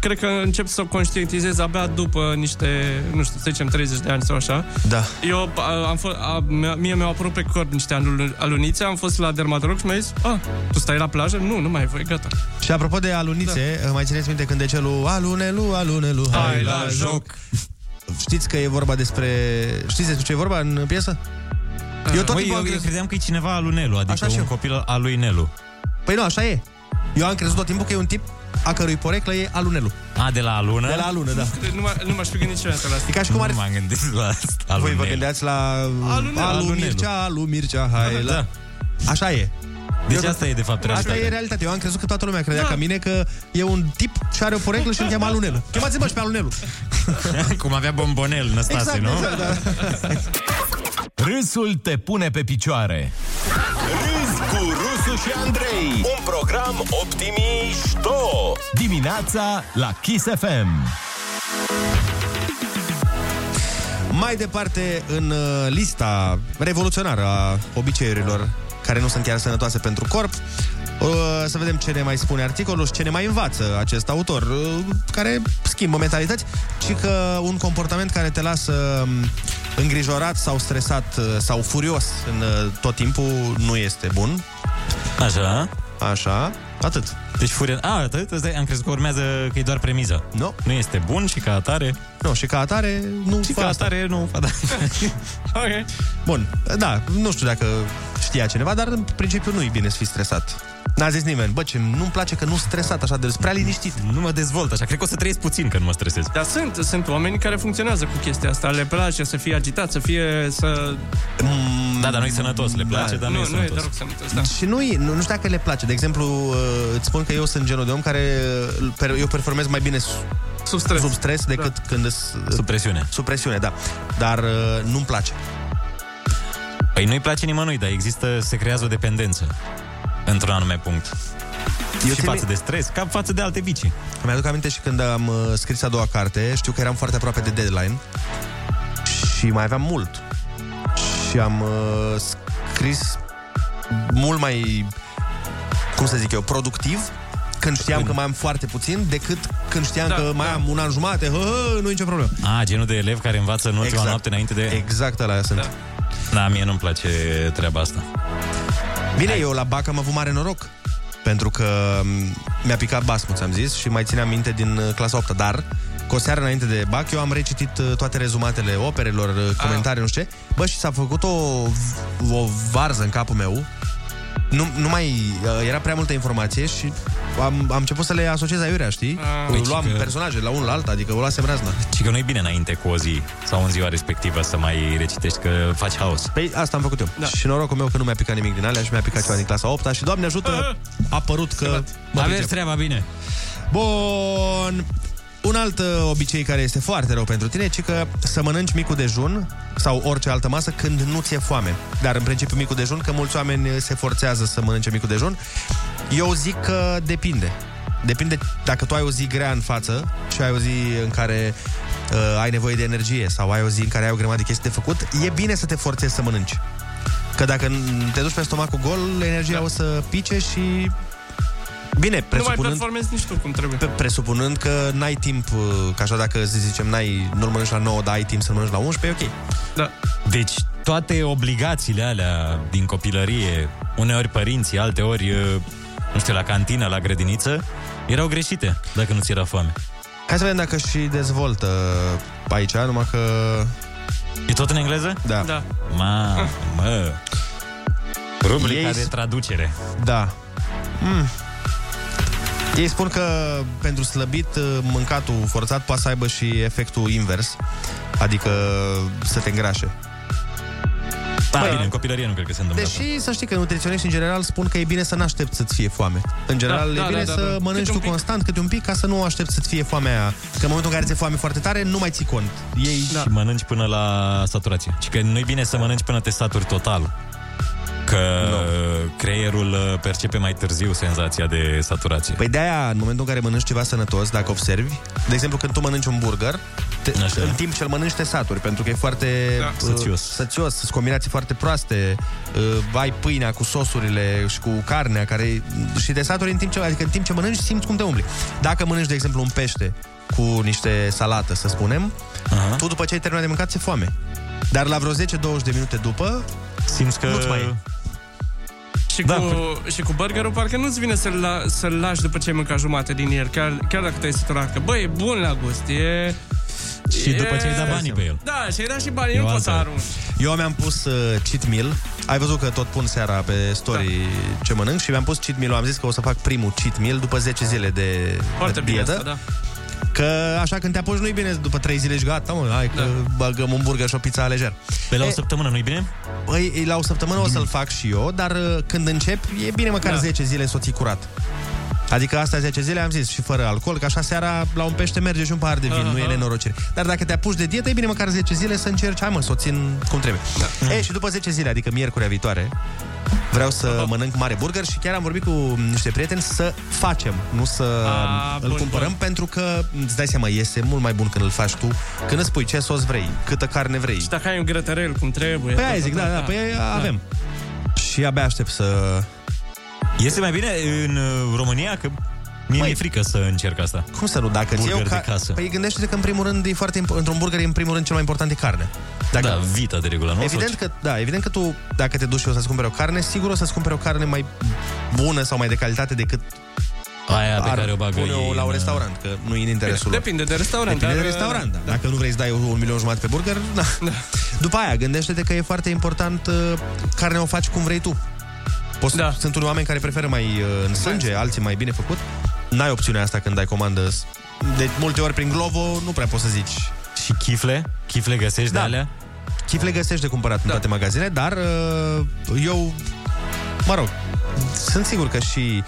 [SPEAKER 7] cred că încep să o conștientizez abia după niște, nu știu, să zicem 30 de ani sau așa.
[SPEAKER 5] Da.
[SPEAKER 7] Eu uh, am fost, a, mea- mie mi-au apărut pe corp niște alu- alunițe, am fost la dermatolog și mi-a zis, a, tu stai la plajă? Nu, nu mai e voie, gata.
[SPEAKER 5] Și apropo de alunițe, da. mai țineți minte când decelul alunelu, alunelu, hai, hai la joc. Știți că e vorba despre... Știți despre ce e vorba în piesă? Eu tot timpul
[SPEAKER 1] Măi,
[SPEAKER 5] am
[SPEAKER 1] eu, eu
[SPEAKER 5] crezut...
[SPEAKER 1] credeam că e cineva al lui Nelu, adică
[SPEAKER 5] Așa
[SPEAKER 1] Așa
[SPEAKER 5] și
[SPEAKER 1] un
[SPEAKER 5] eu.
[SPEAKER 1] copil al lui Nelu.
[SPEAKER 5] Păi nu, așa e. Eu am crezut tot timpul că e un tip a cărui poreclă e alunelu.
[SPEAKER 1] A, de la alună?
[SPEAKER 5] De la alună, da.
[SPEAKER 7] Nu, m- nu m-aș fi gândit niciodată la asta.
[SPEAKER 5] E ca și cum ar...
[SPEAKER 1] Nu m-am gândit la asta.
[SPEAKER 5] Voi vă
[SPEAKER 1] alunel.
[SPEAKER 5] gândeați la...
[SPEAKER 7] Alunelu.
[SPEAKER 5] Alu
[SPEAKER 7] Alunelu.
[SPEAKER 5] Mircea, Alu Mircea, hai la...
[SPEAKER 1] Da.
[SPEAKER 5] Așa e.
[SPEAKER 1] Deci asta e de fapt
[SPEAKER 5] Asta
[SPEAKER 1] realitatea. Da.
[SPEAKER 5] e realitatea. Eu am crezut că toată lumea credea ca mine că e un tip și are o poreclă și îl cheamă alunelu. Chemați-mă și pe alunelu.
[SPEAKER 1] Cum avea bombonel Năstase,
[SPEAKER 5] Exact,
[SPEAKER 1] nu?
[SPEAKER 5] exact, da.
[SPEAKER 10] Râsul te pune pe picioare.
[SPEAKER 19] Râzi cu Rusu și Andrei Un program optimișto
[SPEAKER 10] Dimineața la Kiss FM.
[SPEAKER 5] Mai departe, în uh, lista revoluționară a obiceiurilor care nu sunt chiar sănătoase pentru corp, uh, să vedem ce ne mai spune articolul și ce ne mai învață acest autor, uh, care schimbă mentalități, ci că un comportament care te lasă um, îngrijorat sau stresat uh, sau furios în uh, tot timpul nu este bun.
[SPEAKER 1] Așa.
[SPEAKER 5] Așa, atât.
[SPEAKER 1] Deci furia... A, atât? Îți dai- Am crezut că urmează că e doar premiza.
[SPEAKER 5] Nu.
[SPEAKER 1] Nu este bun și ca atare...
[SPEAKER 5] Nu, și ca atare nu
[SPEAKER 1] Și ca atare nu fa da.
[SPEAKER 7] ok.
[SPEAKER 5] Bun, da, nu știu dacă știa cineva, dar în principiu nu e bine să fii stresat. N-a zis nimeni, bă, ce nu-mi place că nu stresat așa, de prea liniștit.
[SPEAKER 1] Nu mă dezvolt așa, cred că o să trăiesc puțin că nu mă stresez.
[SPEAKER 7] Dar sunt, sunt oameni care funcționează cu chestia asta. Le place să fie agitat, să fie să... Da.
[SPEAKER 1] Da, dar nu-i sănătos, le place, dar nu-i
[SPEAKER 7] nu, nu e
[SPEAKER 1] sănătos.
[SPEAKER 7] deloc sănătos.
[SPEAKER 5] Da. Și nu, nu, nu știu dacă le place. De exemplu, uh, îți spun că eu sunt genul de om care uh, per- eu performez mai bine su-
[SPEAKER 7] sub stres,
[SPEAKER 5] sub stres decât da. când... Sub
[SPEAKER 1] presiune.
[SPEAKER 5] Sub presiune, da. Dar uh, nu-mi place.
[SPEAKER 1] Păi nu-i place nimănui, dar există, se creează o dependență într-un anume punct. Eu și față de stres, ca față de alte vicii.
[SPEAKER 5] Mi-aduc aminte și când am uh, scris a doua carte, știu că eram foarte aproape de deadline și mai aveam mult. Și am uh, scris mult mai, cum să zic eu, productiv când știam că mai am foarte puțin decât când știam da, că mai da. am un an jumate, hă, hă, nu e nicio problemă.
[SPEAKER 1] A, genul de elev care învață în ultima
[SPEAKER 5] Exact.
[SPEAKER 1] exact. noapte înainte de...
[SPEAKER 5] Exact ăla sunt. Da.
[SPEAKER 1] da, mie nu-mi place treaba asta.
[SPEAKER 5] Bine, eu la BAC am avut mare noroc Pentru că m, mi-a picat basmul, ți-am zis Și mai țineam minte din uh, clasa 8 Dar cu o seară înainte de BAC Eu am recitit uh, toate rezumatele operelor uh, Comentarii, nu știu ce Bă, și s-a făcut o, o varză în capul meu nu, nu mai uh, era prea multă informație și am, am început să le asociez aiurea, știi?
[SPEAKER 1] Păi,
[SPEAKER 5] Uh, luam
[SPEAKER 1] și că-
[SPEAKER 5] personaje la unul la altul, adică o luasem razna.
[SPEAKER 1] Și că nu-i bine înainte cu o zi sau în ziua respectivă să mai recitești, că faci haos.
[SPEAKER 5] Păi asta am făcut eu. Da. Și norocul meu că nu mi-a picat nimic din alea și mi-a picat ceva din clasa 8 și Doamne ajută, a părut că... mă
[SPEAKER 1] Aveți
[SPEAKER 5] pricep.
[SPEAKER 1] treaba bine.
[SPEAKER 5] Bun. Un alt uh, obicei care este foarte rău pentru tine e că să mănânci micul dejun sau orice altă masă când nu ți-e foame. Dar în principiu micul dejun, că mulți oameni uh, se forțează să mănânce micul dejun, eu zic că depinde. Depinde dacă tu ai o zi grea în față și ai o zi în care uh, ai nevoie de energie sau ai o zi în care ai o grămadă de chestii de făcut, e bine să te forțezi să mănânci. Că dacă n- te duci pe stomacul gol, energia da. o să pice și... Bine,
[SPEAKER 7] Nu mai
[SPEAKER 5] presupunând
[SPEAKER 7] performezi nici tu cum trebuie.
[SPEAKER 5] pe- presupunând că n-ai timp, uh, că așa dacă să zicem, n-ai, nu-l mănânci la 9, dar ai timp să-l mănânci la 11, e ok.
[SPEAKER 7] Da.
[SPEAKER 1] Deci toate obligațiile alea din copilărie, uneori părinții, alteori, uh, nu știu, la cantină, la grădiniță, erau greșite dacă nu ți era foame.
[SPEAKER 5] Hai să vedem dacă și dezvoltă aici, numai că...
[SPEAKER 1] E tot în engleză?
[SPEAKER 5] Da.
[SPEAKER 7] Da.
[SPEAKER 1] Ma, Ah, mă. Rubrica
[SPEAKER 5] Ei-
[SPEAKER 1] de traducere.
[SPEAKER 5] Da. Mm. Ei spun că pentru slăbit, uh, mâncatul forțat poate să aibă și efectul invers, adică să te îngrașe.
[SPEAKER 1] Da,
[SPEAKER 5] Bă. Deci,
[SPEAKER 1] bine, în copilărie nu cred că se întâmplă asta.
[SPEAKER 5] Deși să știi că nutriționiștii în general spun că e bine să nu aștepți să-ți fie foame. În general, da, e da, bine da, da, să
[SPEAKER 7] da.
[SPEAKER 5] mănânci
[SPEAKER 7] Câte
[SPEAKER 5] tu
[SPEAKER 7] un pic.
[SPEAKER 5] constant câte un pic ca să nu aștepți să-ți fie foamea aia. Că în momentul în care ți-e foame foarte tare, nu mai ții cont. Ei...
[SPEAKER 1] Da. Și mănânci până la saturație. Și că nu-i bine să mănânci până te saturi total. Că no. creierul uh, percepe mai târziu senzația de saturație.
[SPEAKER 5] Păi de-aia, în momentul în care mănânci ceva sănătos, dacă observi, de exemplu când tu mănânci un burger, te,
[SPEAKER 1] Așa.
[SPEAKER 5] în timp ce îl mănânci te saturi, pentru că e foarte uh,
[SPEAKER 1] Da. Sățios.
[SPEAKER 5] sățios, sunt combinații foarte proaste, uh, ai pâinea cu sosurile și cu carnea, care și te saturi în timp ce, adică în timp ce mănânci simți cum te umbli. Dacă mănânci, de exemplu, un pește cu niște salată, să spunem,
[SPEAKER 1] Aha.
[SPEAKER 5] tu după ce ai terminat de mâncat, ți foame. Dar la vreo 10-20 de minute după,
[SPEAKER 1] simți că...
[SPEAKER 5] Nu-ți mai e.
[SPEAKER 7] Și, da. cu, și cu burgerul parcă nu-ți vine să-l, la, să-l lași după ce ai mâncat jumate din el, chiar, chiar dacă te-ai săturat, că bă, e bun la gust, e...
[SPEAKER 1] Și după ce ai dat
[SPEAKER 7] e-
[SPEAKER 1] banii pe el.
[SPEAKER 7] Da, și ai dat și banii,
[SPEAKER 5] Eu
[SPEAKER 7] nu poți să
[SPEAKER 5] altfel.
[SPEAKER 7] arunci.
[SPEAKER 5] Eu mi-am pus uh, cheat meal. Ai văzut că tot pun seara pe story da. ce mănânc și mi-am pus cheat meal. Am zis că o să fac primul cheat meal după 10 zile de,
[SPEAKER 7] Foarte
[SPEAKER 5] de
[SPEAKER 7] bine
[SPEAKER 5] dietă.
[SPEAKER 7] asta, da.
[SPEAKER 5] Că așa când te apuci nu-i bine după 3 zile și gata, mă, hai că da. băgăm un burger și o pizza lejer.
[SPEAKER 1] Pe la o săptămână, nu-i bine?
[SPEAKER 5] Păi, la o săptămână o să-l fac și eu, dar uh, când încep, e bine măcar da. 10 zile să o ții curat. Adică asta 10 zile am zis și fără alcool, că așa seara la un pește merge și un pahar de vin, uh-huh. nu e nenorocire. Dar dacă te apuci de dietă, e bine măcar 10 zile să încerci, hai mă, să o țin cum trebuie. Da. E, și după 10 zile, adică miercurea viitoare, vreau să uh-huh. mănânc mare burger și chiar am vorbit cu niște prieteni să facem, nu să
[SPEAKER 1] Ah,
[SPEAKER 5] îl
[SPEAKER 1] bun,
[SPEAKER 5] cumpărăm, pentru că îți dai seama, iese mult mai bun când îl faci tu, când îți pui ce sos vrei, câtă carne vrei.
[SPEAKER 7] Și dacă ai un grătărel cum trebuie.
[SPEAKER 5] Păi aia zic, da, da, păi avem. Și abia aștept să...
[SPEAKER 1] Este mai bine în uh, România? Că mie mi-e frică să încerc asta.
[SPEAKER 5] Cum să nu, dacă
[SPEAKER 1] Burger
[SPEAKER 5] ți
[SPEAKER 1] de casă.
[SPEAKER 5] Păi gândește-te că în primul rând e foarte imp- într-un burger e în primul rând cel mai important e carne.
[SPEAKER 1] Dacă... Da, vita de regulă, nu?
[SPEAKER 5] Evident că, da, evident că tu, dacă te duci și o să-ți cumperi o carne, sigur o să-ți cumperi o carne mai bună sau mai de calitate decât
[SPEAKER 1] Aia pe care o bagă uh,
[SPEAKER 5] pune-o la un restaurant, că nu e în interesul lor.
[SPEAKER 7] Depinde de restaurant.
[SPEAKER 5] Depinde de
[SPEAKER 7] dar, uh,
[SPEAKER 5] restaurant, da. Dacă nu vrei să dai un milion jumătate pe burger, da. După aia, gândește-te că e foarte important uh, carnea o faci cum vrei tu. Poți, da. Sunt unii oameni care preferă mai uh, în sânge, alții mai bine făcut. N-ai opțiunea asta când dai comandă. De multe ori prin Glovo nu prea poți să zici.
[SPEAKER 1] Și chifle? Chifle găsești da. de alea?
[SPEAKER 5] Chifle găsești de cumpărat da. în toate magazine, dar uh, eu, mă rog, sunt sigur că și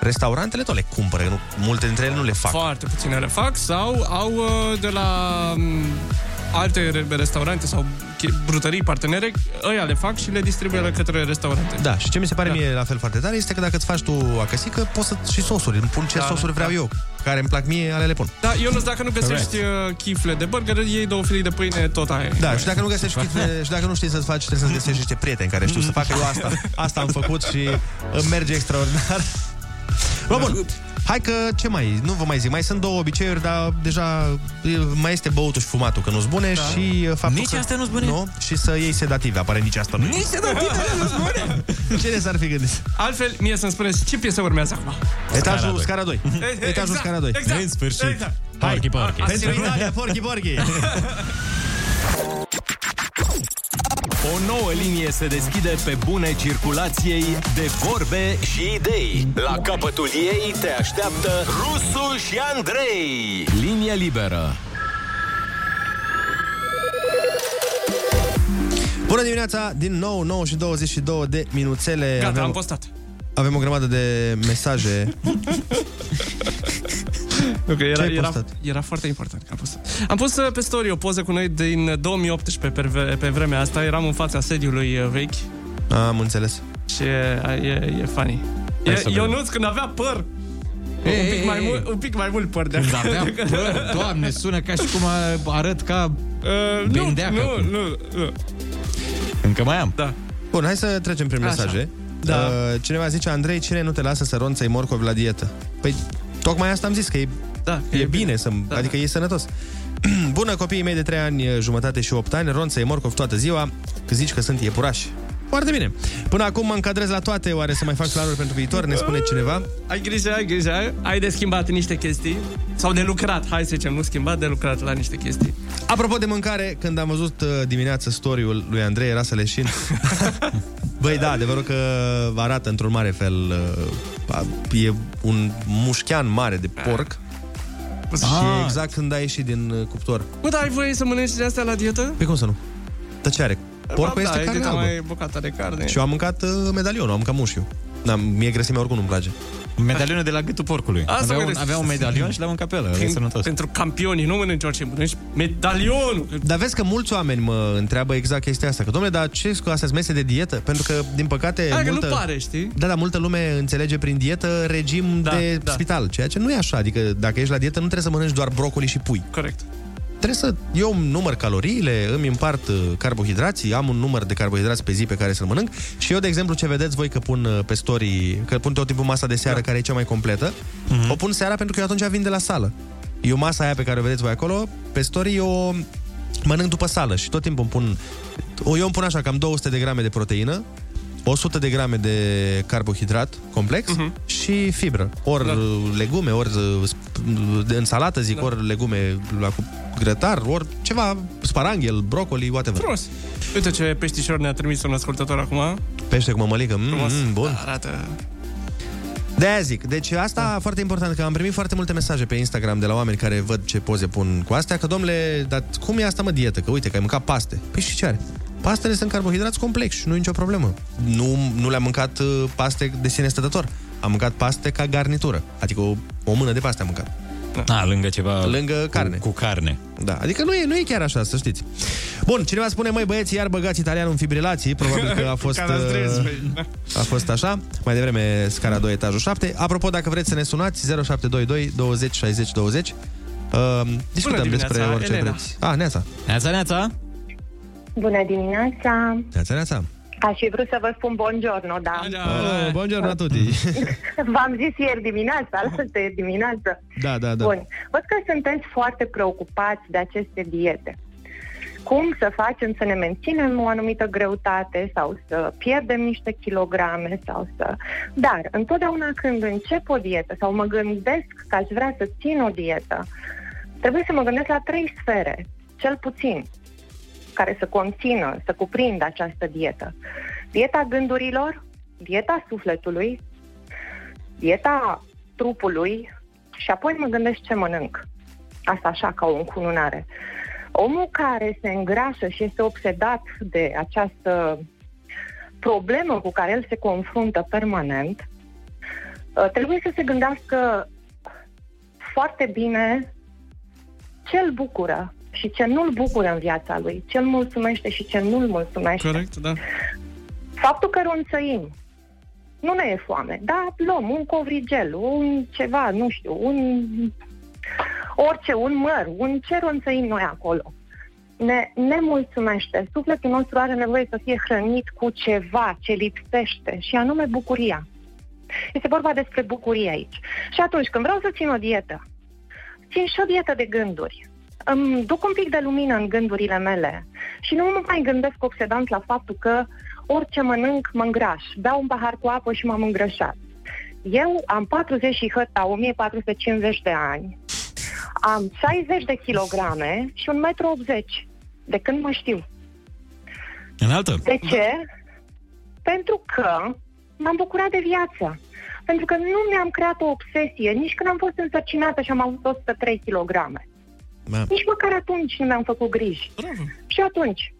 [SPEAKER 5] restaurantele tot le cumpără, nu, multe dintre ele nu le fac.
[SPEAKER 7] Foarte puține le fac sau au uh, de la um, alte re- restaurante sau ch- brutării partenere, ăia le fac și le distribuie la către restaurante.
[SPEAKER 5] Da, și ce mi se pare da. mie la fel foarte tare este că dacă îți faci tu acasică, poți să și sosuri, îmi pun ce
[SPEAKER 7] Da,
[SPEAKER 5] da, sosuri
[SPEAKER 7] da,
[SPEAKER 5] vreau
[SPEAKER 7] da.
[SPEAKER 5] eu, care îmi plac mie, ale le pun.
[SPEAKER 7] Da, eu nu dacă nu găsești right. chifle de burger, iei două felii de pâine, tot aia. e.
[SPEAKER 5] Da, și dacă nu găsești chifle, și dacă nu știi să-ți faci, trebuie să-ți găsești niște prieteni care știu să facă eu asta. Asta am făcut și îmi merge extraordinar. Bă, bun. Hai că ce mai, nu vă mai zic, mai sunt două obiceiuri, dar deja e, mai este băutul și fumatul, că nu-s bune da. și e, faptul
[SPEAKER 1] Nici
[SPEAKER 5] că,
[SPEAKER 1] astea nu-s bune?
[SPEAKER 5] Nu, și să iei sedative, apare nici asta nu. e.
[SPEAKER 1] Nici sedativele nu-s bune?
[SPEAKER 5] Cine s-ar fi gândit?
[SPEAKER 7] Altfel, mie să-mi spuneți ce piesă urmează acum.
[SPEAKER 5] Etajul doi. scara 2. Etajul
[SPEAKER 7] Exact,
[SPEAKER 5] scara 2.
[SPEAKER 7] exact, În sfârșit. exact. Hai. Porky, porky.
[SPEAKER 5] Pentru Italia, porky, porky.
[SPEAKER 10] O nouă linie se deschide pe bune circulației de vorbe și idei.
[SPEAKER 19] La capătul ei te așteaptă Rusu și Andrei.
[SPEAKER 10] Linie liberă.
[SPEAKER 5] Bună dimineața, din nou 9 și 22 de minuțele.
[SPEAKER 7] Gata, am postat.
[SPEAKER 5] Avem o grămadă de mesaje.
[SPEAKER 7] Nu, că
[SPEAKER 5] Ce
[SPEAKER 7] era,
[SPEAKER 5] ai
[SPEAKER 7] era,
[SPEAKER 5] postat?
[SPEAKER 7] era foarte important că am postat. Am pus uh, pe story o poză cu noi din uh, 2018 pe, ve- pe vremea asta. Eram în fața sediului uh, vechi
[SPEAKER 5] Am înțeles.
[SPEAKER 7] și e, e, e funny.
[SPEAKER 5] Hai
[SPEAKER 7] E,
[SPEAKER 5] să vedem.
[SPEAKER 7] Ionuț, când avea păr,
[SPEAKER 18] Ei,
[SPEAKER 7] un,
[SPEAKER 18] ei,
[SPEAKER 7] pic mai
[SPEAKER 18] ei.
[SPEAKER 7] mult, un pic mai mult păr de
[SPEAKER 18] Când avea păr, doamne, sună ca și cum a- arăt ca
[SPEAKER 7] uh, nu,
[SPEAKER 18] bendeacă.
[SPEAKER 7] nu, nu, nu.
[SPEAKER 18] Încă mai am.
[SPEAKER 7] Da.
[SPEAKER 5] Bun, hai să trecem prin
[SPEAKER 18] Așa.
[SPEAKER 5] mesaje.
[SPEAKER 18] Da.
[SPEAKER 5] Uh, Cineva zice, Andrei, cine nu te lasă să ronțăi morcov la dietă? Păi, tocmai asta am zis, că e,
[SPEAKER 7] da,
[SPEAKER 5] e, e bine, bine să, da, adică e sănătos. Bună, copiii mei de 3 ani, jumătate și 8 ani, ronțăi morcov toată ziua, că zici că sunt iepurași. Foarte bine. Până acum mă încadrez la toate, oare să mai fac planuri pentru viitor, ne spune cineva.
[SPEAKER 7] Ai grijă, ai grijă, ai de schimbat niște chestii sau de lucrat, hai să zicem, nu schimbat, de lucrat la niște chestii.
[SPEAKER 5] Apropo de mâncare, când am văzut uh, dimineața story-ul lui Andrei, era să leșin. Băi, da, adevărul că arată într-un mare fel. uh, a- E un mușchean mare de porc. Și
[SPEAKER 7] Ah.
[SPEAKER 5] e exact când a ieșit din uh, cuptor.
[SPEAKER 7] Bă, dar ai voie să mănânci de astea la dietă?
[SPEAKER 5] Pe cum să nu? Dar ce are?
[SPEAKER 7] da,
[SPEAKER 5] Porcul este
[SPEAKER 7] ai
[SPEAKER 5] carne
[SPEAKER 7] de
[SPEAKER 5] albă.
[SPEAKER 7] mai bucata de carne.
[SPEAKER 5] Și eu am mâncat uh, medalionul, am mâncat mușchiul. Da, mie grăsimea oricum nu-mi place.
[SPEAKER 18] Medalionul de la gâtul porcului.
[SPEAKER 7] Asta
[SPEAKER 18] Avea
[SPEAKER 7] mă
[SPEAKER 18] un,
[SPEAKER 7] gândesc.
[SPEAKER 18] avea un medalion și l-am în capelă. Ăla e sănătos.
[SPEAKER 7] Pentru campionii, nu mănânci orice, mănânci medalionul.
[SPEAKER 5] Dar vezi că mulți oameni mă întreabă exact chestia asta. Că, domnule, dar ce cu astea mese de dietă? Pentru că, din păcate,
[SPEAKER 7] Hai că
[SPEAKER 5] multă...
[SPEAKER 7] nu pare, știi?
[SPEAKER 5] Da, dar multă lume înțelege prin dietă regim
[SPEAKER 7] Da,
[SPEAKER 5] da, de
[SPEAKER 7] da.
[SPEAKER 5] da. spital, ceea ce nu e așa. Adică dacă ești la dietă nu trebuie să mănânci doar brocoli și pui.
[SPEAKER 7] Corect.
[SPEAKER 5] Trebuie să... Eu îmi număr caloriile, îmi împart uh, carbohidrații, am un număr de carbohidrați pe zi pe care să-l mănânc și eu, de exemplu, ce vedeți voi că pun uh, pe story, că pun tot timpul masa de seară, da. care e cea mai completă,
[SPEAKER 7] Mhm.
[SPEAKER 5] mm-hmm. o pun seara pentru că eu atunci vin de la sală. Eu masa aia pe care o vedeți voi acolo, pe story eu o mănânc după sală și tot timpul îmi pun... o- Eu îmi pun așa, cam 200 de grame de proteină, 100 de grame de carbohidrat complex
[SPEAKER 7] Mhm.
[SPEAKER 5] uh-huh. și fibră. Ori da. legume, ori uh, sp- în salată, zic, da. ori legume la cu grătar, ori ceva, sparanghel, broccoli, whatever.
[SPEAKER 7] Frumos. Uite ce peștișor ne-a trimis un ascultător acum.
[SPEAKER 5] Pește cu mămăligă, mm,
[SPEAKER 7] Frumos.
[SPEAKER 5] mm, bun.
[SPEAKER 7] Da, arată.
[SPEAKER 5] De aia zic, deci asta da. foarte important, că am primit foarte multe mesaje pe Instagram de la oameni care văd ce poze pun cu astea, că domnule, dar cum e asta mă dietă? Că uite, că ai mâncat paste. Păi și ce are? Pastele sunt carbohidrați complexi și nu e nicio problemă. Nu, nu le-am mâncat uh, paste de sine stătător. Am mâncat paste ca garnitură. Adică o, o mână de paste am mâncat.
[SPEAKER 18] Da. A, lângă ceva...
[SPEAKER 5] Lângă carne.
[SPEAKER 18] Cu, cu carne.
[SPEAKER 5] Da, adică nu e, nu e chiar așa, să știți. Bun, cineva spune, mai băieți, iar băgați italianul în fibrilații, probabil că a fost...
[SPEAKER 7] Ca la stres,
[SPEAKER 5] uh,
[SPEAKER 7] băi, da.
[SPEAKER 5] a fost așa, mai devreme scara 2, etajul 7. Apropo, dacă vreți să ne sunați, 0722 20 60 20. Uh, discutăm
[SPEAKER 18] dimineața,
[SPEAKER 5] despre orice
[SPEAKER 18] Elena.
[SPEAKER 5] vreți. Ah, Neața.
[SPEAKER 18] Neața, neața.
[SPEAKER 4] Bună dimineața!
[SPEAKER 5] Neața, Neața.
[SPEAKER 4] Aș fi vrut să vă spun buongiorno, da.
[SPEAKER 5] Oh, buongiorno a tutti.
[SPEAKER 4] V-am zis ieri dimineața, altă ieri dimineață.
[SPEAKER 5] Da, da, da.
[SPEAKER 4] Bun. Văd că sunteți foarte preocupați de aceste diete. cum să facem să ne menținem o anumită greutate sau să pierdem niște kilograme sau să... Dar întotdeauna când încep o dietă sau mă gândesc că aș vrea să țin o dietă, trebuie să mă gândesc la trei sfere, cel puțin, care să conțină, să cuprindă această dietă. Dieta gândurilor, dieta sufletului, dieta trupului și apoi mă gândesc ce mănânc. Asta așa ca o încununare. Omul care se îngrașă și este obsedat de această problemă cu care el se confruntă permanent, uh, trebuie să se gândească foarte bine ce îl bucură și ce nu îl bucură în viața lui, ce îl mulțumește și ce nu îl mulțumește.
[SPEAKER 7] Corect, da.
[SPEAKER 4] Faptul că ronțăim, nu ne e foame, dar luăm un covrigel, un ceva, nu știu, un orice, un măr, un ce ronțăim noi acolo. Ne, ne mulțumește. Sufletul nostru are nevoie să fie hrănit cu ceva ce lipsește și anume bucuria. Este vorba despre bucurie aici. Și atunci când vreau să țin o dietă, țin și o dietă de gânduri. Îmi duc un pic de lumină în gândurile mele și nu mă mai gândesc obsedant la faptul că orice mănânc mă îngraș. Beau un pahar cu apă și m-am îngrășat. Eu am 40 și hăta, 1450 de ani. Am 60 de kilograme și 1,80 m. De când mă știu.
[SPEAKER 18] În altă?
[SPEAKER 4] De ce? Pentru că m-am bucurat de viață. Pentru că nu mi-am creat o obsesie nici când am fost însărcinată și am avut 103 kg.
[SPEAKER 6] Da.
[SPEAKER 4] Nici măcar atunci nu mi-am făcut griji. Și atunci,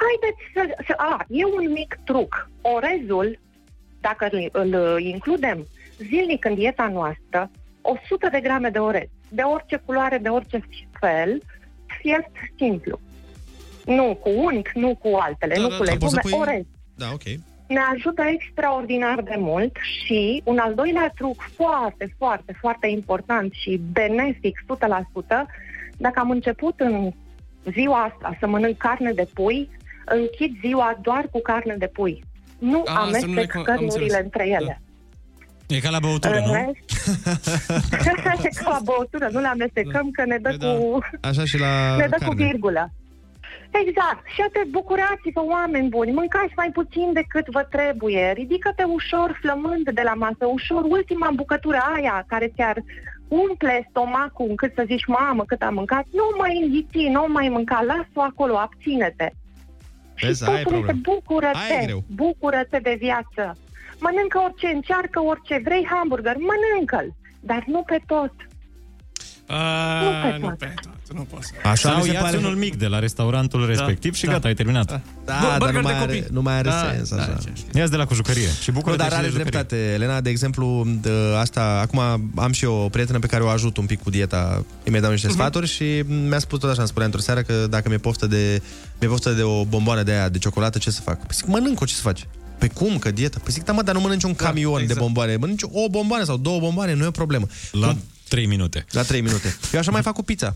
[SPEAKER 4] haideți să, să... A, e un mic truc. Orezul, dacă îl, îl includem zilnic în dieta noastră, 100 de grame de orez, de orice culoare, de orice fel, este simplu. Nu cu unt, nu cu altele,
[SPEAKER 5] Da,
[SPEAKER 4] nu
[SPEAKER 5] da,
[SPEAKER 4] cu
[SPEAKER 5] da, poți să
[SPEAKER 4] legume,
[SPEAKER 5] pui-
[SPEAKER 4] orez
[SPEAKER 5] Da, ok.
[SPEAKER 4] ne ajută extraordinar de mult și un al doilea truc foarte, foarte, foarte important și benefic 100%, dacă am început în ziua asta să mănânc carne de pui, închid ziua doar cu carne de pui. Nu
[SPEAKER 1] A,
[SPEAKER 4] A,
[SPEAKER 1] să nu le
[SPEAKER 4] amestec
[SPEAKER 1] co- am
[SPEAKER 4] cărnurile
[SPEAKER 1] înțeles.
[SPEAKER 4] între ele.
[SPEAKER 1] E ca la băutură,
[SPEAKER 4] În
[SPEAKER 1] nu?
[SPEAKER 4] rest, e ca la băutură, nu le amestecăm
[SPEAKER 1] Da,
[SPEAKER 4] că ne dă cu...
[SPEAKER 5] Așa și la
[SPEAKER 4] Ne dă cu
[SPEAKER 5] carne.
[SPEAKER 4] virgulă. Exact. Și atât, bucurați-vă, oameni buni, mâncați mai puțin decât vă trebuie, ridică-te ușor, flămând de la masă, ușor, ultima bucătură aia care ți-ar umple stomacul încât să zici, mamă, cât am mâncat, nu mai înghiți, nu mai mânca, lasă-o acolo, abține-te.
[SPEAKER 6] Vezi, aia e
[SPEAKER 4] Totul este
[SPEAKER 6] problema. Aia e
[SPEAKER 4] bucură-te,
[SPEAKER 6] greu.
[SPEAKER 4] bucură-te de viață. Mănâncă orice, încearcă orice, vrei hamburger, mănâncă-l, dar nu pe tot.
[SPEAKER 7] A,
[SPEAKER 4] Nu
[SPEAKER 7] Ah, nu pe tot, nu pot să...
[SPEAKER 18] Așa
[SPEAKER 5] mi
[SPEAKER 18] Sau
[SPEAKER 5] se
[SPEAKER 18] ia
[SPEAKER 5] pare.
[SPEAKER 18] unul mic de la restaurantul respectiv și
[SPEAKER 5] da.
[SPEAKER 18] gata, ai terminat.
[SPEAKER 5] Da, Bun, dar nu mai, are, nu mai are
[SPEAKER 18] Da,
[SPEAKER 5] sens
[SPEAKER 18] da,
[SPEAKER 5] așa.
[SPEAKER 18] Ia-ți de la cu jucărie și bucură
[SPEAKER 5] Nu, dar are dreptate, Elena. De exemplu, de asta, acum am și eu o prietenă pe care o ajut un pic cu dieta. Îmi mai dau niște
[SPEAKER 18] Mhm.
[SPEAKER 5] sfaturi și mi-a spus tot așa, îmi spunea într-o seară că dacă mi-e poftă de, mi-e poftă de o bomboană de aia de ciocolată, ce să fac? Păi zic, mănânc-o, ce să faci? Pe cum, că dieta? Păi zic, da, mă, dar nu mănânci un camion da, exact. de bomboane. Mănânci o bomboană sau două bomboane, nu e o problemă.
[SPEAKER 18] La 3 minute.
[SPEAKER 5] La 3 minute. Eu așa mai fac cu pizza.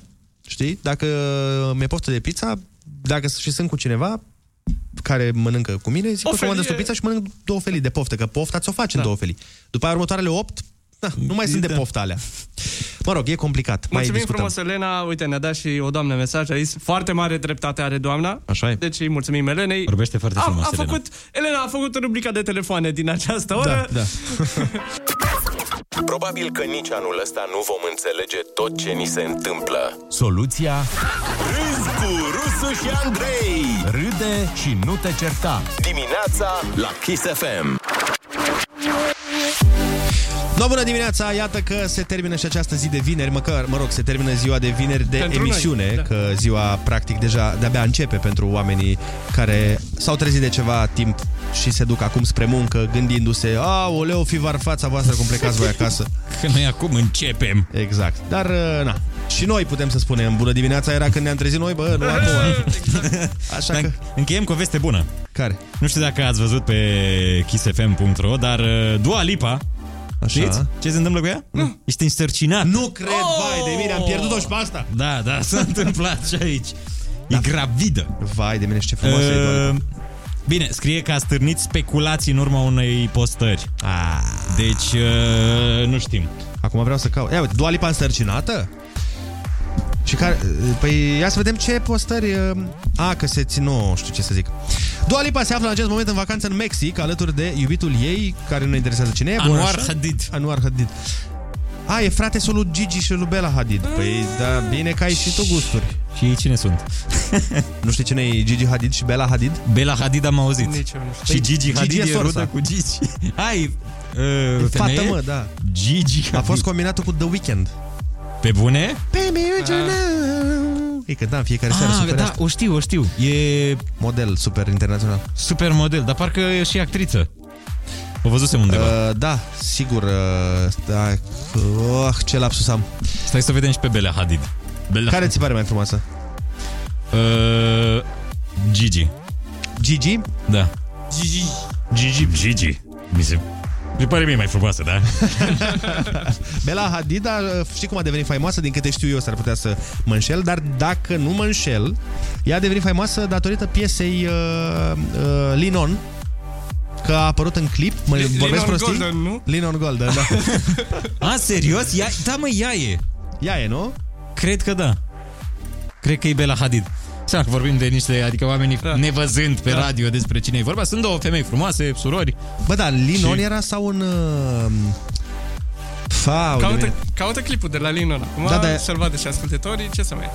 [SPEAKER 5] Știi? Dacă mi-e poftă de pizza, dacă și sunt cu cineva care mănâncă cu mine, zic
[SPEAKER 18] O
[SPEAKER 5] o să mănânc
[SPEAKER 18] felie-
[SPEAKER 5] o pizza și mănânc două felii de poftă, că pofta ți-o faci da. în două felii. După aia următoarele 8, na, nu mai sunt de poftă alea. Mă rog, e complicat. mai
[SPEAKER 7] Da. Mulțumim
[SPEAKER 5] discutăm.
[SPEAKER 7] frumos, Elena. Uite, ne-a dat și o doamnă mesaj. A zis, foarte mare dreptate are doamna. Așa e. Deci îi mulțumim Elenei.
[SPEAKER 18] Vorbește foarte
[SPEAKER 7] a,
[SPEAKER 18] frumos,
[SPEAKER 7] a
[SPEAKER 18] Elena.
[SPEAKER 7] făcut, Elena a făcut rubrica de telefoane din această oră.
[SPEAKER 5] da.
[SPEAKER 19] Probabil că nici anul ăsta nu vom înțelege tot ce ni se întâmplă.
[SPEAKER 10] Soluția
[SPEAKER 19] Râzi cu Rusu și Andrei.
[SPEAKER 10] râde și nu te certa.
[SPEAKER 19] Dimineața la Kiss FM.
[SPEAKER 5] No, Da, bună dimineața! Iată că se termină și această zi de vineri, măcar, mă rog, se termină ziua de vineri de
[SPEAKER 18] Pentru noi,
[SPEAKER 5] emisiune,
[SPEAKER 18] da.
[SPEAKER 5] că ziua practic deja de-abia începe pentru oamenii care s-au trezit de ceva timp și se duc acum spre muncă gândindu-se Aoleu, fi var fața voastră cum plecați voi acasă.
[SPEAKER 18] Că noi acum începem.
[SPEAKER 5] Exact. Dar, na, și noi putem să spunem bună dimineața era când ne-am trezit noi, bă, nu acum. Așa că...
[SPEAKER 18] Încheiem cu o veste bună.
[SPEAKER 5] Care?
[SPEAKER 18] Da. Nu știu dacă ați văzut pe kissfm.ro, dar uh, Dua Lipa, Așa. știți ce se întâmplă cu ea? Nu. Ești însărcinat. Nu
[SPEAKER 5] cred, vai de mine, am pierdut-o și pe asta. Da.
[SPEAKER 18] Da, da, s-a întâmplat și aici. E gravidă. Uh,
[SPEAKER 5] Vai de mine, și ce frumoasă e Dua Lipa.
[SPEAKER 18] Bine, scrie că a stârnit speculații în urma unei postări.
[SPEAKER 5] Ah.
[SPEAKER 18] Deci, uh, nu știm.
[SPEAKER 5] Acum vreau să caut. Ia uite, Dua Lipa însărcinată? Și Și care, păi ia să vedem ce postări uh, A, că se țin, nu știu ce să zic Dua Lipa se află în acest moment în vacanță în Mexic Alături de iubitul ei Care nu interesează cine e
[SPEAKER 1] Anwar
[SPEAKER 5] Hadid Anuar Hadid a, e frate solul lui Gigi și lui Bella Hadid Păi, da, bine că ai și tu gusturi
[SPEAKER 1] Și ei cine sunt?
[SPEAKER 5] nu știu cine e Gigi Hadid și Bella Hadid?
[SPEAKER 1] Bella Hadid am auzit.
[SPEAKER 7] Nici eu nu știu.
[SPEAKER 1] Și Gigi Hadid
[SPEAKER 5] Păi, Gigi
[SPEAKER 1] e,
[SPEAKER 5] e sorsa.
[SPEAKER 1] rudă cu Gigi. Ai,
[SPEAKER 5] E
[SPEAKER 1] uh, femeie?
[SPEAKER 5] Fată, mă, da
[SPEAKER 1] Gigi
[SPEAKER 5] A fost combinatul cu The Weeknd
[SPEAKER 1] Pe bune?
[SPEAKER 5] Baby, you
[SPEAKER 1] Ah.
[SPEAKER 5] know Îi cântam fiecare seară
[SPEAKER 1] Ah,
[SPEAKER 5] super
[SPEAKER 1] da,
[SPEAKER 5] asta.
[SPEAKER 1] o știu, o știu. E
[SPEAKER 5] Model super internațional.
[SPEAKER 1] Super model, dar parcă e și actriță. O văzusem undeva.
[SPEAKER 5] Uh, da, sigur. Uh, da, uh, ce lapsus am.
[SPEAKER 1] Stai să vedem și pe Bella Hadid. Bella
[SPEAKER 5] Care ți pare mai frumoasă?
[SPEAKER 1] Uh, Gigi.
[SPEAKER 5] Gigi?
[SPEAKER 1] Da. Gigi. Gigi. Gigi. Mi se... Mi pare mie mai frumoasă, da?
[SPEAKER 5] Bella Hadid, dar uh, știi cum a devenit faimoasă? Din câte știu eu, s-ar putea să mă înșel, dar dacă nu mă înșel, ea a devenit faimoasă datorită piesei uh, uh, Linon, că a apărut în clip. Mă,
[SPEAKER 1] Lin-
[SPEAKER 5] vorbesc
[SPEAKER 1] Lin on
[SPEAKER 5] prostii?
[SPEAKER 1] Golden, nu?
[SPEAKER 5] Linon Golden, da.
[SPEAKER 1] A, serios? Ia, da, mă, ea e.
[SPEAKER 5] Ea e, nu?
[SPEAKER 1] Cred că da. Cred că e Bella Hadid. Seama că vorbim de niște, adică oamenii da. nevăzând pe da. radio despre cine e vorba. Sunt două femei frumoase, surori.
[SPEAKER 5] Bă, da, Linon
[SPEAKER 1] Și-
[SPEAKER 5] era sau un... Uh, Fau, de
[SPEAKER 7] Caută,
[SPEAKER 5] mine.
[SPEAKER 7] caută clipul de la Linon acum,
[SPEAKER 5] Da,
[SPEAKER 7] da,
[SPEAKER 5] da.
[SPEAKER 7] da. să-l vadă și ascultătorii, ce să mai...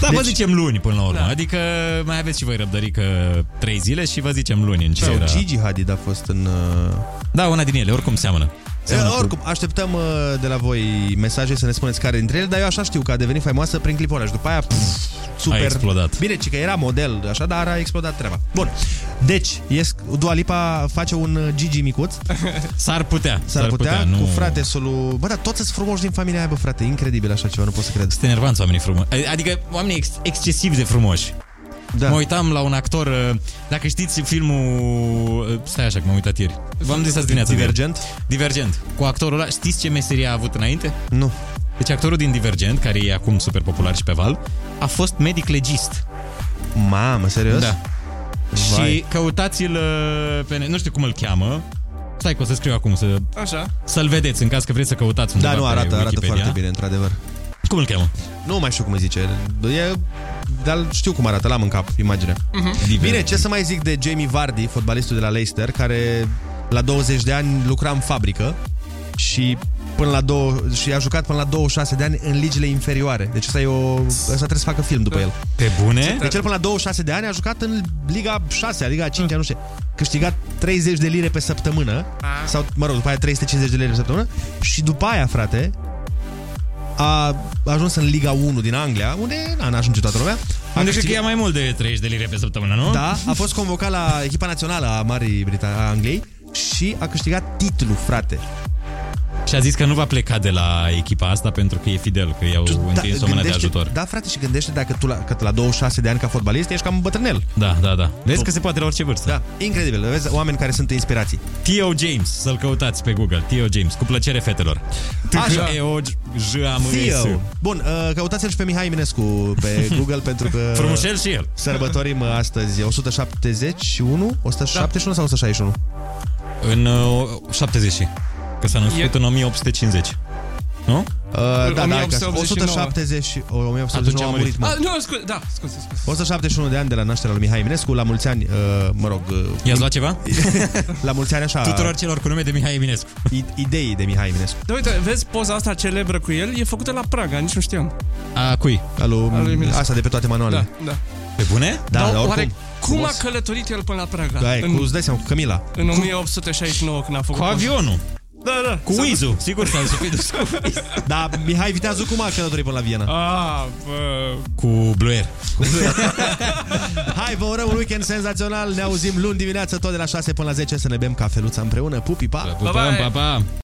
[SPEAKER 1] Da, vă
[SPEAKER 7] Deci-
[SPEAKER 1] zicem luni până la urmă. Da. Adică mai aveți și voi răbdărică trei zile și vă zicem luni în ce
[SPEAKER 5] Sau
[SPEAKER 1] era.
[SPEAKER 5] Gigi Hadid a fost în... uh,
[SPEAKER 1] Da, una din ele, oricum seamănă.
[SPEAKER 5] E, oricum, așteptăm uh, de la voi mesaje să ne spuneți care dintre ele, dar eu așa știu că a devenit faimoasă prin clipul ăla și după aia pf, super...
[SPEAKER 1] A explodat.
[SPEAKER 5] Bine, ci că era model, așa, dar a explodat treaba. Bun. Deci, ies, Dua Lipa face un uh, Gigi micuț.
[SPEAKER 1] S-ar putea.
[SPEAKER 5] S-ar putea,
[SPEAKER 1] nu...
[SPEAKER 5] cu frate solu... Bă, dar toți sunt frumoși din familia aia, bă, frate. Incredibil așa ceva, nu pot să cred.
[SPEAKER 1] Sunt enervanți oamenii frumoși. Adică oamenii ex- excesiv de frumoși.
[SPEAKER 5] Da.
[SPEAKER 1] Mă uitam la un actor, uh, dacă știți filmul, uh, stai așa că m-am uitat ieri. V-am zis azi dimineața.
[SPEAKER 5] Divergent?
[SPEAKER 1] Divergent. Cu actorul ăla, știți ce meserie a avut înainte?
[SPEAKER 5] Nu.
[SPEAKER 1] Deci actorul din Divergent, care e acum super popular și pe val, a fost medic legist.
[SPEAKER 5] Mamă, serios?
[SPEAKER 1] Da.
[SPEAKER 5] Vai.
[SPEAKER 1] Și căutați-l uh, pe... net. Nu știu cum îl cheamă. Stai că o să scriu acum să...
[SPEAKER 7] Așa.
[SPEAKER 1] Să-l vedeți în caz că vreți să căutați undeva
[SPEAKER 5] Da, nu,
[SPEAKER 1] pe
[SPEAKER 5] arată, arată
[SPEAKER 1] Wikipedia.
[SPEAKER 5] foarte bine, într-adevăr.
[SPEAKER 1] Cum îl cheamă?
[SPEAKER 5] Nu mai știu cum îi zice. E, dar știu cum arată, l-am în cap imaginea.
[SPEAKER 1] Divergent.
[SPEAKER 5] Bine, ce să mai zic de Jamie Vardy, fotbalistul de la Leicester, care la 20 de ani lucra în fabrică și până la două, și a jucat până la 26 de ani în ligile inferioare. Deci asta, e o, asta trebuie să facă film după el.
[SPEAKER 1] Pe bune?
[SPEAKER 5] Deci el până la 26 de ani a jucat în Liga 6, Liga
[SPEAKER 1] Mm.
[SPEAKER 5] 5, nu știu. Câștigat 30 de lire pe săptămână,
[SPEAKER 1] Ah.
[SPEAKER 5] sau, mă rog, după aia 350 de lire pe săptămână și după aia, frate, a ajuns în Liga 1 din Anglia, unde na, n-ajunge toată lumea. A
[SPEAKER 1] Unde cred că
[SPEAKER 5] câștigat-
[SPEAKER 1] ia mai mult de 30 de lire pe săptămână, nu?
[SPEAKER 5] da, a fost convocat la echipa națională a Marii Britan- a Angliei și a câștigat titlul, frate.
[SPEAKER 1] Și a zis că nu va pleca de la echipa asta pentru că e fidel, că
[SPEAKER 5] Deci,
[SPEAKER 1] i-au
[SPEAKER 5] da,
[SPEAKER 1] întins o mână de
[SPEAKER 5] gândește-
[SPEAKER 1] ajutor.
[SPEAKER 5] Da, frate, și gândește dacă tu la, că la 26 de ani ca fotbalist ești cam bătrânel.
[SPEAKER 1] Da, da, da. Vezi că se poate la orice vârstă.
[SPEAKER 5] Da. Incredibil, vezi oameni care sunt inspirații.
[SPEAKER 1] T.O. James, să-l căutați pe Google. T.O. James, cu plăcere fetelor.
[SPEAKER 5] Așa.
[SPEAKER 1] e o j am
[SPEAKER 5] Theo. Bun, uh, căutați-l și pe Mihai Minescu pe Google pentru că...
[SPEAKER 1] Frumușel și el.
[SPEAKER 5] Sărbătorim uh, astăzi 171, 171 sau 161?
[SPEAKER 1] În uh, 70. Că s-a născut
[SPEAKER 5] E-
[SPEAKER 1] în 1850. Nu?
[SPEAKER 5] Uh, da, da,
[SPEAKER 7] 1879.
[SPEAKER 5] 170, 1879 a murit,
[SPEAKER 7] Ah,
[SPEAKER 5] mă.
[SPEAKER 7] nu, scu- da, scuze, scuze.
[SPEAKER 5] 171 de ani de la nașterea lui Mihai Eminescu, la mulți ani, uh, mă rog... Uh,
[SPEAKER 1] I-ați luat ceva?
[SPEAKER 5] la mulți ani așa...
[SPEAKER 1] Tuturor celor cu nume de Mihai Eminescu.
[SPEAKER 5] Idei de Mihai Eminescu.
[SPEAKER 7] Da, uite, vezi poza asta celebră cu el? E făcută la Praga, nici nu știam.
[SPEAKER 1] A cui?
[SPEAKER 5] Alu,
[SPEAKER 7] Al lui Eminescu.
[SPEAKER 5] asta de pe toate
[SPEAKER 7] Da,
[SPEAKER 5] manualele.
[SPEAKER 7] da.
[SPEAKER 1] Pe bune?
[SPEAKER 5] Da, dar oricum,
[SPEAKER 7] oare cum
[SPEAKER 5] frumos.
[SPEAKER 7] a călătorit el până la Praga?
[SPEAKER 5] Da, e,
[SPEAKER 7] în,
[SPEAKER 5] cu, îți dai seama, cu Camila.
[SPEAKER 7] în 1869 când a făcut
[SPEAKER 1] Cu
[SPEAKER 7] poza.
[SPEAKER 1] avionul.
[SPEAKER 7] Da, da.
[SPEAKER 1] Cu
[SPEAKER 7] S-a dus-
[SPEAKER 1] Wizu, sigur s-a dus să fie dus cu Wizu.
[SPEAKER 5] Da, Mihai Viteazu cum a călătorit până la Viena?
[SPEAKER 7] Ah, bă.
[SPEAKER 1] Cu bluier.
[SPEAKER 5] Hai, vă urăm un weekend senzațional. Ne auzim luni dimineață tot de la 6 până la 10 să ne bem cafeluța împreună. Pupi, pa!
[SPEAKER 1] Pupăm, pa, pa!